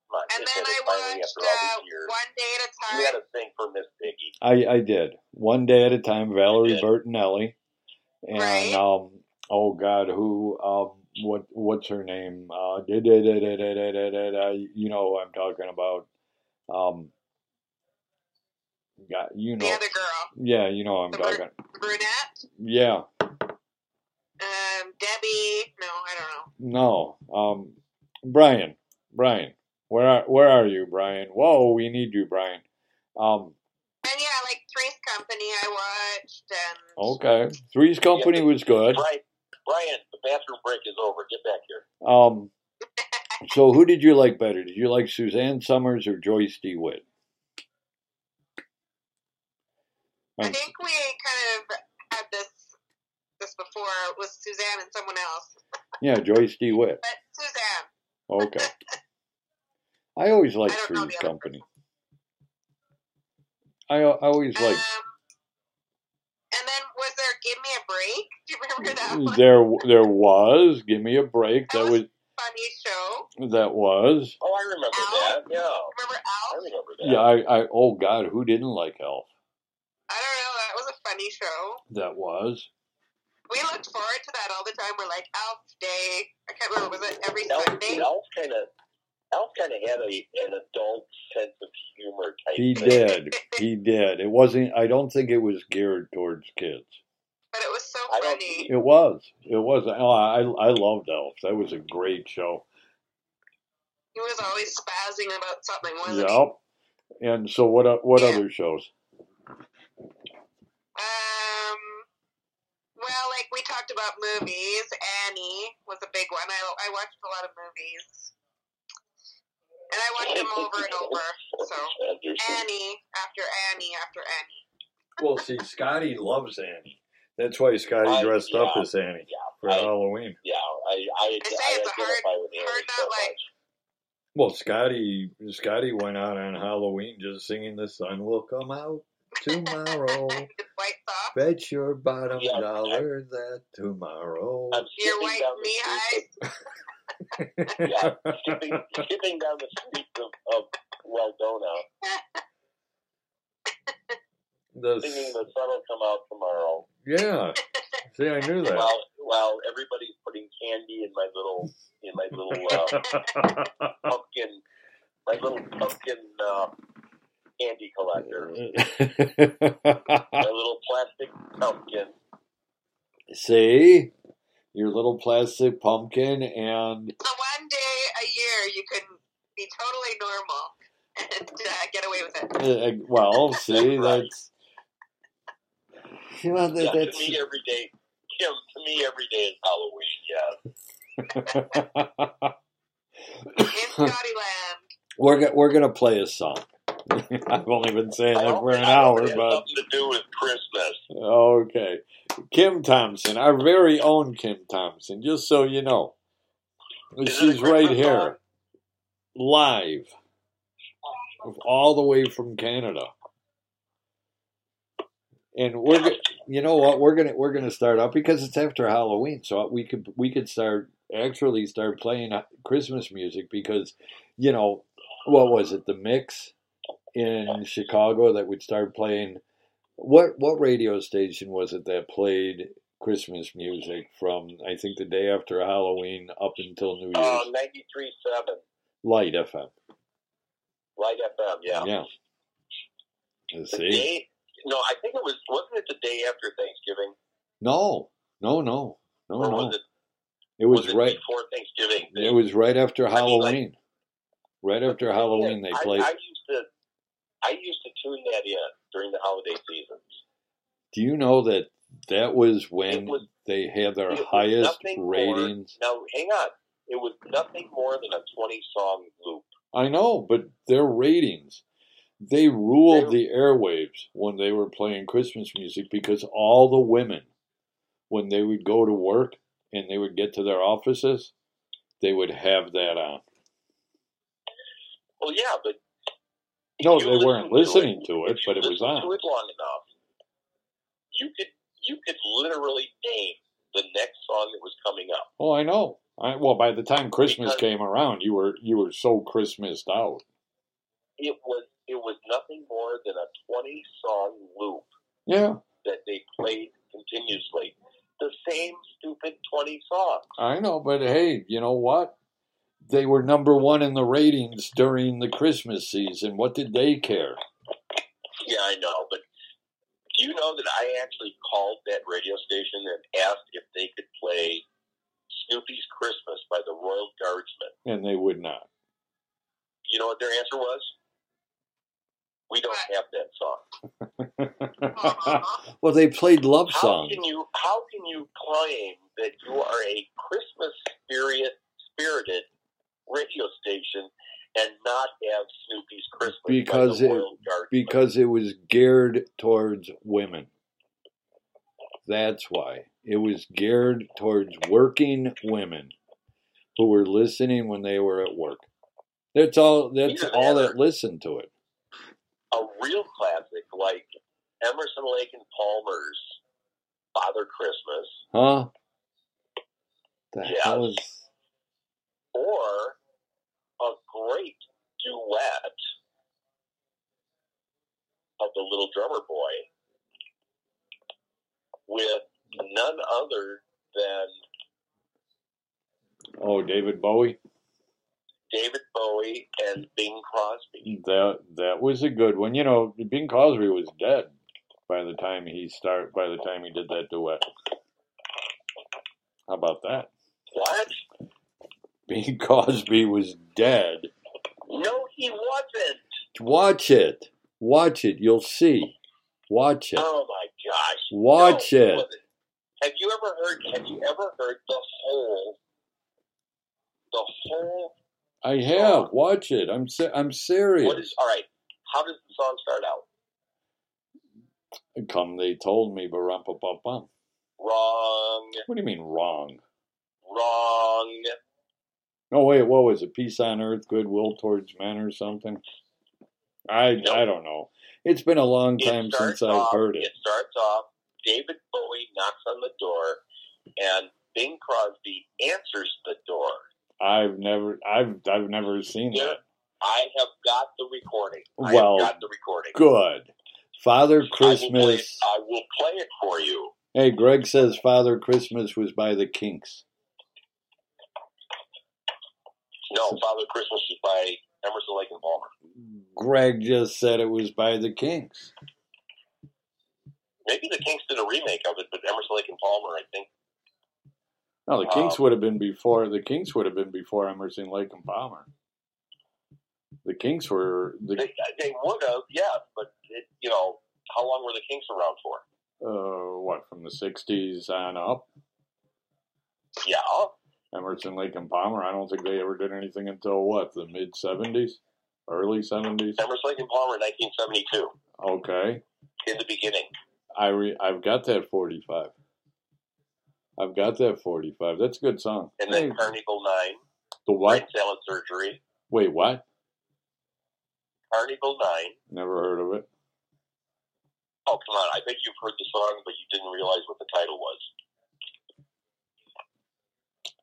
come on. And you then said I it finally watched after all uh, these years. One Day at a You had Time. a thing for Miss Piggy. I I did one day at a time. Valerie did. Bertinelli and Right. um oh God, who um what what's her name? Uh, da, da, da, da, da, da, da, da, da. you know who I'm talking about. Um, God, you know. The other girl, Yeah, you know I'm The bird. talking. the brunette, Yeah, um, Debbie. No, I don't know. no. Um, Brian, Brian, where are where are you, Brian? Whoa, we need you, Brian. Um, And yeah, like Three's Company, I watched, and okay. Three's Company was good. Brian, Brian, the bathroom break is over. Get back here. Um, so who did you like better? Did you like Suzanne Summers or Joyce DeWitt? I Um, think we kind of had this this before with Suzanne and someone else, yeah, Joyce DeWitt. but Suzanne. Okay. I always liked I don't know Three's the other Company. I I always (laughs) liked. Um, and then was there Give Me a Break? (laughs) Do you remember that Mm, one? There there was. Give me a break. That was Funny show. that was. Oh, I remember Al? that. Yeah, Remember I Alf? remember that. Yeah, I, I oh god, who didn't like Elf? I don't know. That was a funny show. That was We looked forward to that all the time. We're like Alf Day. I can't remember. Was it every Alf, Sunday? Alf kind of, Alf kind of had a, an adult sense of humor type. he thing. did he did. It wasn't. I don't think it was geared towards kids. But it was so I don't- funny. It was. It was. Oh, I I loved Elf. That was a great show. He was always spazzing about something, wasn't he? Yep. And so what? o- What Yeah. other shows? Um, well, like we talked about movies. Annie was a big one. I, I watched a lot of movies, and I watched them over and over. So Anderson. Annie after Annie after Annie. Well, see, Scotty loves Annie. That's why Scotty I- dressed up yeah. as Annie Yeah, for I- Halloween. yeah, I, I, They say I it's a hard- identify with Andy hard so not like- much. Well, Scotty Scotty went out on Halloween just singing "The Sun Will Come Out (laughs) Tomorrow." With White socks. Bet your bottom Yeah, I- dollar that tomorrow. I'm Your skipping white down the knee streets highs. of- Yeah, skipping, skipping down the streets of, of Weldona, (laughs) The singing s- "The Sun Will Come Out Tomorrow," yeah. See, I knew while while everybody's putting candy in my little in my little uh, that. pumpkin my little pumpkin uh, candy collector, Uh, my little plastic pumpkin. (laughs) See, your little plastic pumpkin, and So one day a year you can be totally normal (laughs) and uh, get away with it. uh, (laughs) well, see, that's. Well, that- Yeah, to that's me every day, Kim. To me every day is Halloween. Yeah, (laughs) In Scottyland. (laughs) we're go- we're gonna play a song. (laughs) I've only been saying I that hope- for an I hope hour, it has but something to do with Christmas. Okay. Kim Thompson, our very own Kim Thompson, just so you know. Is it a She's right Christmas here, song? live. all the way from Canada. And we're, go- you know what, we're gonna we're gonna start up because it's after Halloween, so we could we could start actually start playing uh, Christmas music because, you know, what was it, the mix in Chicago that would start playing. What what radio station was it that played Christmas music from I think the day after Halloween up until New Year's? Uh, 93.7, Light FM. Light FM, yeah. Yeah. You The see? day, no, I think it was, wasn't it the day after Thanksgiving? No, no, no, no, or no. was it, It was it right. before Thanksgiving? It was right after I mean, like- Halloween. Right after Halloween, they I- played. I, used to, I used to tune that in during the holiday season. Do you know that that was It when was- they had their It was highest nothing more- ratings? now, hang on. It was nothing more than a 20 song loop. I know, but their ratings. They ruled They- the airwaves when they were playing Christmas music because all the women, when they would go to work and they would get to their offices, they would have that on. Well, yeah, but. No, you they listened weren't to listening to it, If you but it was listened To on. it long enough, you could you could literally name the next song that was coming up. Oh, I know. I, well, by the time Christmas Because- came around, you were you were so Christmased out. It was it was nothing more than a twenty song loop Yeah, that they played continuously. The same stupid twenty songs. I know. But hey, you know what? They were number one in the ratings during the Christmas season. What did they care? Yeah, I know, but do you know that I actually called that radio station and asked if they could play Snoopy's Christmas by the Royal Guardsmen? And they would not. You know what their answer was? We don't have What? that song. well, they played love How songs. can you how can you claim that you are a Christmas spirit spirited radio station and not have Snoopy's Christmas by the Because it- Royal Guardsmen? because it was geared towards women. That's why it was geared towards working women who were listening when they were at work. That's all. That's Either all that that or- listened to it. a real classic like Emerson Lake and Palmer's Father Christmas Huh? The Yes. hell is? or a great duet of the Little Drummer Boy with none other than Oh, David Bowie. David Bowie and Bing Crosby. That that was a good one. You know, Bing Crosby was dead by the time he start. By the time he did that duet. How about that? (laughs) What? Bing Crosby was dead No, he wasn't. Watch it. Watch it. You'll see. Watch it. Oh my gosh. Watch No, he it. wasn't. Have you ever heard? Have you ever heard the whole? The whole. I have. Watch it. I'm se- I'm serious. What is? All right. How does the song start out? Come, they told me, but rump bum bum. Wrong. What do you mean wrong? Wrong. No, wait. What was it? Peace on earth, goodwill towards men, or something? I I don't know. It's been a long time since I've off, heard it. starts off. David Bowie knocks on the door, and Bing Crosby answers the door. I've never I've I've never seen Yeah. that. I have got the recording. I Well, have got the recording. Good. Father I will, play it, Christmas. I will play it for you. Hey, Greg says Father Christmas was by the Kinks. No, Father Christmas is by Emerson, Lake and Palmer. Greg just said it was by the Kinks. Maybe the Kinks did a remake of it, but Emerson, Lake and Palmer, I think. No, the Wow. Kinks would have been before. The Kinks would have been before Emerson, Lake, and Palmer. The Kinks were the They, they would have, yeah, but, it, you know, how long were the Kinks around for? uh, what from the '60s on up. Yeah, Emerson, Lake, and Palmer. I don't think they ever did anything until what the mid '70s, early '70s. Emerson, Lake and Palmer, 1972, Okay, in the beginning. I re- I've got that 45. I've got that 45. That's a good song. And then Hey, Carnival 9, the Brain Hmm. what? Salad Surgery. Wait, what? Carnival Nine. Never heard of it. Oh, come on. I bet you've heard the song, but you didn't realize what the title was.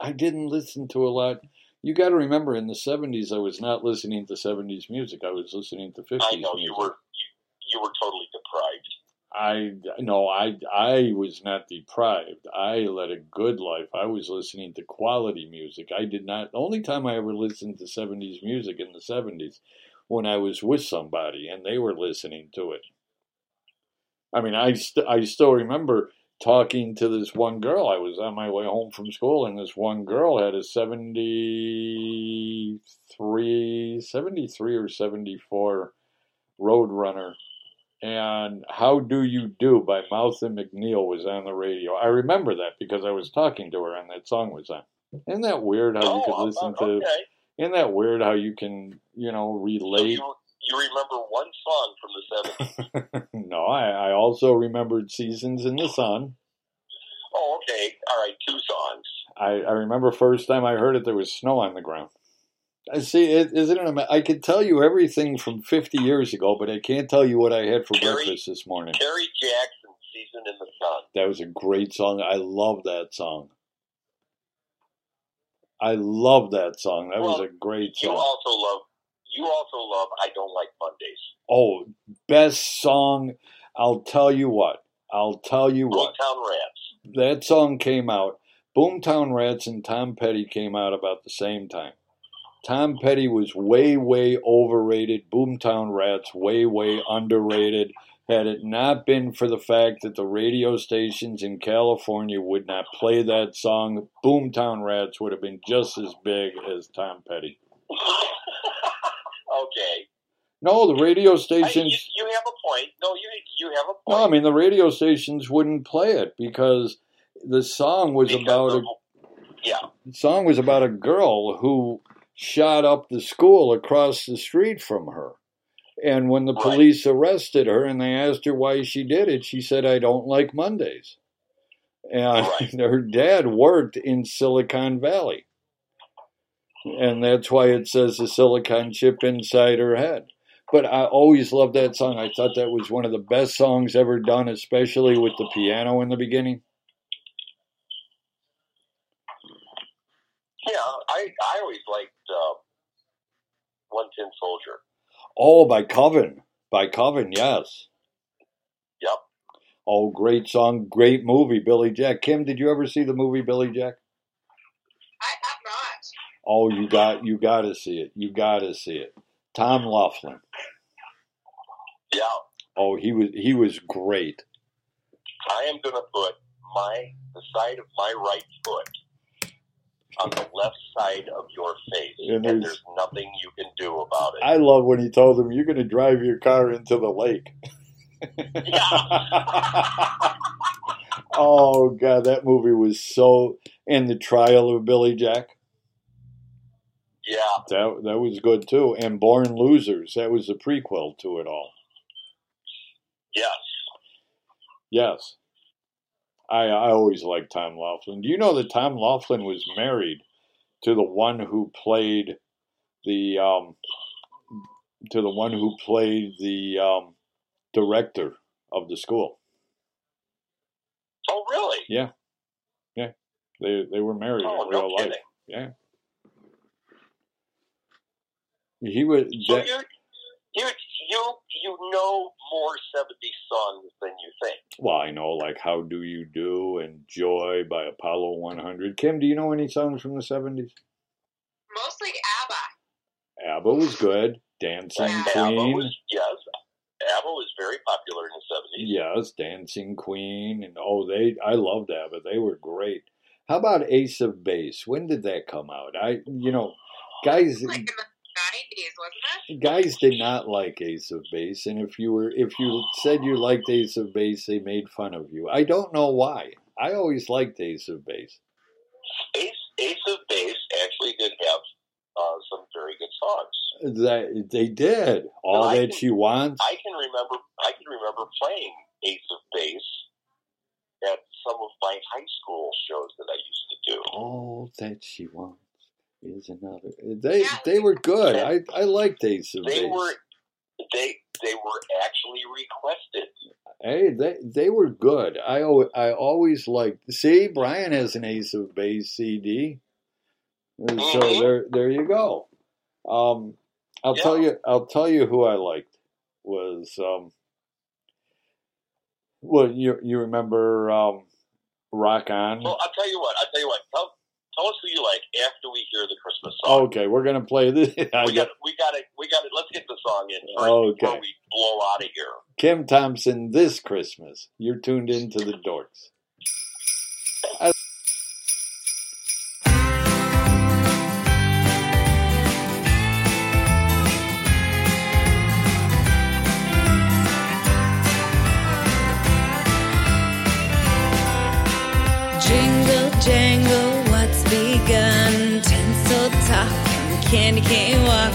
I didn't listen to a lot. You got to remember, in the '70s, I was not listening to '70s music. I was listening to '50s. I know you music. were you, you were totally deprived. I no, I I was not deprived. I led a good life. I was listening to quality music. I did not. The only time I ever listened to seventies music in the seventies, when I was with somebody and they were listening to it. I mean, I st- I still remember talking to this one girl. I was on my way home from school, and this one girl had a 73, 73 or seventy four Roadrunner and How Do You Do by Mouthin McNeil was on the radio. I remember that because I was talking to her and that song was on. Isn't that weird how you oh, could I'm listen not- to okay. isn't that weird how you can, you know, So relate you, you remember one song from the seventies? No, I, I also remembered Seasons in the Sun. oh, okay. All right, two songs. I, I remember first time I heard it there was snow on the ground. I see it isn't it ama- I could tell you everything from fifty years ago, but I can't tell you what I had for Gary- breakfast this morning. Terry Jackson, Season in the Sun. That was a great song. I love that song. I love that song. That was Well, a great You song. also love. You also love. I don't like Mondays. Oh, best song. I'll tell you what. I'll tell you what. Hometown Rats. That song came out. Boomtown Rats and Tom Petty came out about the same time. Tom Petty was way, way overrated. Boomtown Rats, way, way underrated. Had it not been for the fact that the radio stations in California would not play that song, Boomtown Rats would have been just as big as Tom Petty. (laughs) okay. No, the radio I, you, stations. you have a point. No, you you have a point. No, I mean, the radio stations wouldn't play it because the song was Because about a of- yeah. The song was about a girl who shot up the school across the street from her. And when the Right. police arrested her and they asked her why she did it, she said, I don't like Mondays. And Right. (laughs) her dad worked in Silicon Valley. And that's why it says the silicon chip inside her head. But I always loved that song. I thought that was one of the best songs ever done, especially with the piano in the beginning. Yeah, I, I always liked uh, One Tin Soldier. Oh, by Coven. By Coven, yes. Yep. Oh, great song, great movie, Billy Jack. Kim, did you ever see the movie Billy Jack? I have not. Oh, you got you got to see it. You got to see it. Tom Laughlin. Yeah, Oh, he was he was great. I am going to put my the side of my right foot on the left side of your face, And and, there's- there's nothing you can do about it. I love when he told him, "You're going to drive your car into the lake." (laughs) oh God, that movie was so. And the trial of Billy Jack. yeah, That that was good too. And Born Losers. That was the prequel to it all. yes. Yes. I I always liked Tom Laughlin. Do you know that Tom Laughlin was married to the one who played the um to the one who played the um director of the school. Oh, really? They they were married Oh, in no real life. kidding. Yeah. He was So that, you, you, you, you know more 70s songs than you think. well, I know like How Do You Do and Joy by Apollo 100. Kim, do you know any songs from the 70s? Mostly ABBA. ABBA was good. Dancing Yeah. Queen. ABBA was, yes, ABBA was very popular in the 70s. Yes, Dancing Queen, and oh, they I loved that, but they were great. How about Ace of Base? When did that come out? I, you know, Oh guys, Like in the 90s, wasn't it? guys did not like Ace of Base, and if you were, if you said you liked Ace of Base, they made fun of you. I don't know why. I always liked Ace of Base. Ace, Ace of Base actually did have uh, some very good songs. That they did all No, I that think- she wants. I can remember I can remember playing Ace of Base at some of my high school shows that I used to do. all that she wants is another. They Yeah. they were good. I I liked Ace of They Base. were kindly requested. Hey, they they were good. I al- I always liked. See, Brian has an Ace of Base CD, And so Mhm. there there you go. Um, I'll Yeah. tell you I'll tell you who I liked was um, well you you remember um, Rock On. Well, I'll tell you what. I'll tell you what. Tell, tell us who you like after we hear the Christmas song. Okay, we're gonna play (laughs) this. I we got got. We got to. We got to. Let's get the song in first Oh, Okay. before we blow out of here. Kim Thompson this Christmas. You're tuned into the Dorks. Jingle, jangle, what's begun? Tinsel talk and candy cane walk.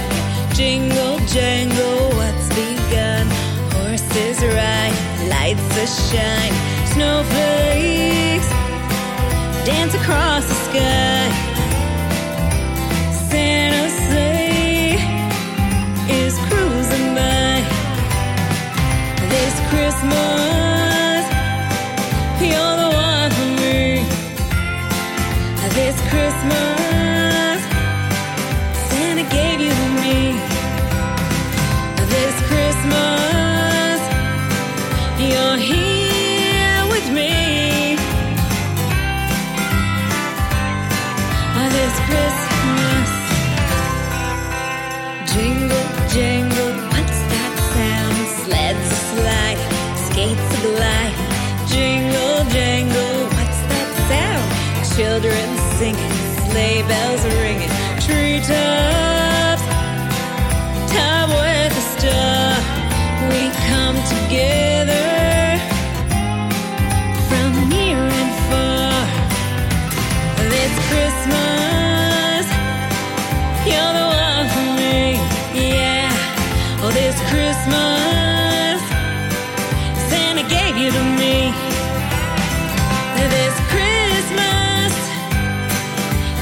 Jingle, jangle, what's begun? Horses ride, lights a shine. Snowflakes dance across the sky. Santa's sleigh is cruising by. This Christmas, you're the one for me. This Christmas, Santa gave you to me. This Christmas, you're here with me. This Christmas, jingle, jingle, what's that sound? Sleds slide, skates glide. Jingle, jangle, what's that sound? Children singing, sleigh bells ringing, treetops, time with a star. We come together from near and far. This Christmas, you're the one for me, yeah. Oh, this Christmas, Santa gave you to me. This Christmas,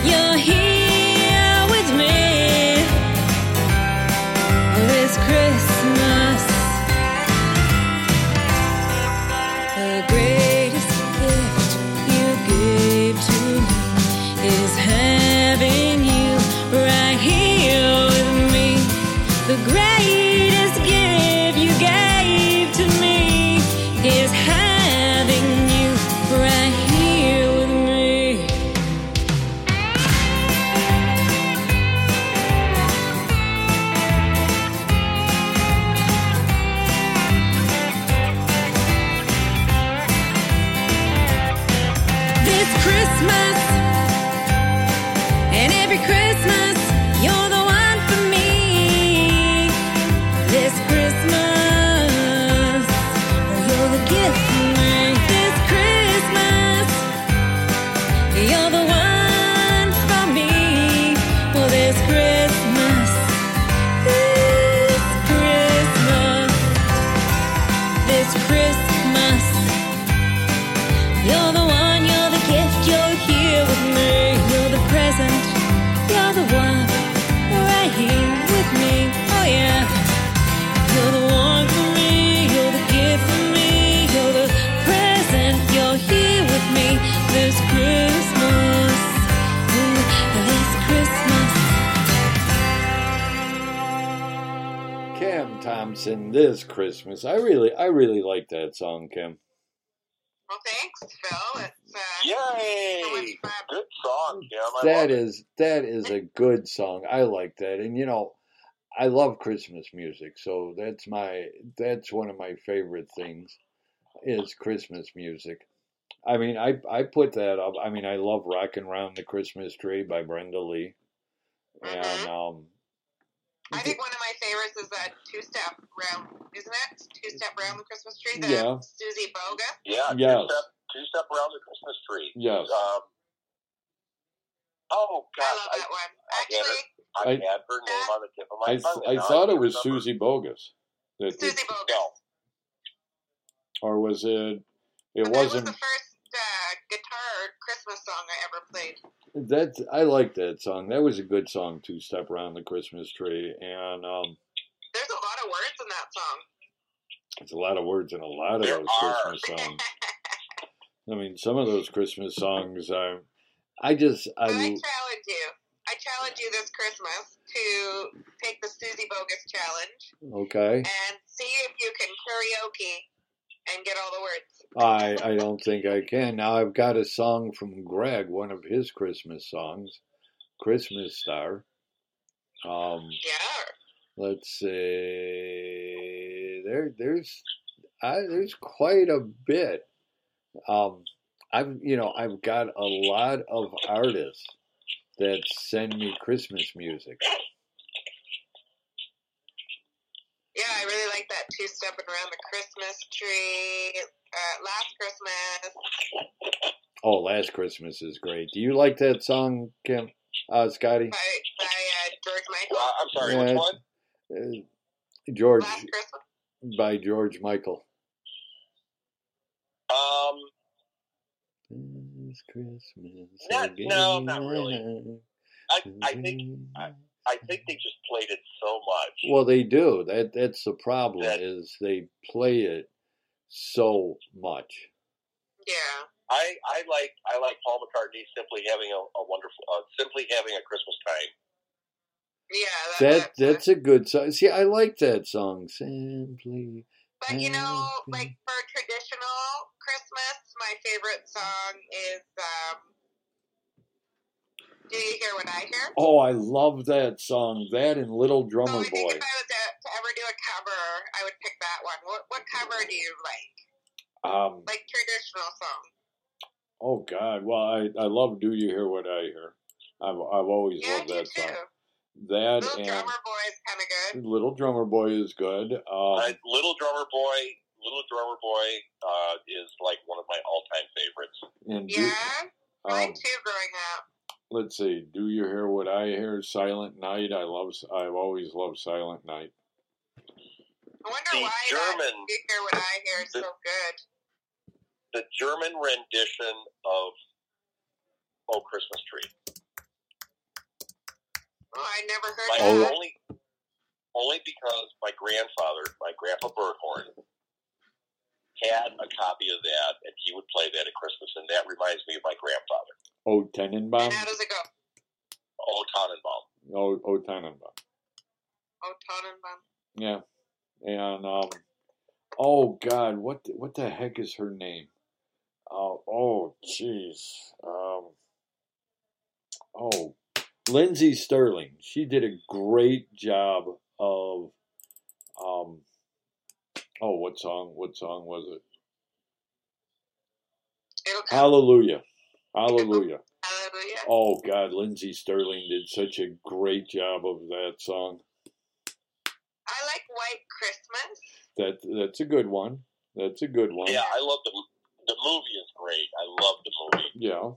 you're here with me. This Christmas, the greatest gift you gave to me is having you right here with me. The greatest gift you gave to me is having you right here with me. This Christmas and every Christmas, you're the one for me. This Christmas, you're the gift for me. This Christmas, you're the one for me. Well, this Christmas, this Christmas, this Christmas. You're the one, you're the gift, you're here with me. You're the present, you're the one, right here with me. Oh yeah. You're the one for me, you're the gift for me. You're the present, you're here with me. This Christmas, Ooh, this Christmas. Kim Thompson this Christmas. I really I really like that song, Kim. Well, thanks, Phil. It's uh, Yay! Good song, Kim. I That love it. is that is a good song. I like that. And you know, I love Christmas music, so that's my that's one of my favorite things is Christmas music. I mean, I I put that up. I mean, I love "Rockin' Round the Christmas Tree" by Brenda Lee, and um, I think one of my favorites is that two step round, isn't it? Two step round the Christmas tree. The Yeah. Susie Boga. Yeah. Yes. Two step, two step around the Christmas tree. Yes. Um, oh I gosh, love I, that one. I get I, Actually, I- had her name on the tip of my I tongue. I and now thought it can't was remember. Susie Bogus, that did- Susie Boga. No. or was it? It But that was wasn't. the first uh, guitar Christmas song I ever played. That's I like that song. That was a good song to step around the Christmas tree, and um, There's a lot of words in that song. It's a lot of words in a lot of There those are. Christmas (laughs) songs. I mean, some of those Christmas songs are. I just I I challenge you. I challenge you this Christmas to take the Susie Bogus challenge okay. and see if you can karaoke and get all the words. I I don't think I can. Now I've got a song from Greg, one of his Christmas songs, Christmas Star. Um, Yeah. let's say there there's I, there's quite a bit. Um, I've you know I've got a lot of artists that send me Christmas music. Yeah, I really like that two stepping around the Christmas tree. Uh, last Christmas. Oh, last Christmas is great. Do you like that song, Kim? Uh, Scotty? by, by uh, George Uh, Michael. I'm sorry, Yeah. which one? Uh, George Last Christmas. by George Michael. Um, This Christmas. Not- no, not really. I, I think I think they just played it so much. Well, they do. That that's the problem That- is they play it so much. Yeah. I, I like I like Paul McCartney simply having a, a wonderful uh, simply having a Christmas time. Yeah. That that's- that's a good song. See, I like that song. Simply. But you know, like Mm-hmm. for traditional Christmas, my favorite song is um, "Do You Hear What I Hear." Oh, I love that song. That and Little so Drummer I think Oh, Boy. if I was to, to ever do a cover, I would pick that one. What, what cover do you like? Um. Like traditional song? Oh God. Well, I I love Do You Hear What I Hear. I've I've always yeah, I loved do that too. song. That Little and Drummer Boy is kind of good. Little Drummer Boy is good. Um, I, Uh, Little Drummer Boy, Little Drummer Boy uh, is like one of my all time favorites. and do, Yeah, um, mine too. Growing up. let's see. Do you hear what I hear? Silent Night. I love. I've always loved Silent Night. I wonder The why that German- you hear what I hear is so good. The German rendition of Oh Christmas Tree. Oh, I never heard My that. only only because my grandfather, my grandpa Berghorn, had a copy of that and he would play that at Christmas and that reminds me of my grandfather. Oh and Tenenbaum. how does it go? Oh Tannenbaum. Oh Oh Tenenbaum. Oh, Tannenbaum. Yeah. And um. Oh God. What the, what the heck is her name? Uh, oh jeez. Um. Oh, Lindsay Sterling. She did a great job of. Um. Oh, what song? What song was it? It'll come. Hallelujah. Hallelujah. Hallelujah. Oh God, Lindsey Sterling did such a great job of that song. I like White Christmas. That that's a good one. That's a good one. Yeah, I love the the movie is great. I love the movie. Yeah,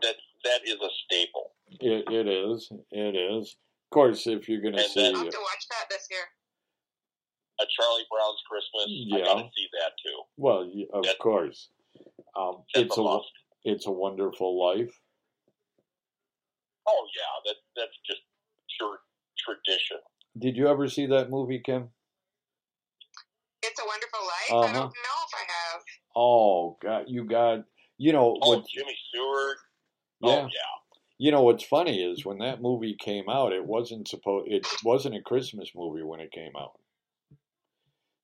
That that is a staple. it, it is. It is. Of course, if you're gonna And see then- I'll have it. to watch that this year. A Charlie Brown's Christmas. I Yeah. gotta see that too. well, y- of That- course, um, That's it's a a must. it's a wonderful life. Oh yeah, that that's just pure tradition. Did you ever see that movie, Kim? It's a Wonderful Life. I Uh-huh. don't know if I have. Oh God, you got you know Oh, what? Jimmy Stewart. Yeah, Oh yeah. you know what's funny is when that movie came out, it wasn't supposed. It wasn't a Christmas movie when it came out.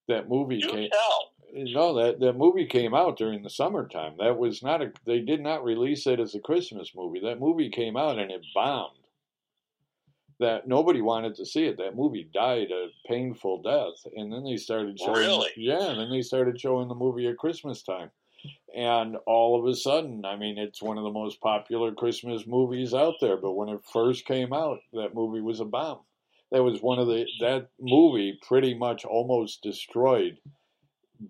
That movie Do came. tell. No, that that movie came out during the summertime. That was not a. They did not release it as a Christmas movie. That movie came out and it bombed. That nobody wanted to see it. That movie died a painful death, and then they started showing. Really? Yeah, and then they started showing the movie at Christmas time, and all of a sudden, I mean, it's one of the most popular Christmas movies out there. But when it first came out, that movie was a bomb. That was one of the that movie pretty much almost destroyed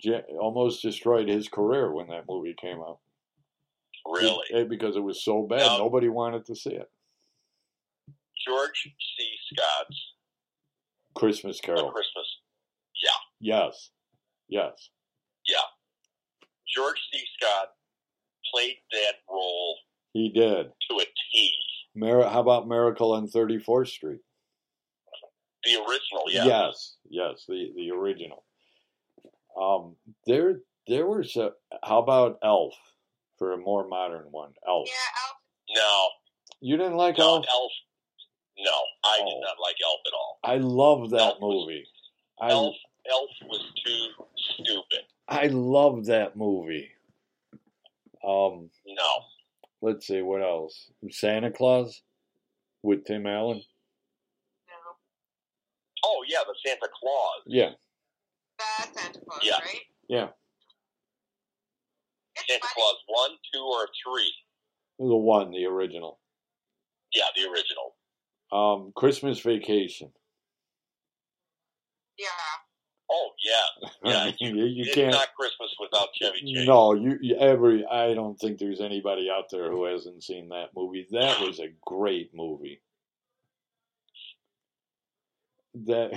Ja- almost destroyed his career when that movie came out. Really. It- because it was so bad, Now- nobody wanted to see it. George C. Scott's Christmas A Carol. Christmas. Yes. Yes. George C. Scott played that role He did. to a T. Mir- how about Miracle on 34th Street? The original, yeah. Yes. Yes. The, the original. Um, there, there was a. How about Elf for a more modern one? Elf. Yeah, Alf, No, You didn't like no, Elf? Elf. No, I did Oh. not like Elf at all. I love that Elf was- movie. I Elf, Elf was too stupid. I love that movie. Um, No, let's see what else. Santa Claus with Tim Allen. no. oh yeah, the Santa Claus. Yeah, The Santa Claus, Yeah. right? yeah. It's Santa funny. Claus one, two, or three. The one, the original. Yeah, the original. Um, Christmas Vacation. Yeah. Oh yeah, (laughs) yeah. you, you it's can't. not Christmas without Chevy Chase. No, you, you every. I don't think there's anybody out there who hasn't seen that movie. That was a great movie. That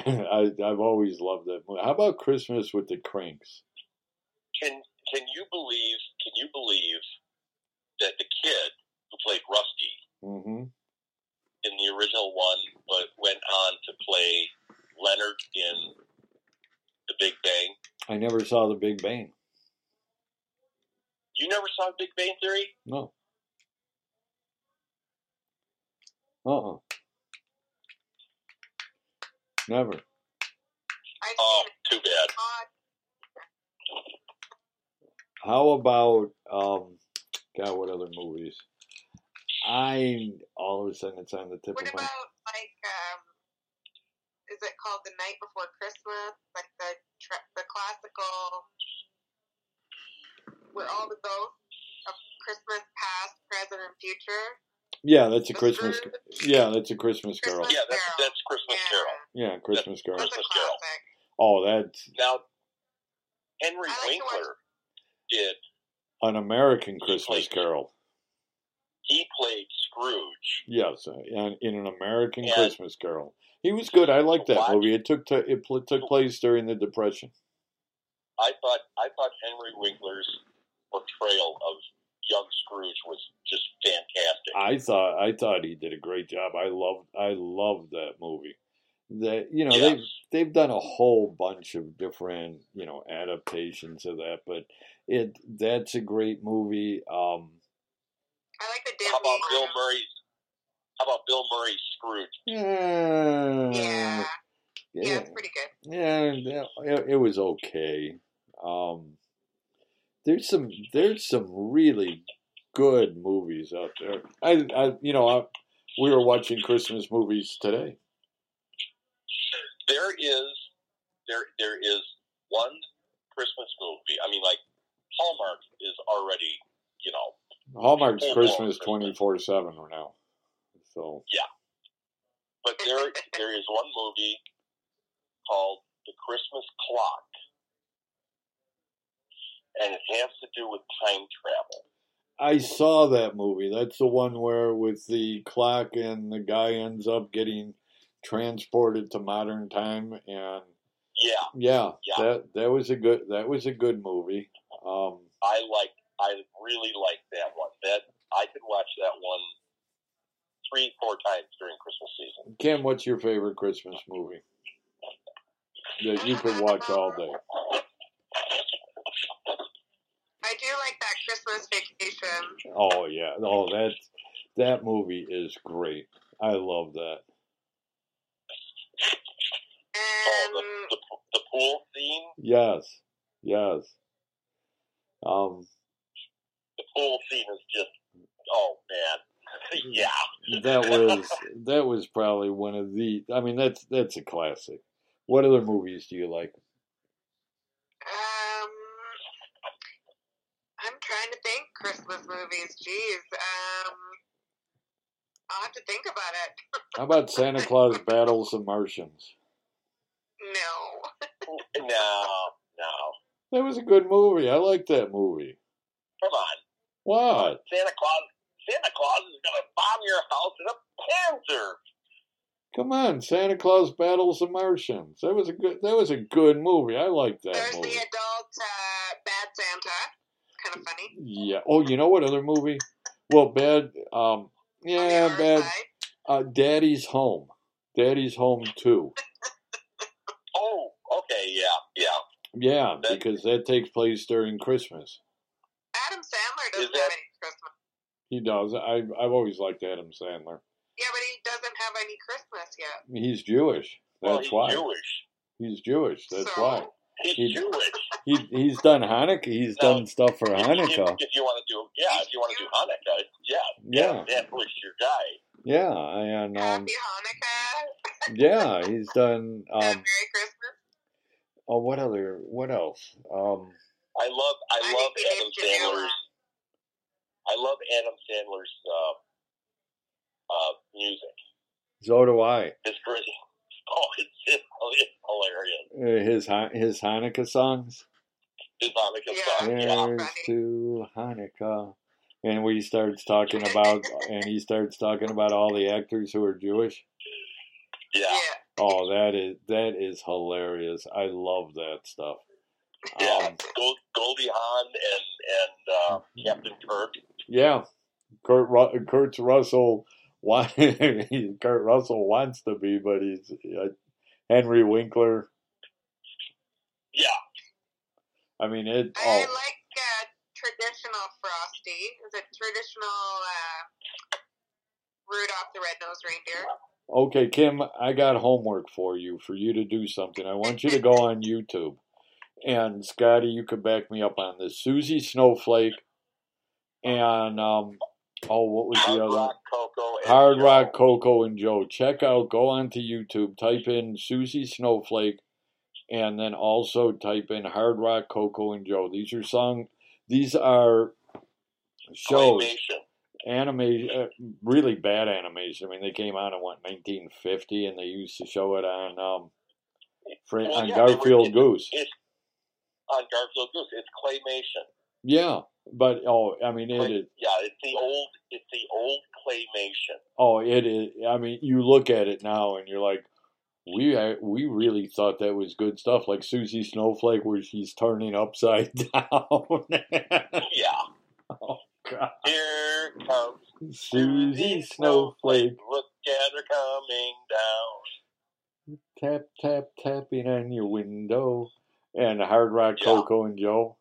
(laughs) I, I've always loved that movie. How about Christmas with the Cranks? Can Can you believe? Can you believe that the kid who played Rusty hmm in the original one, but went on to play Leonard in The Big Bang? I never saw The Big Bang. You never saw Big Bang Theory? No. Uh uh Never. I've Oh, seen it. too Uh, bad. Odd. How about um God what other movies? I all of a sudden it's on the tip What of my about, like, um, is it called The Night Before Christmas? Like the tra- the classical, where all the ghosts of Christmas past, present, and future. Yeah, that's a The Christmas Scrooge, Yeah, that's a Christmas Carol. Yeah, that's that's Christmas Yeah. Carol. Yeah, Christmas Carol. That's a Christmas Carol. classic. Oh, that's Now, Henry I like to Winkler did. an American Christmas Carol. He played Scrooge. Yes, uh, in in an American Yeah. Christmas Carol. He was good. I like that Watch- movie. It took to, it pl- took place during the Depression. I thought I thought Henry Winkler's portrayal of young Scrooge was just fantastic. I thought I thought he did a great job. I loved I loved that movie. That you know Yeah. they've they've done a whole bunch of different you know adaptations of that, but it that's a great movie. Um, I like the how Disney. about Bill one. Murray's? How about Bill Murray's Scrooge? yeah, Yeah. eh, yeah, yeah, it's pretty good. yeah, yeah, it, it was okay. Um, there's some there's some really good movies out there. I, I you know I, we were watching Christmas movies today. there is there there is one Christmas movie. I mean, like Hallmark is already, you know, Hallmark's Full Christmas blown twenty Christmas. four seven now. So but there there is one movie called The Christmas Clock, and it has to do with time travel. I saw that movie. That's the one where with the clock and the guy ends up getting transported to modern time and Yeah, yeah, Yeah. that that was a good that was a good movie. Um I like I really like that one. That I could watch that one three four times during Christmas season. Ken, what's your favorite Christmas movie? That you could watch all day. I do like that Christmas vacation. Oh yeah. Oh that that movie is great. I love that. Oh, And the, the, the pool scene, Yes. Yes. Um the pool scene is just oh man, (laughs) yeah. that was that was probably one of the I mean that's that's a classic. What other movies do you like? um, I'm trying to think Christmas movies. Jeez, um, I'll have to think about it. How about Santa Claus Battles the Martians? No, No, no, That was a good movie. I like that movie. come on, What? Santa Claus. Santa Claus is gonna bomb your house in a Panzer. Come on, Santa Claus Battles the Martians. That was a good that was a good movie. I like that there's movie. the adult uh, bad Santa. Kind of funny. Yeah. Oh, you know what other movie? Well, bad um On the yeah, other bad side. uh, Daddy's Home. Daddy's Home 2. Oh, okay, yeah, yeah. Yeah, That- because that takes place during Christmas. Adam Sandler Is doesn't that- have any Christmas. He does. I, I've always liked Adam Sandler. Yeah, but he doesn't have any Christmas yet. He's Jewish. well, That's he's why. Jewish. He's Jewish. That's So- why. He's He- Jewish. He he's done Hanukkah. He's No. done stuff for If- Hanukkah. If, if you want to do, yeah, if you want to do Hanukkah, yeah, Yeah. that was your guy. Yeah, and um, Happy Hanukkah yeah, he's done. and Um, Merry Christmas. oh, what other? What else? Um, I love, I, I love think we Adam need to do Sandler's. one. I love Adam Sandler's uh, uh, music. so do I. It's great. (laughs) Oh, it's, it's hilarious. Uh, His Han- his Hanukkah songs. His Hanukkah Yeah. song. Yeah. Here's to Hanukkah, and we starts talking about and he starts talking about all the actors who are Jewish. yeah, Yeah. Oh, that is that is hilarious. I love that stuff. yeah. Um, Gold, Goldie Hawn and Mm-hmm. and uh, Captain Kirk. Yeah, Kurt Ru- Kurt's Russell. wa- (laughs) Kurt Russell wants to be, but he's uh, Henry Winkler. Yeah, I mean, it. I Oh, like uh, traditional frosty. Is it traditional uh, Rudolph the Red-Nosed Reindeer? okay, Kim. I got homework for you. For you to do something. I want you to go on YouTube, and Scotty, you could back me up on this. Susie Snowflake, and um, oh, what was Hard the other? Rock Coco. and uh, Hard Joe. Rock Coco and Joe. Check out, go onto YouTube, type in Susie Snowflake, and then also type in Hard Rock Coco and Joe. These are song, these are shows, Claymation. animation, uh, really bad animation. I mean, they came out in what 1950, and they used to show it on um, Fra- Well, on Oh, yeah, they were- Garfield it- Goose. It's on Garfield Goose. It's claymation. Yeah, but oh, I mean, it Clay- is. yeah, it's the old. It's the old claymation. Oh, it is. I mean, you look at it now and you're like, we we really thought that was good stuff, like Susie Snowflake, where she's turning upside (laughs) down. Yeah. God. Here comes Susie Snowflake, Look at her coming down. tap tap tapping on your window, and Hard Rock Yeah. Coco and Joe.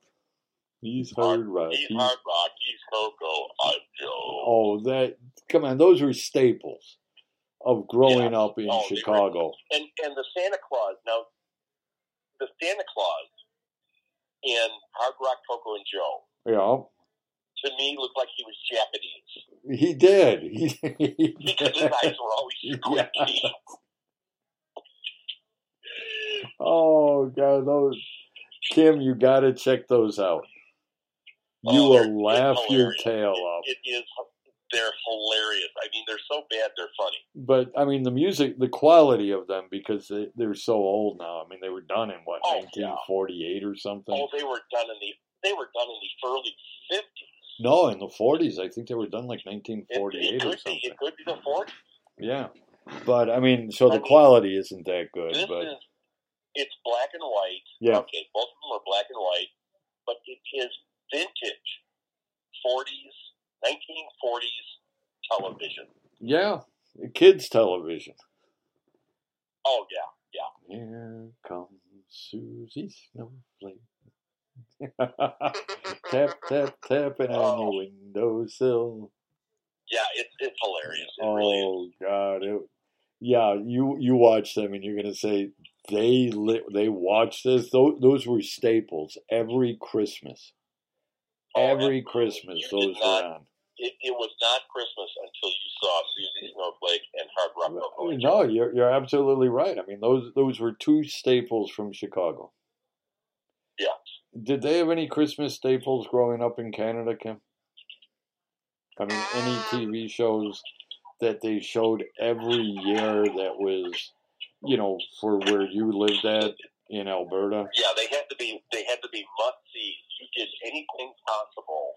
He's Hard Rock. He's he's- hard rock. He's Coco. I'm Joe. Uh, oh, that come on, those were staples of growing up in Oh, they were- Chicago. And and the Santa Claus. Now, the Santa Claus in Hard Rock Coco and Joe to me looked like he was Japanese Yeah, he did. (laughs) He, he because (laughs) his did. eyes were always Yeah. squinty. Oh God, those Kim, you gotta check those out. You Oh, they're- will laugh it's your hilarious. tail off. It is. They're hilarious. I mean, they're so bad. They're funny. But I mean, the music, the quality of them, because they, they're so old now. I mean, they were done in what Oh, yeah. 1948 or something. Oh, they were done in the. They were done in the early fifties. No, in the 40s. I think they were done like It- 1948 it or could something. Be, it could be the fourth. Yeah, but I mean, so I the mean, quality isn't that good. This But is it's black and white. yeah, Okay, both of them are black and white, but it is vintage forties, nineteen forties television. yeah, kids television. Oh yeah. Here comes Susie Snowflake. (laughs) tap tap tapping on your Oh. windowsill. Yeah, it's it's hilarious. It really is. Oh God! It, yeah, you you watch them and you're gonna say they li- they watch this. Those, those were staples every Christmas. Oh, Every absolutely. Christmas, You did those not- were on. It, it was not Christmas until you saw Susie Snowflake and Hard Rock Coco. and No, you're you're absolutely right. I mean, those those were two staples from Chicago. Yeah. Did they have any Christmas staples growing up in Canada, Kim? I mean, any TV shows that they showed every year that was, you know, for where you lived at in Alberta? Yeah, they had to be. They had to be must see. You did anything possible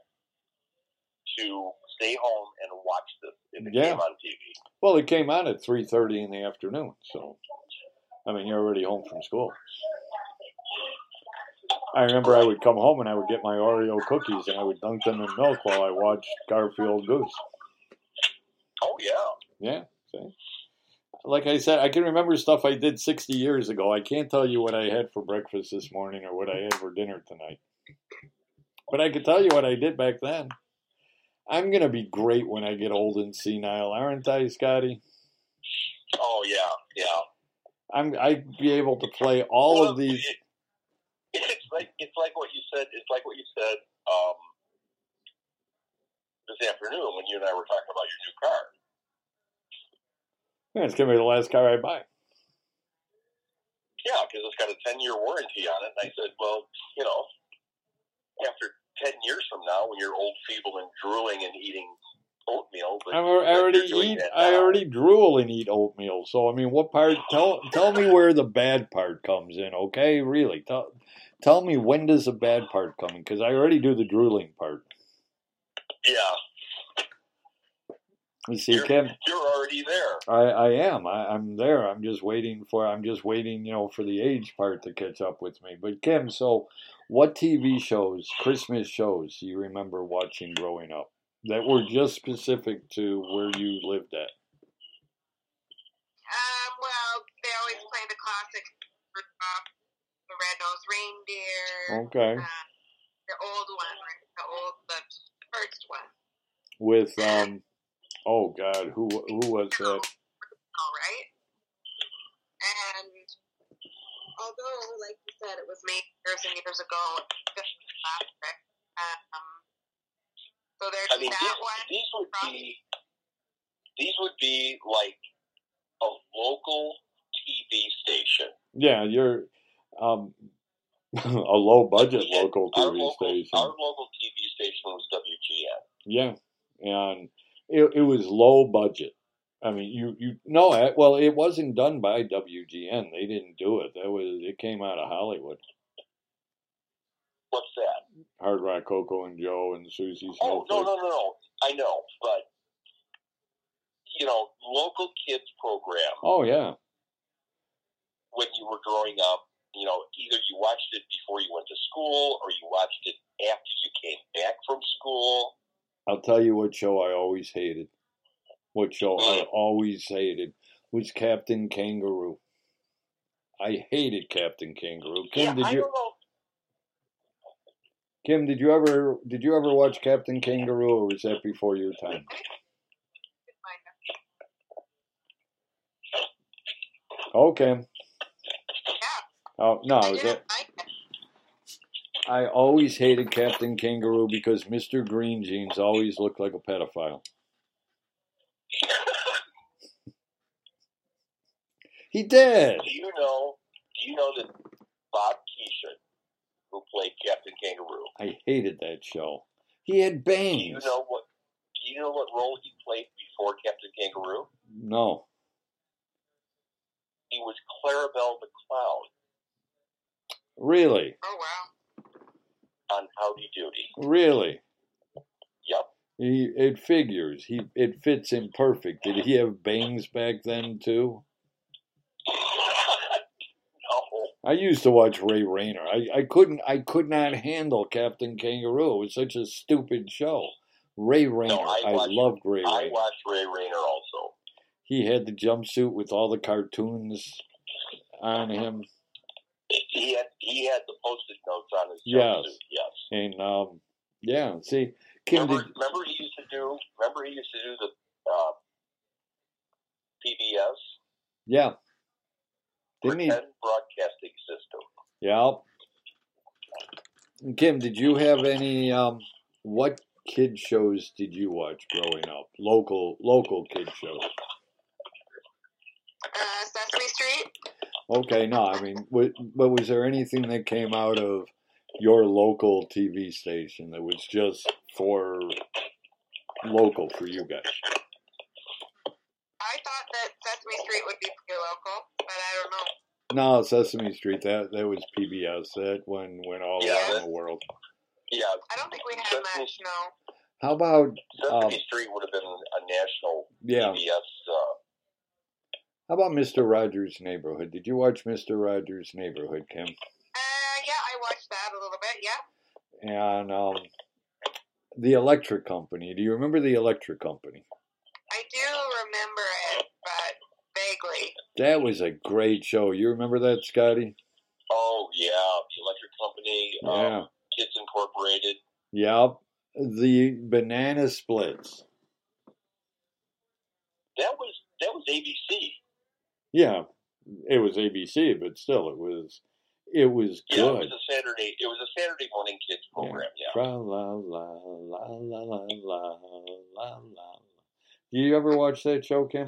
to stay home and watch this if it Yeah. came on TV. Well, it came on at three thirty in the afternoon, so I mean, you're already home from school. I remember I would come home and I would get my Oreo cookies and I would dunk them in milk while I watched Garfield Goose. Oh yeah, Yeah, see? like I said, I can remember stuff I did 60 years ago. I can't tell you what I had for breakfast this morning or what I had for dinner tonight. But I can tell you what I did back then. I'm going to be great when I get old and senile, aren't I, Scotty? Oh yeah, yeah. I'm I'd be able to play all of Well, these. it- it's like it's like what you said. It's like what you said um, this afternoon when you and I were talking about your new car. Yeah, it's going to be the last car I buy. Yeah, because it's got a ten year warranty on it. And I said, well, you know, after ten years from now, when you're old, feeble, and drooling and eating oatmeal, but I'm, I already you're doing eat. that I now. already drool and eat oatmeal. So I mean, what part? Tell tell me where the bad part comes in. Okay, really. Tell tell me when does the bad part come in? Because I already do the drooling part. Yeah, You see, Kim, you're already there. I I am. I, I'm there. I'm just waiting for. I'm just waiting. You know, for the age part to catch up with me. But Kim, so what TV shows, Christmas shows, do you remember watching growing up that were just specific to where you lived at? (laughs) Um, well, they always play the classic uh, the Red Nosed Reindeer. Okay, Uh, the old one, the old, the first one. with um. Oh God, who who was that? All right. And although, like you said, it was made years and years ago, it's just a classic. Um, so there's I mean, that these, these one. would be these would be like a local TV station. Yeah, you're um, (laughs) a low budget We had- local our TV local, Our station. local TV station was WGN. Yeah, and it, it was low budget. I mean, you you know, I- well, it wasn't done by WGN. They didn't do it. That was it came out of Hollywood. What's that? Hard Rock Coco and Joe and Susie Smith. Oh no no no no! I know, but you know, local kids program Oh yeah, when you were growing up. You know, either you watched it before you went to school, or you watched it after you came back from school. I'll tell you what show I always hated. What show I always hated was Captain Kangaroo. I hated Captain Kangaroo. Kim, yeah, did I you? don't know. Kim, did you ever did you ever watch Captain Kangaroo, or was that before your time? Oh, Kim. Yeah, Oh no, I was didn't that, like it. I always hated Captain Kangaroo because Mr. Green Jeans always looked like a pedophile. he did. Do you know? Do you know that Bob Keeshan, who played Captain Kangaroo, I hated that show. He had do you bangs. know what? Do you know what role he played before Captain Kangaroo? No. He was Clarabelle the Clown Really? Oh, wow. on Howdy Doody. Really? Yep. He it figures. He it fits him perfect. Did he have bangs back then too? (laughs) no. I used to watch Ray Rayner. I, I couldn't I could not handle Captain Kangaroo. It was such a stupid show. Ray Rayner. I I, watched- loved Ray I Rayner. watched Ray Rayner also. He had the jumpsuit with all the cartoons on him. He had he had the posted notes on his Yes. jumpsuit. Yes. And um yeah, see Kim remember, did remember he used to do. Remember he used to do the uh, PBS yeah. Didn't he pretend broadcasting system. Yeah. Kim, did you have any um what kid shows did you watch growing up? Local local kid shows. Uh, Sesame Street. Okay, no, I mean, wa- but was there anything that came out of your local TV station that was just for local for you guys? I thought that Sesame Street would be pretty local, but I don't know. No, Sesame Street. That that was PBS. That one went all Yeah. around the world. Yeah, I don't think we had Sesame- much, no. How about Sesame Um, Street would have been a national yeah? PBS. Uh, How about Mister Rogers' Neighborhood? Did you watch Mister Rogers' Neighborhood, Kim? Uh, yeah, I watched that a little bit, yeah. and um, the electric company. Do you remember the electric company? I do remember it, but vaguely. That was a great show. You remember that, Scotty? Oh yeah, the electric company, Yeah. um, Kids Incorporated. Yep. The banana splits. That was that was ABC. Yeah, it was ABC, but still, it was it was Yeah, it was good. a Saturday. It was a Saturday morning kids program. Yeah. Tra la la la la la la la la. Do you ever watch that show, Kim?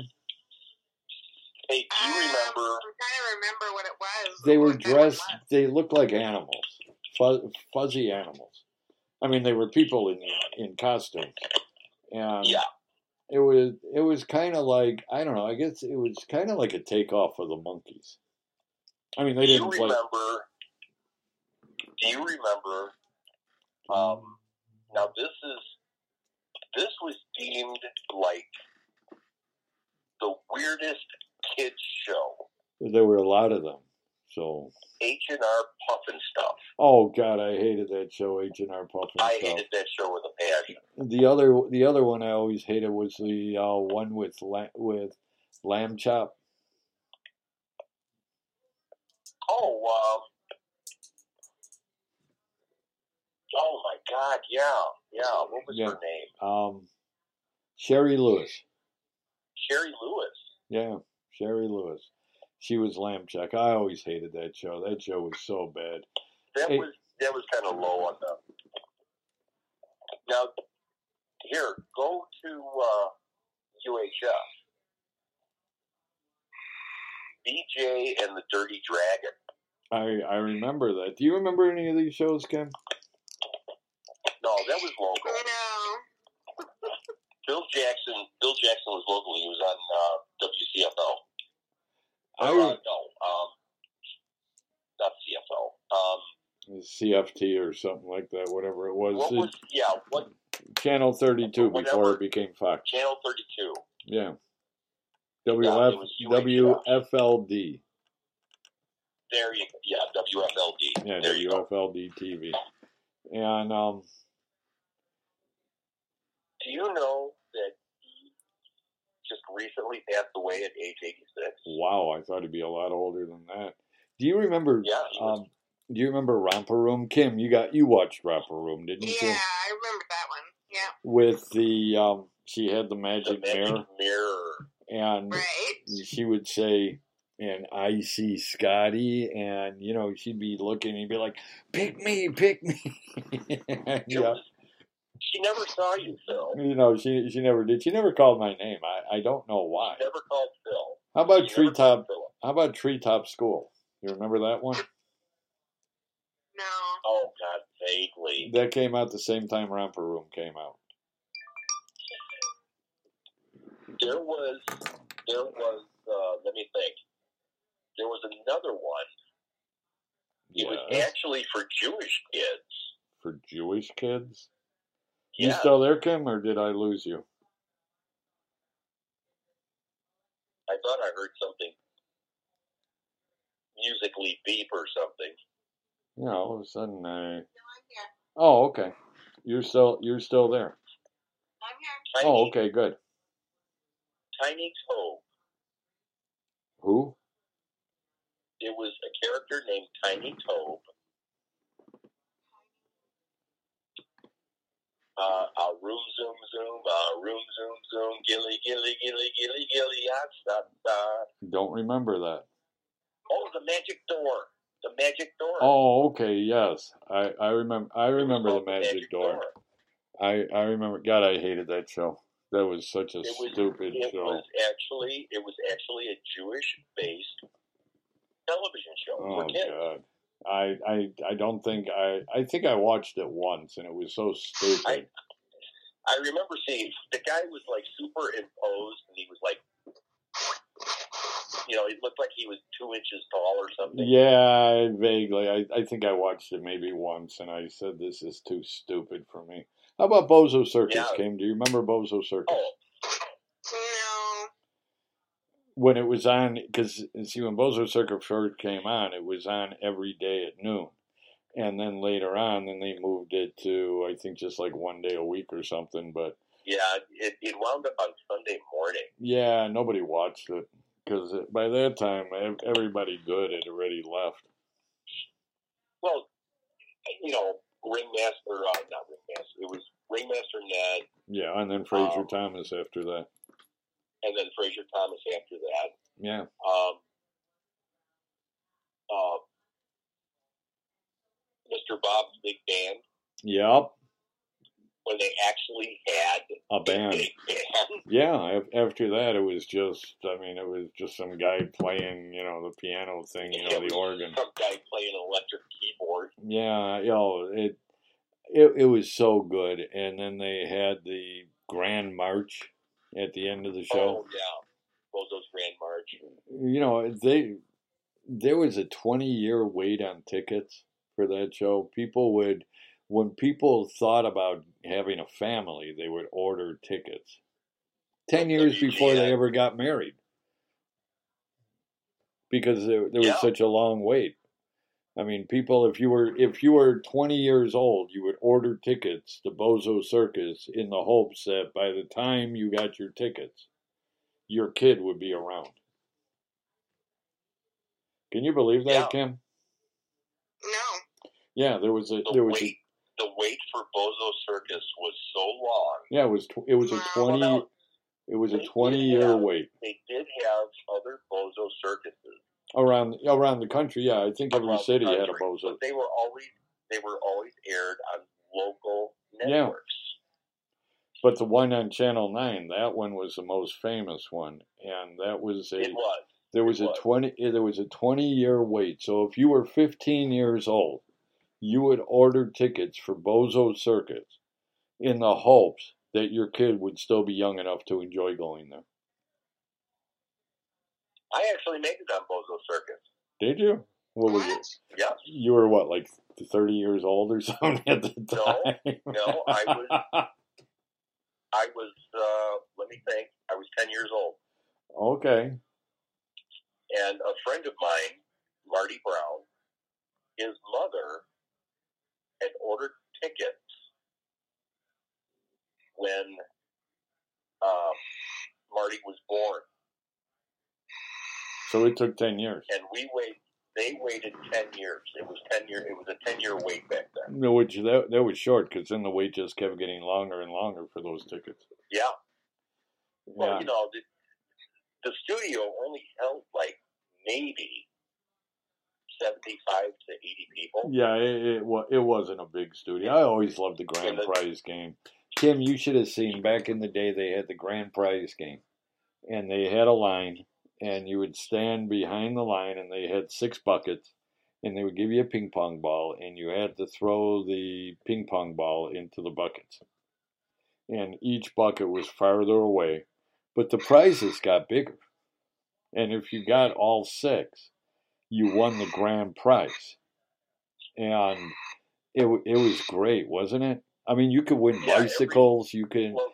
Hey, do you remember? Um, I'm trying to remember what it was. They were What that dressed. was. They looked like animals, Fu- fuzzy animals. I mean, they were people in in costumes, and Yeah. it was it was kind of like I don't know. I guess it was kind of like a takeoff of the monkeys. I mean, they Do you didn't play. remember? Do you remember? Um, now this is this was deemed like the weirdest kids show. There were a lot of them, so. H and R Puffin stuff. Oh God, I hated that show H and R Puff and I stuff. hated that show with a passion. The other, the other one I always hated was the uh, one with la- with lamb chop. Oh, um, oh my God, yeah, yeah. What was Yeah. her name? Um, Sherry Lewis, Sherry Lewis. yeah, Sherry Lewis. She was lamb chop. I always hated that show. That show was so bad. That Hey. was that was kind of low on the. Now, here, go to uh, UHF. BJ and the Dirty Dragon. I I remember that. Do you remember any of these shows, Kim? No, that was local. I know. Bill Jackson. Bill Jackson was local. He was on uh, WCFL. I Or, uh, no, um, not CFL. Um, CFT or something like that. Whatever it was, what was yeah? What Channel Thirty Two before Whatever. it became Fox. channel thirty two? Yeah. Yeah, WF, it was UHF. WFLD. There you go. Yeah, WFLD. Yeah, there you go. WFLD TV. And um, Do you know that he just recently passed away at age eighty six? wow, I thought he'd be a lot older than that. Do you remember? Yeah, he was- Um, do you remember Romper Room, Kim? You got you watched Romper Room, didn't you? Yeah, I remember that one. Yeah, With the um, she had the The magic Magic mirror, Mirror. and right. she would say, "And I see Scotty," and you know she'd be looking, and he'd be like, "Pick me, pick me." (laughs) It yeah. was- she never saw you, Phil. You know, she she never did. She never called my name. I, I don't know why. Never called Phil. How about She never called treetop? Phil. How about treetop school? You remember that one? No. Oh God, vaguely. That came out the same time Romper Room came out. there was there was uh, let me think. There was another one. It was Yes, actually for Jewish kids. for Jewish kids. You Yeah, still there, Kim, or did I lose you? I thought I heard something musically beep or something. You know, all of a sudden I. I'm here. Oh, okay. You're still you're still there. I'm here. Tiny, Oh, okay, good. Tiny Toe. Who? It was a character named Tiny Toe. Uh, uh, room zoom zoom, uh, room zoom zoom, gilly gilly gilly gilly gilly, ah, stop, stop. Don't remember that. Oh, the magic door. The magic door. Oh, okay. Yes, I I remember. I remember the Called magic door. I I remember. God, I hated that show. That was such a It was stupid it show. was actually it was actually a Jewish based television show Oh for kids. god. I, I I don't think I I think I watched it once and it was so stupid. I remember seeing the guy was like superimposed and he was like you know, he looked like he was two inches tall or something. yeah, vaguely. I, I think I watched it maybe once and I said this is too stupid for me. How about Bozo Circus, Yeah. Kim? Do you remember Bozo Circus? Oh, No. When it was on, because see, when Bozo Circus first came on, it was on every day at noon. And then later on, then they moved it to, I think, just like one day a week or something. But yeah, it, it wound up on Sunday morning. yeah, nobody watched it. because by that time ev- everybody good had already left. Well, you know, ringmaster, uh, not ringmaster. It was ringmaster Ned, Yeah, and then Fraser Oh. Thomas after that. and then Fraser Thomas after that. Yeah, Um, uh, Mr. Bob's Big Band yep, when they actually had a band. big band. Yeah, af- after that it was just. I mean, it was just some guy playing, you know, the piano thing, you know, the organ. Some guy playing an electric keyboard. Yeah, you know, it, it it was so good. And then they had the grand march at the end of the show. Oh yeah, Bozo's Grand March. You know, they there was a 20 year wait on tickets for that show. People would when people thought about having a family, they would order tickets. 10 years before they ever got married. Because there, there was Yeah. such a long wait. I mean, people, if you were if you were 20 years old, you would order tickets to Bozo Circus in the hopes that by the time you got your tickets, your kid would be around. Can you believe that, Yeah. Kim? No. Yeah, there was a The there was a, wait, the wait for Bozo Circus was so long. yeah it was tw- it was a Wow. twenty Well, it was a they did twenty year have- wait They did have other Bozo circuses around around the country. Yeah, I think every around the city had a country, bozo. but they were always they were always aired on local Yeah. networks. But the one on Channel Nine, that one was the most famous one, and that was a It was. there was it a was. twenty eh, there was a twenty year wait. So if you were fifteen years old, you would order tickets for Bozo Circus in the hopes that your kid would still be young enough to enjoy going there. I actually made it on Bozo Circus. Did you? What was it? What? Yeah. You were what, like thirty years old or (laughs) something at the No, time? no, I was- I was uh, let me think. I was ten years old, (laughs) okay. and a friend of mine, Marty Brown, his mother had ordered tickets when um, Marty was born. So it took ten years. and we wait. They waited ten years. It was ten year. It was a ten year wait back then. No, Which that that was short because then the wait just kept getting longer and longer for those tickets. Yeah. Well, Yeah, you know, the, the studio only held like maybe seventy five to eighty people. yeah, it, it wa- it wasn't a big studio. I always loved the grand Yeah, the- prize game. Tim, you should have seen back in the day they had the grand prize game, and they had a line, and you would stand behind the line, and they had six buckets, and they would give you a ping pong ball, and you had to throw the ping pong ball into the buckets, and each bucket was farther away, but the prizes got bigger. And if you got all six, you won the grand prize. And it w- it was great, wasn't it? I mean, you could win Yeah, every- bicycles, you can Well,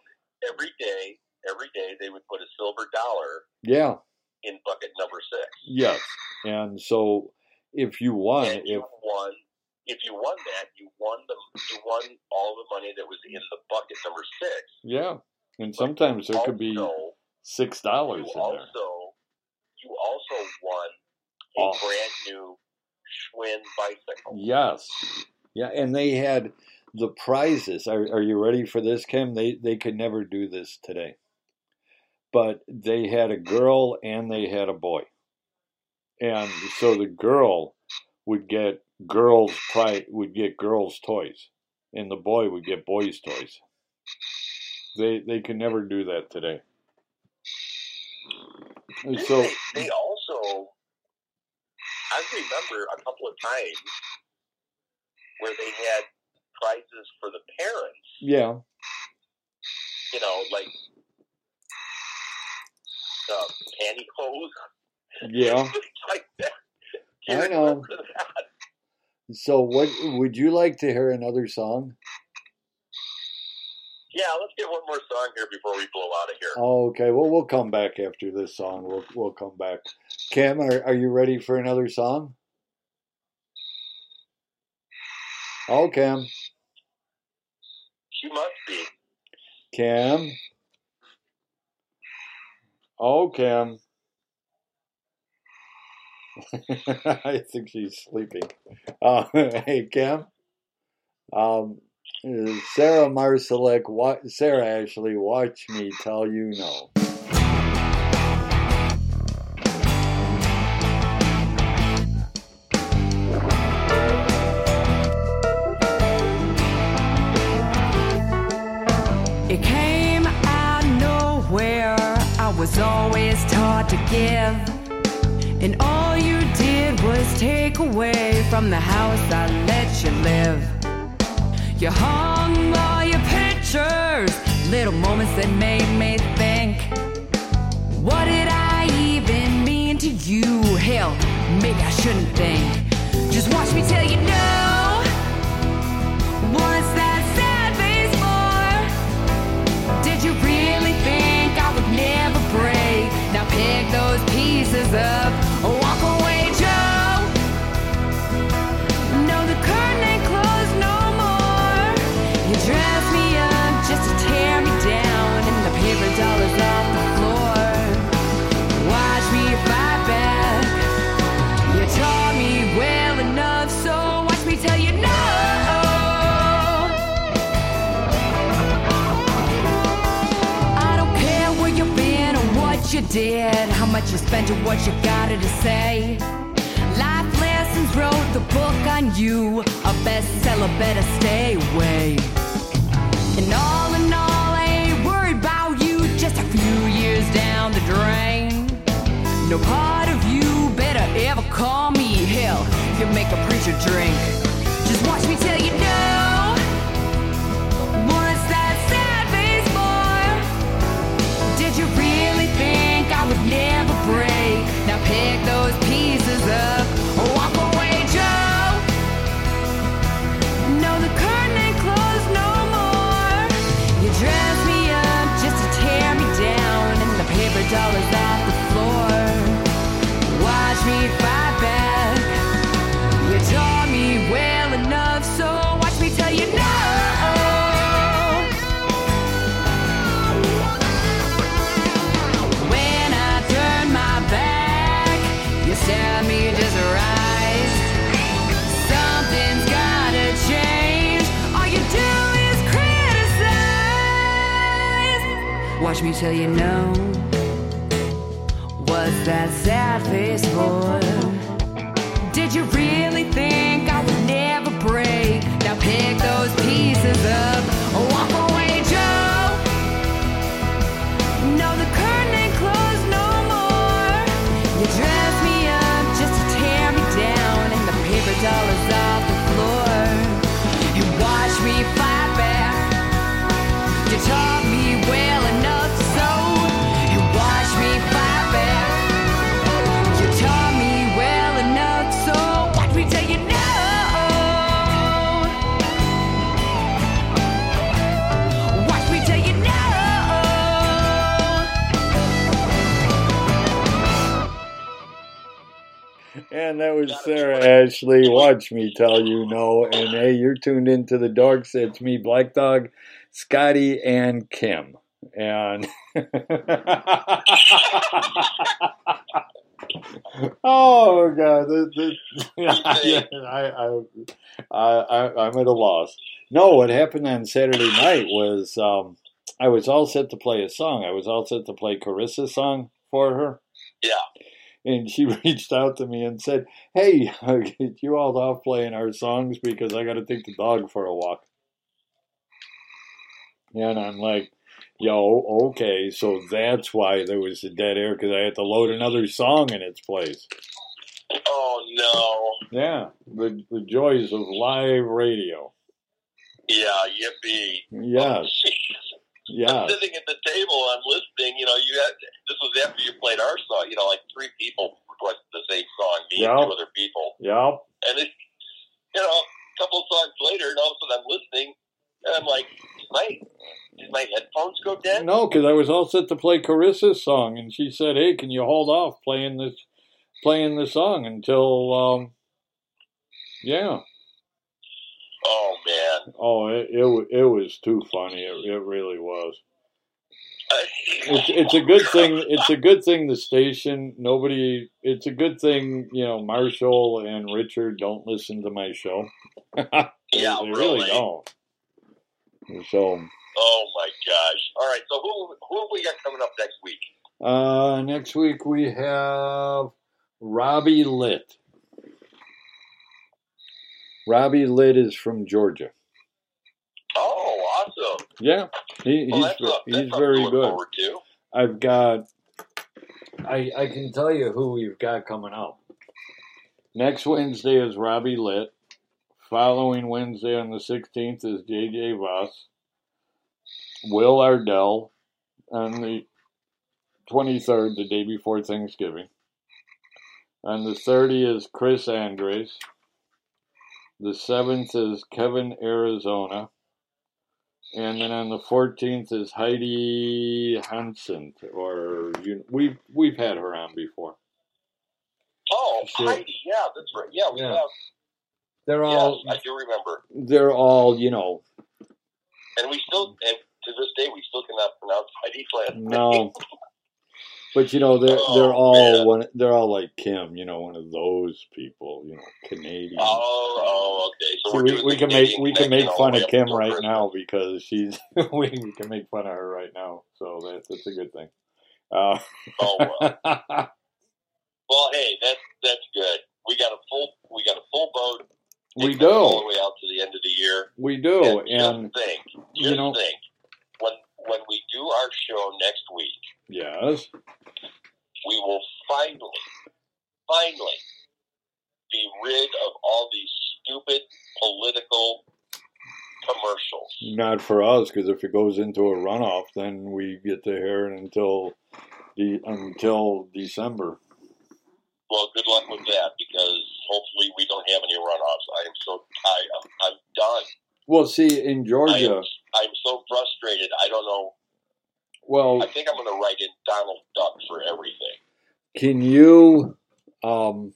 every day, every day they would put a silver dollar yeah, in bucket number six, yes. And so if you won, and you if won. If you won that, you won the you won all the money that was in the bucket number six. yeah. And sometimes there could be Also, six dollars you in also there. you also won a Oh. brand new Schwinn bicycle. Yes. Yeah, and they had the prizes. Are, are you ready for this, Kim? They they could never do this today. But they had a girl and they had a boy. And so the girl would get girls pri- would get girls toys and the boy would get boys toys. They they could never do that today. And Didn't so they, they also I remember a couple of times where they had prizes for the parents, yeah, you know, like uh, pantyhose, yeah. things (laughs) like that. Do you I know. remember That? So what would you like to hear another song? (laughs) Yeah, let's get one more song here before we blow out of here. Okay, well, we'll come back after this song. We'll we'll come back. Kim, are, are you ready for another song? Oh, Kim, She must be. Kim, oh, Kim. (laughs) I think she's sleeping. Uh, (laughs) hey, Kim. Um, Sarah Marsalek, wa- Sarah Ashley, watch me tell you no. It came out of nowhere. I was always taught to give. And all you did was take away from the house I let you live. You hung all your pictures, little moments that made me think. What did I even mean to you? Hell, maybe I shouldn't think. Just watch me tell you no. What's that sad face for? Did you really think I would never break? Now pick those pieces up. Walk away, Joe. No, the curtain ain't closed no more. You dress me up just to tear me down, and the paper doll is off the floor. Watch me fight back. You taught me well enough, so watch me tell you no. I don't care where you've been or what you did, how much you spent or what you got to say. Life lessons wrote the book on you, a bestseller, better stay away. And all in all, I ain't worried about you, just a few years down the drain. No part of you better ever call me hell, you make a preacher drink. Just watch me tell you no. What's that sad face for? Did you really think I would never break? Now pick those pieces up. Walk away, Joe. No, the curtain ain't closed no more. You dress me up just to tear me down, and the paper doll is off the floor. Watch me fight back. You taught me well enough, so watch me tell you no. When I turn my back, you stab me just right. Something's gotta change. All you do is criticize. Watch me tell you no. What's that sad face for? Did you really think I would never break? Now pick those pieces up. Walk away, Joe. No, the curtain ain't closed no more. You dress me up just to tear me down, and the paper doll is off the floor. You watch me fight back. You taught me well enough, so you watch me fight back. You taught me well enough, so watch me tell you no. Watch me tell you no. And that was Sarah Ashley. Watch me tell you no. And hey, you're tuned into the dorks. It's me, Black Dog, Scotty, and Kim. And (laughs) oh god, (laughs) this, this, I, I, I, I, I'm at a loss. No, what happened on Saturday night was um, I was all set to play a song. I was all set to play Carissa's song for her Yeah. and she (laughs) reached out to me and said, "Hey, (laughs) get you all off playing our songs because I got to take the dog for a walk." And I'm like, "Yo, okay, so that's why there was the dead air because I had to load another song in its place." Oh no. Yeah, the the joys of live radio. Yeah. Yippee. (laughs) Yes, I'm yes, sitting at the table, I'm listening. You know, you had this was after you played our song. You know, like three people requested the same song, me Yeah. and two other people, yep. and it, you know, a couple of songs later, and all of a sudden I'm listening, and I'm like, did my did my headphones go (laughs) dead? No, because I was all set to play Carissa's song, and she said, "Hey, can you hold off playing this, playing the song until?" Um, yeah. Oh man, Oh, it it, wa- it was too funny. It, it really was. it's, it's a good (laughs) thing. It's a good thing the station. Nobody. It's a good thing you know Marshall and Richard don't listen to my show. (laughs) they, Yeah, they really. really don't. So Oh my gosh! All right, so who who have we got coming up next week? uh, next week we have Robbie Litt. Robbie Litt is from Georgia. Oh, awesome! Yeah, he, he's Well, Oh, that's, ve- up, that's he's up to very look good. Forward to. I've got. I I can tell you who we've got coming up. Next Wednesday is Robbie Litt. Following Wednesday on the sixteenth is JJ Voss. Will Ardell on the twenty third, the day before Thanksgiving. On the thirty is Chris Andres. The seventh is Kevin Arizona. And then on the 14th is Heidi Hansen, or you, we've we've had her on before. Oh, Sure. Heidi, yeah, that's right. Yeah, we Yeah. have. They're all Yes, I do remember. they're all you know. And we still, and to this day, we still cannot pronounce Heidi's last name. No, but you know they're Oh, they're all man. one. They're all like Kim, you know, one of those people, you know, Canadian. (laughs) Oh, oh, okay. So See, we're we, doing we the can make Canadian we can make connection all fun the of way up Kim until right Christmas. now because she's (laughs) we, we can make fun of her right now, so that, that's a good thing. Uh, Oh well. (laughs) Well, hey, that's that's good. We got a full we got a full boat. we It goes all the do, way out to the end of the year. we do, And and just think, just you know- think, when when we do our show next week, yes, we will finally, finally, be rid of all these stupid political commercials. Not for us, because if it goes into a runoff, then we get to hear it until the until December. Well, good luck with that because hopefully we don't have any runoffs. I am so tired. I'm, I'm done. Well, see, in I am, Georgia, I'm so frustrated. I don't know. I well, think I'm going to write in Donald Duck for everything. can you? Um,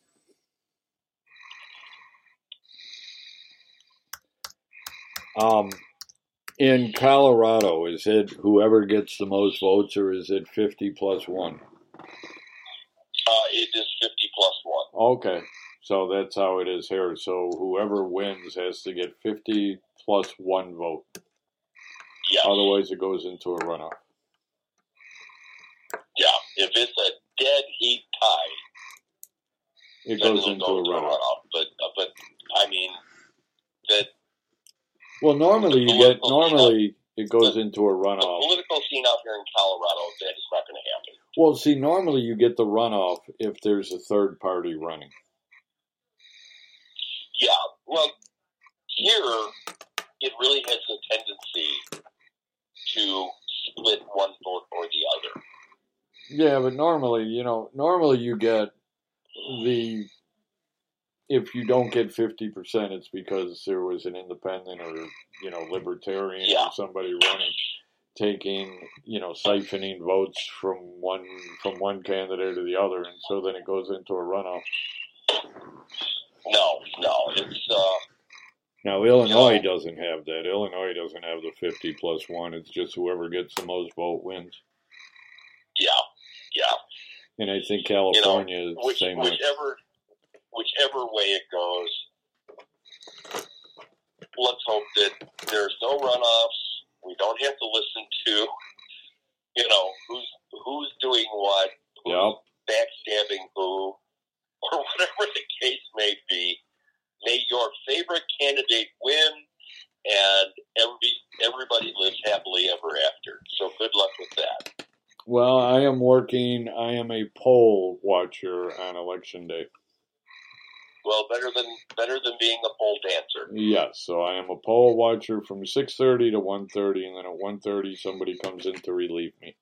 um, in Colorado, is it whoever gets the most votes, or is it fifty plus one? Uh, it is 50 plus 1. Okay, so that's how it is here. So whoever wins has to get fifty plus one vote. Yeah. Otherwise, it goes into a runoff. Yeah. If it's a dead heat tie, It then goes it'll into go a to runoff. But, uh, but I mean, that Well, normally you get normally it goes into a the runoff. political scene out here in Colorado, that is not going to happen. Well, see, normally you get the runoff if there's a third party running. Yeah. Well, here, it really has a tendency to split one vote or the other. Yeah, but normally, you know, normally you get the if you don't get fifty percent, it's because there was an independent or you know libertarian Yeah. or somebody running, taking you know siphoning votes from one from one candidate to the other, and so then it goes into a runoff. No, no. It's, uh, Now Illinois doesn't have that. Illinois doesn't have the fifty plus one. It's just whoever gets the most vote wins. yeah, yeah. And I think California is the Which, same way. whichever, whichever way it goes, let's hope that there's no runoffs. We don't have to listen to, you know, who's who's doing what, who's Yep. backstabbing who, or (laughs) whatever the case may be. May your favorite candidate win, and every everybody lives happily ever after. So good luck with that. Well, I am working. I am a poll watcher on election day. Well, better than better than being a pole dancer. Yes, so I am a poll watcher from six thirty to one thirty, and then at one thirty somebody comes in to relieve me.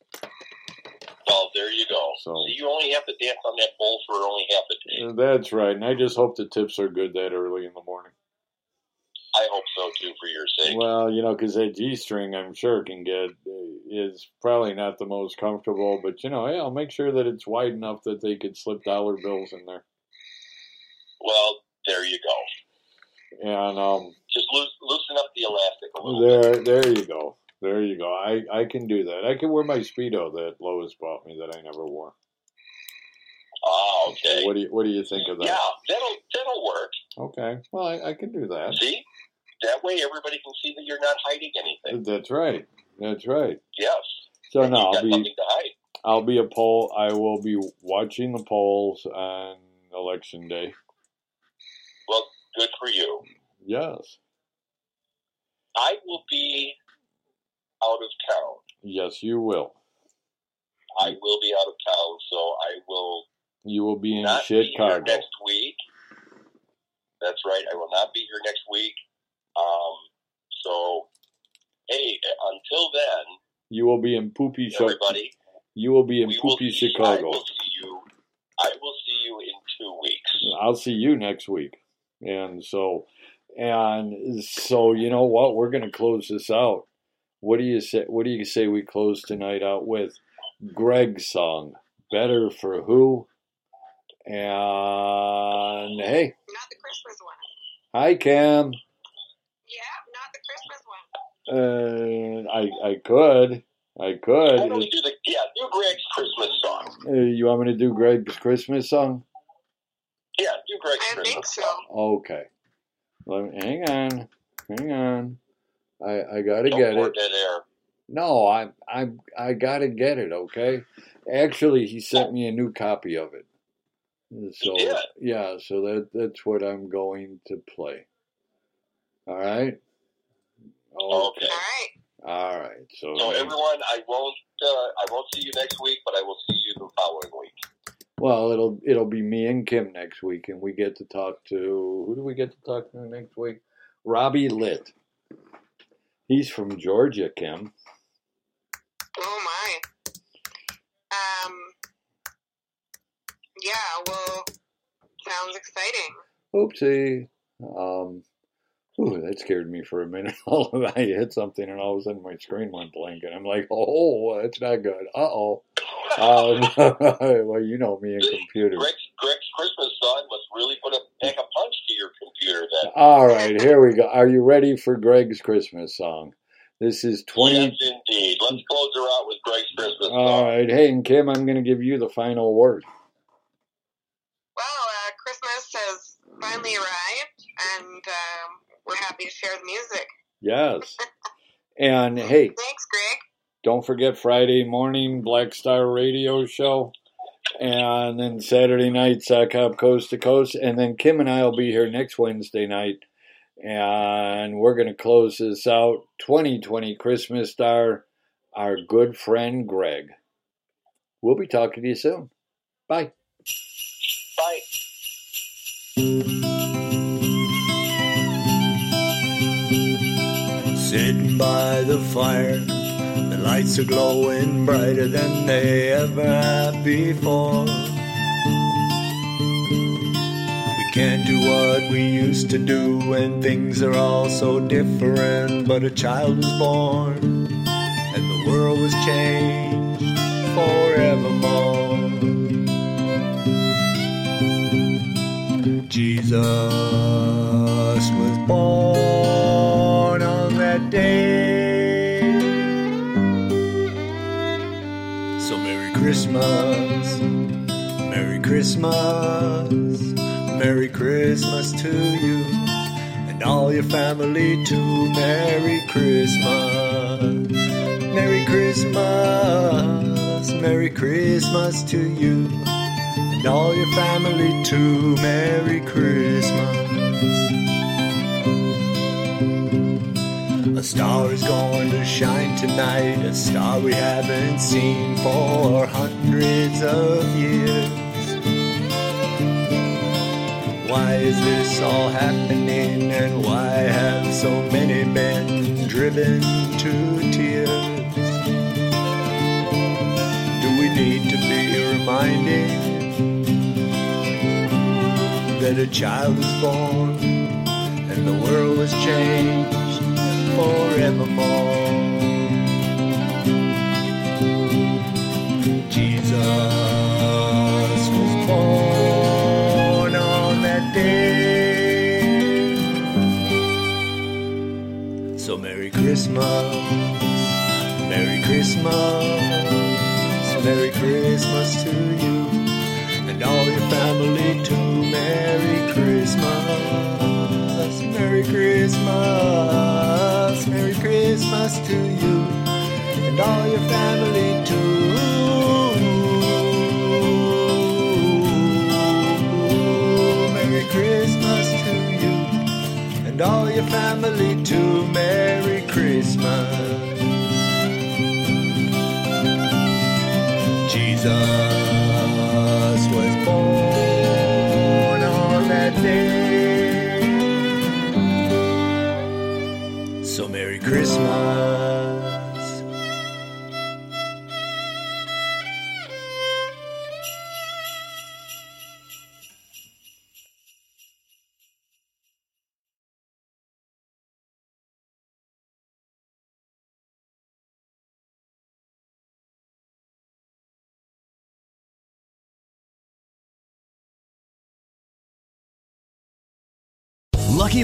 Well, there you go. So- So, you only have to dance on that bowl for only half a day. Uh, That's right, and I just hope the tips are good that early in the morning. I hope so too, for your sake. Well, you know, because that G string, I'm sure, can get is probably not the most comfortable, but you know, hey, I'll make sure that it's wide enough that they could slip dollar bills in there. Well, there you go. And um, Just loo- loosen up the elastic a little. bit. there, there you go. There you go. I, I can do that. I can wear my speedo that Lois bought me that I never wore. Ah, okay. What do you What do you think of that? Yeah, that'll that'll work. Okay. Well, I, I can do that. See, that way everybody can see that you're not hiding anything. That's right. That's right. Yes. So And now you've I'll got be nothing to hide. I'll be a poll. I will be watching the polls on election day. Well, good for you. Yes. I will be out of town. Yes, you will. I will be out of town, so I will You will be in not be here Chicago. next week. That's right. I will not be here next week. Um, so, hey, until then, You will be in poopy Chi- everybody, You will be in we will poopy see- I Chicago. will see you. I will see you in two weeks. I'll see you next week. And so, and so, you know what? We're going to close this out. What do you say? What do you say we close tonight out with? Greg's song, "Better for Who." And hey, Not the Christmas one. hi Cam. Yeah, not the Christmas one. Uh, I I could, I could. Why don't we do the yeah, do Greg's Christmas song? Uh, you want me to do Greg's Christmas song? Yeah, do Greg's I Christmas think so. song. Okay. Let me, hang on, hang on. I I gotta Don't get board it. that air. No, I I I gotta get it. Okay. Actually, he sent me a new copy of it. So did? yeah, so that that's what I'm going to play. All right. Oh, Okay. All right. All right. So, So everyone, I won't uh, I won't see you next week, but I will see you the following week. well, it'll it'll be me and Kim next week, and we get to talk to who do we get to talk to next week? Robbie Litt. He's from Georgia, Kim. Oh my. Um. Yeah. Well, sounds exciting. oopsie. Um, ooh, that scared me for a minute. (laughs) All of I hit something, and all of a sudden my screen went blank, and I'm like, "Oh, that's not good." Uh oh. Um, (laughs) well, you know me and computers. Greg's, Greg's Christmas song must really put a pack a punch to your computer then. All right, here we go. Are you ready for Greg's Christmas song? This is Yes, twenty. indeed. Let's close her out with Greg's Christmas All song. right, hey, and Kim, I'm going to give you the final word. Well, uh, Christmas has finally arrived, and um, we're happy to share the music. Yes. And hey, Thanks, Greg. Don't forget Friday morning Black Star Radio show, and then Saturday night Sock Hop Coast to Coast, and then Kim and I will be here next Wednesday night, and we're gonna close this out. 2020 Christmas Star, our good friend Greg. We'll be talking to you soon. Bye. Bye. Sitting by the fire, the lights are glowing brighter than they ever have before. We can't do what we used to do when things are all so different, but a child was born, and the world was changed forevermore. Jesus was born on that day. So Merry Christmas, Merry Christmas, Merry Christmas to you and all your family too. Merry Christmas, Merry Christmas, Merry Christmas to you and all your family too. Merry Christmas. A star is going to shine tonight, a star we haven't seen for hundreds of years. Why is this all happening, and why have so many been driven to tears? Do we need to be reminded that a child was born and the world was changed forevermore. Jesus was born on that day. So Merry Christmas, your family too. Merry Christmas to you and all your family too. Merry Christmas. Jesus was born on that day. So Merry Christmas. Lucky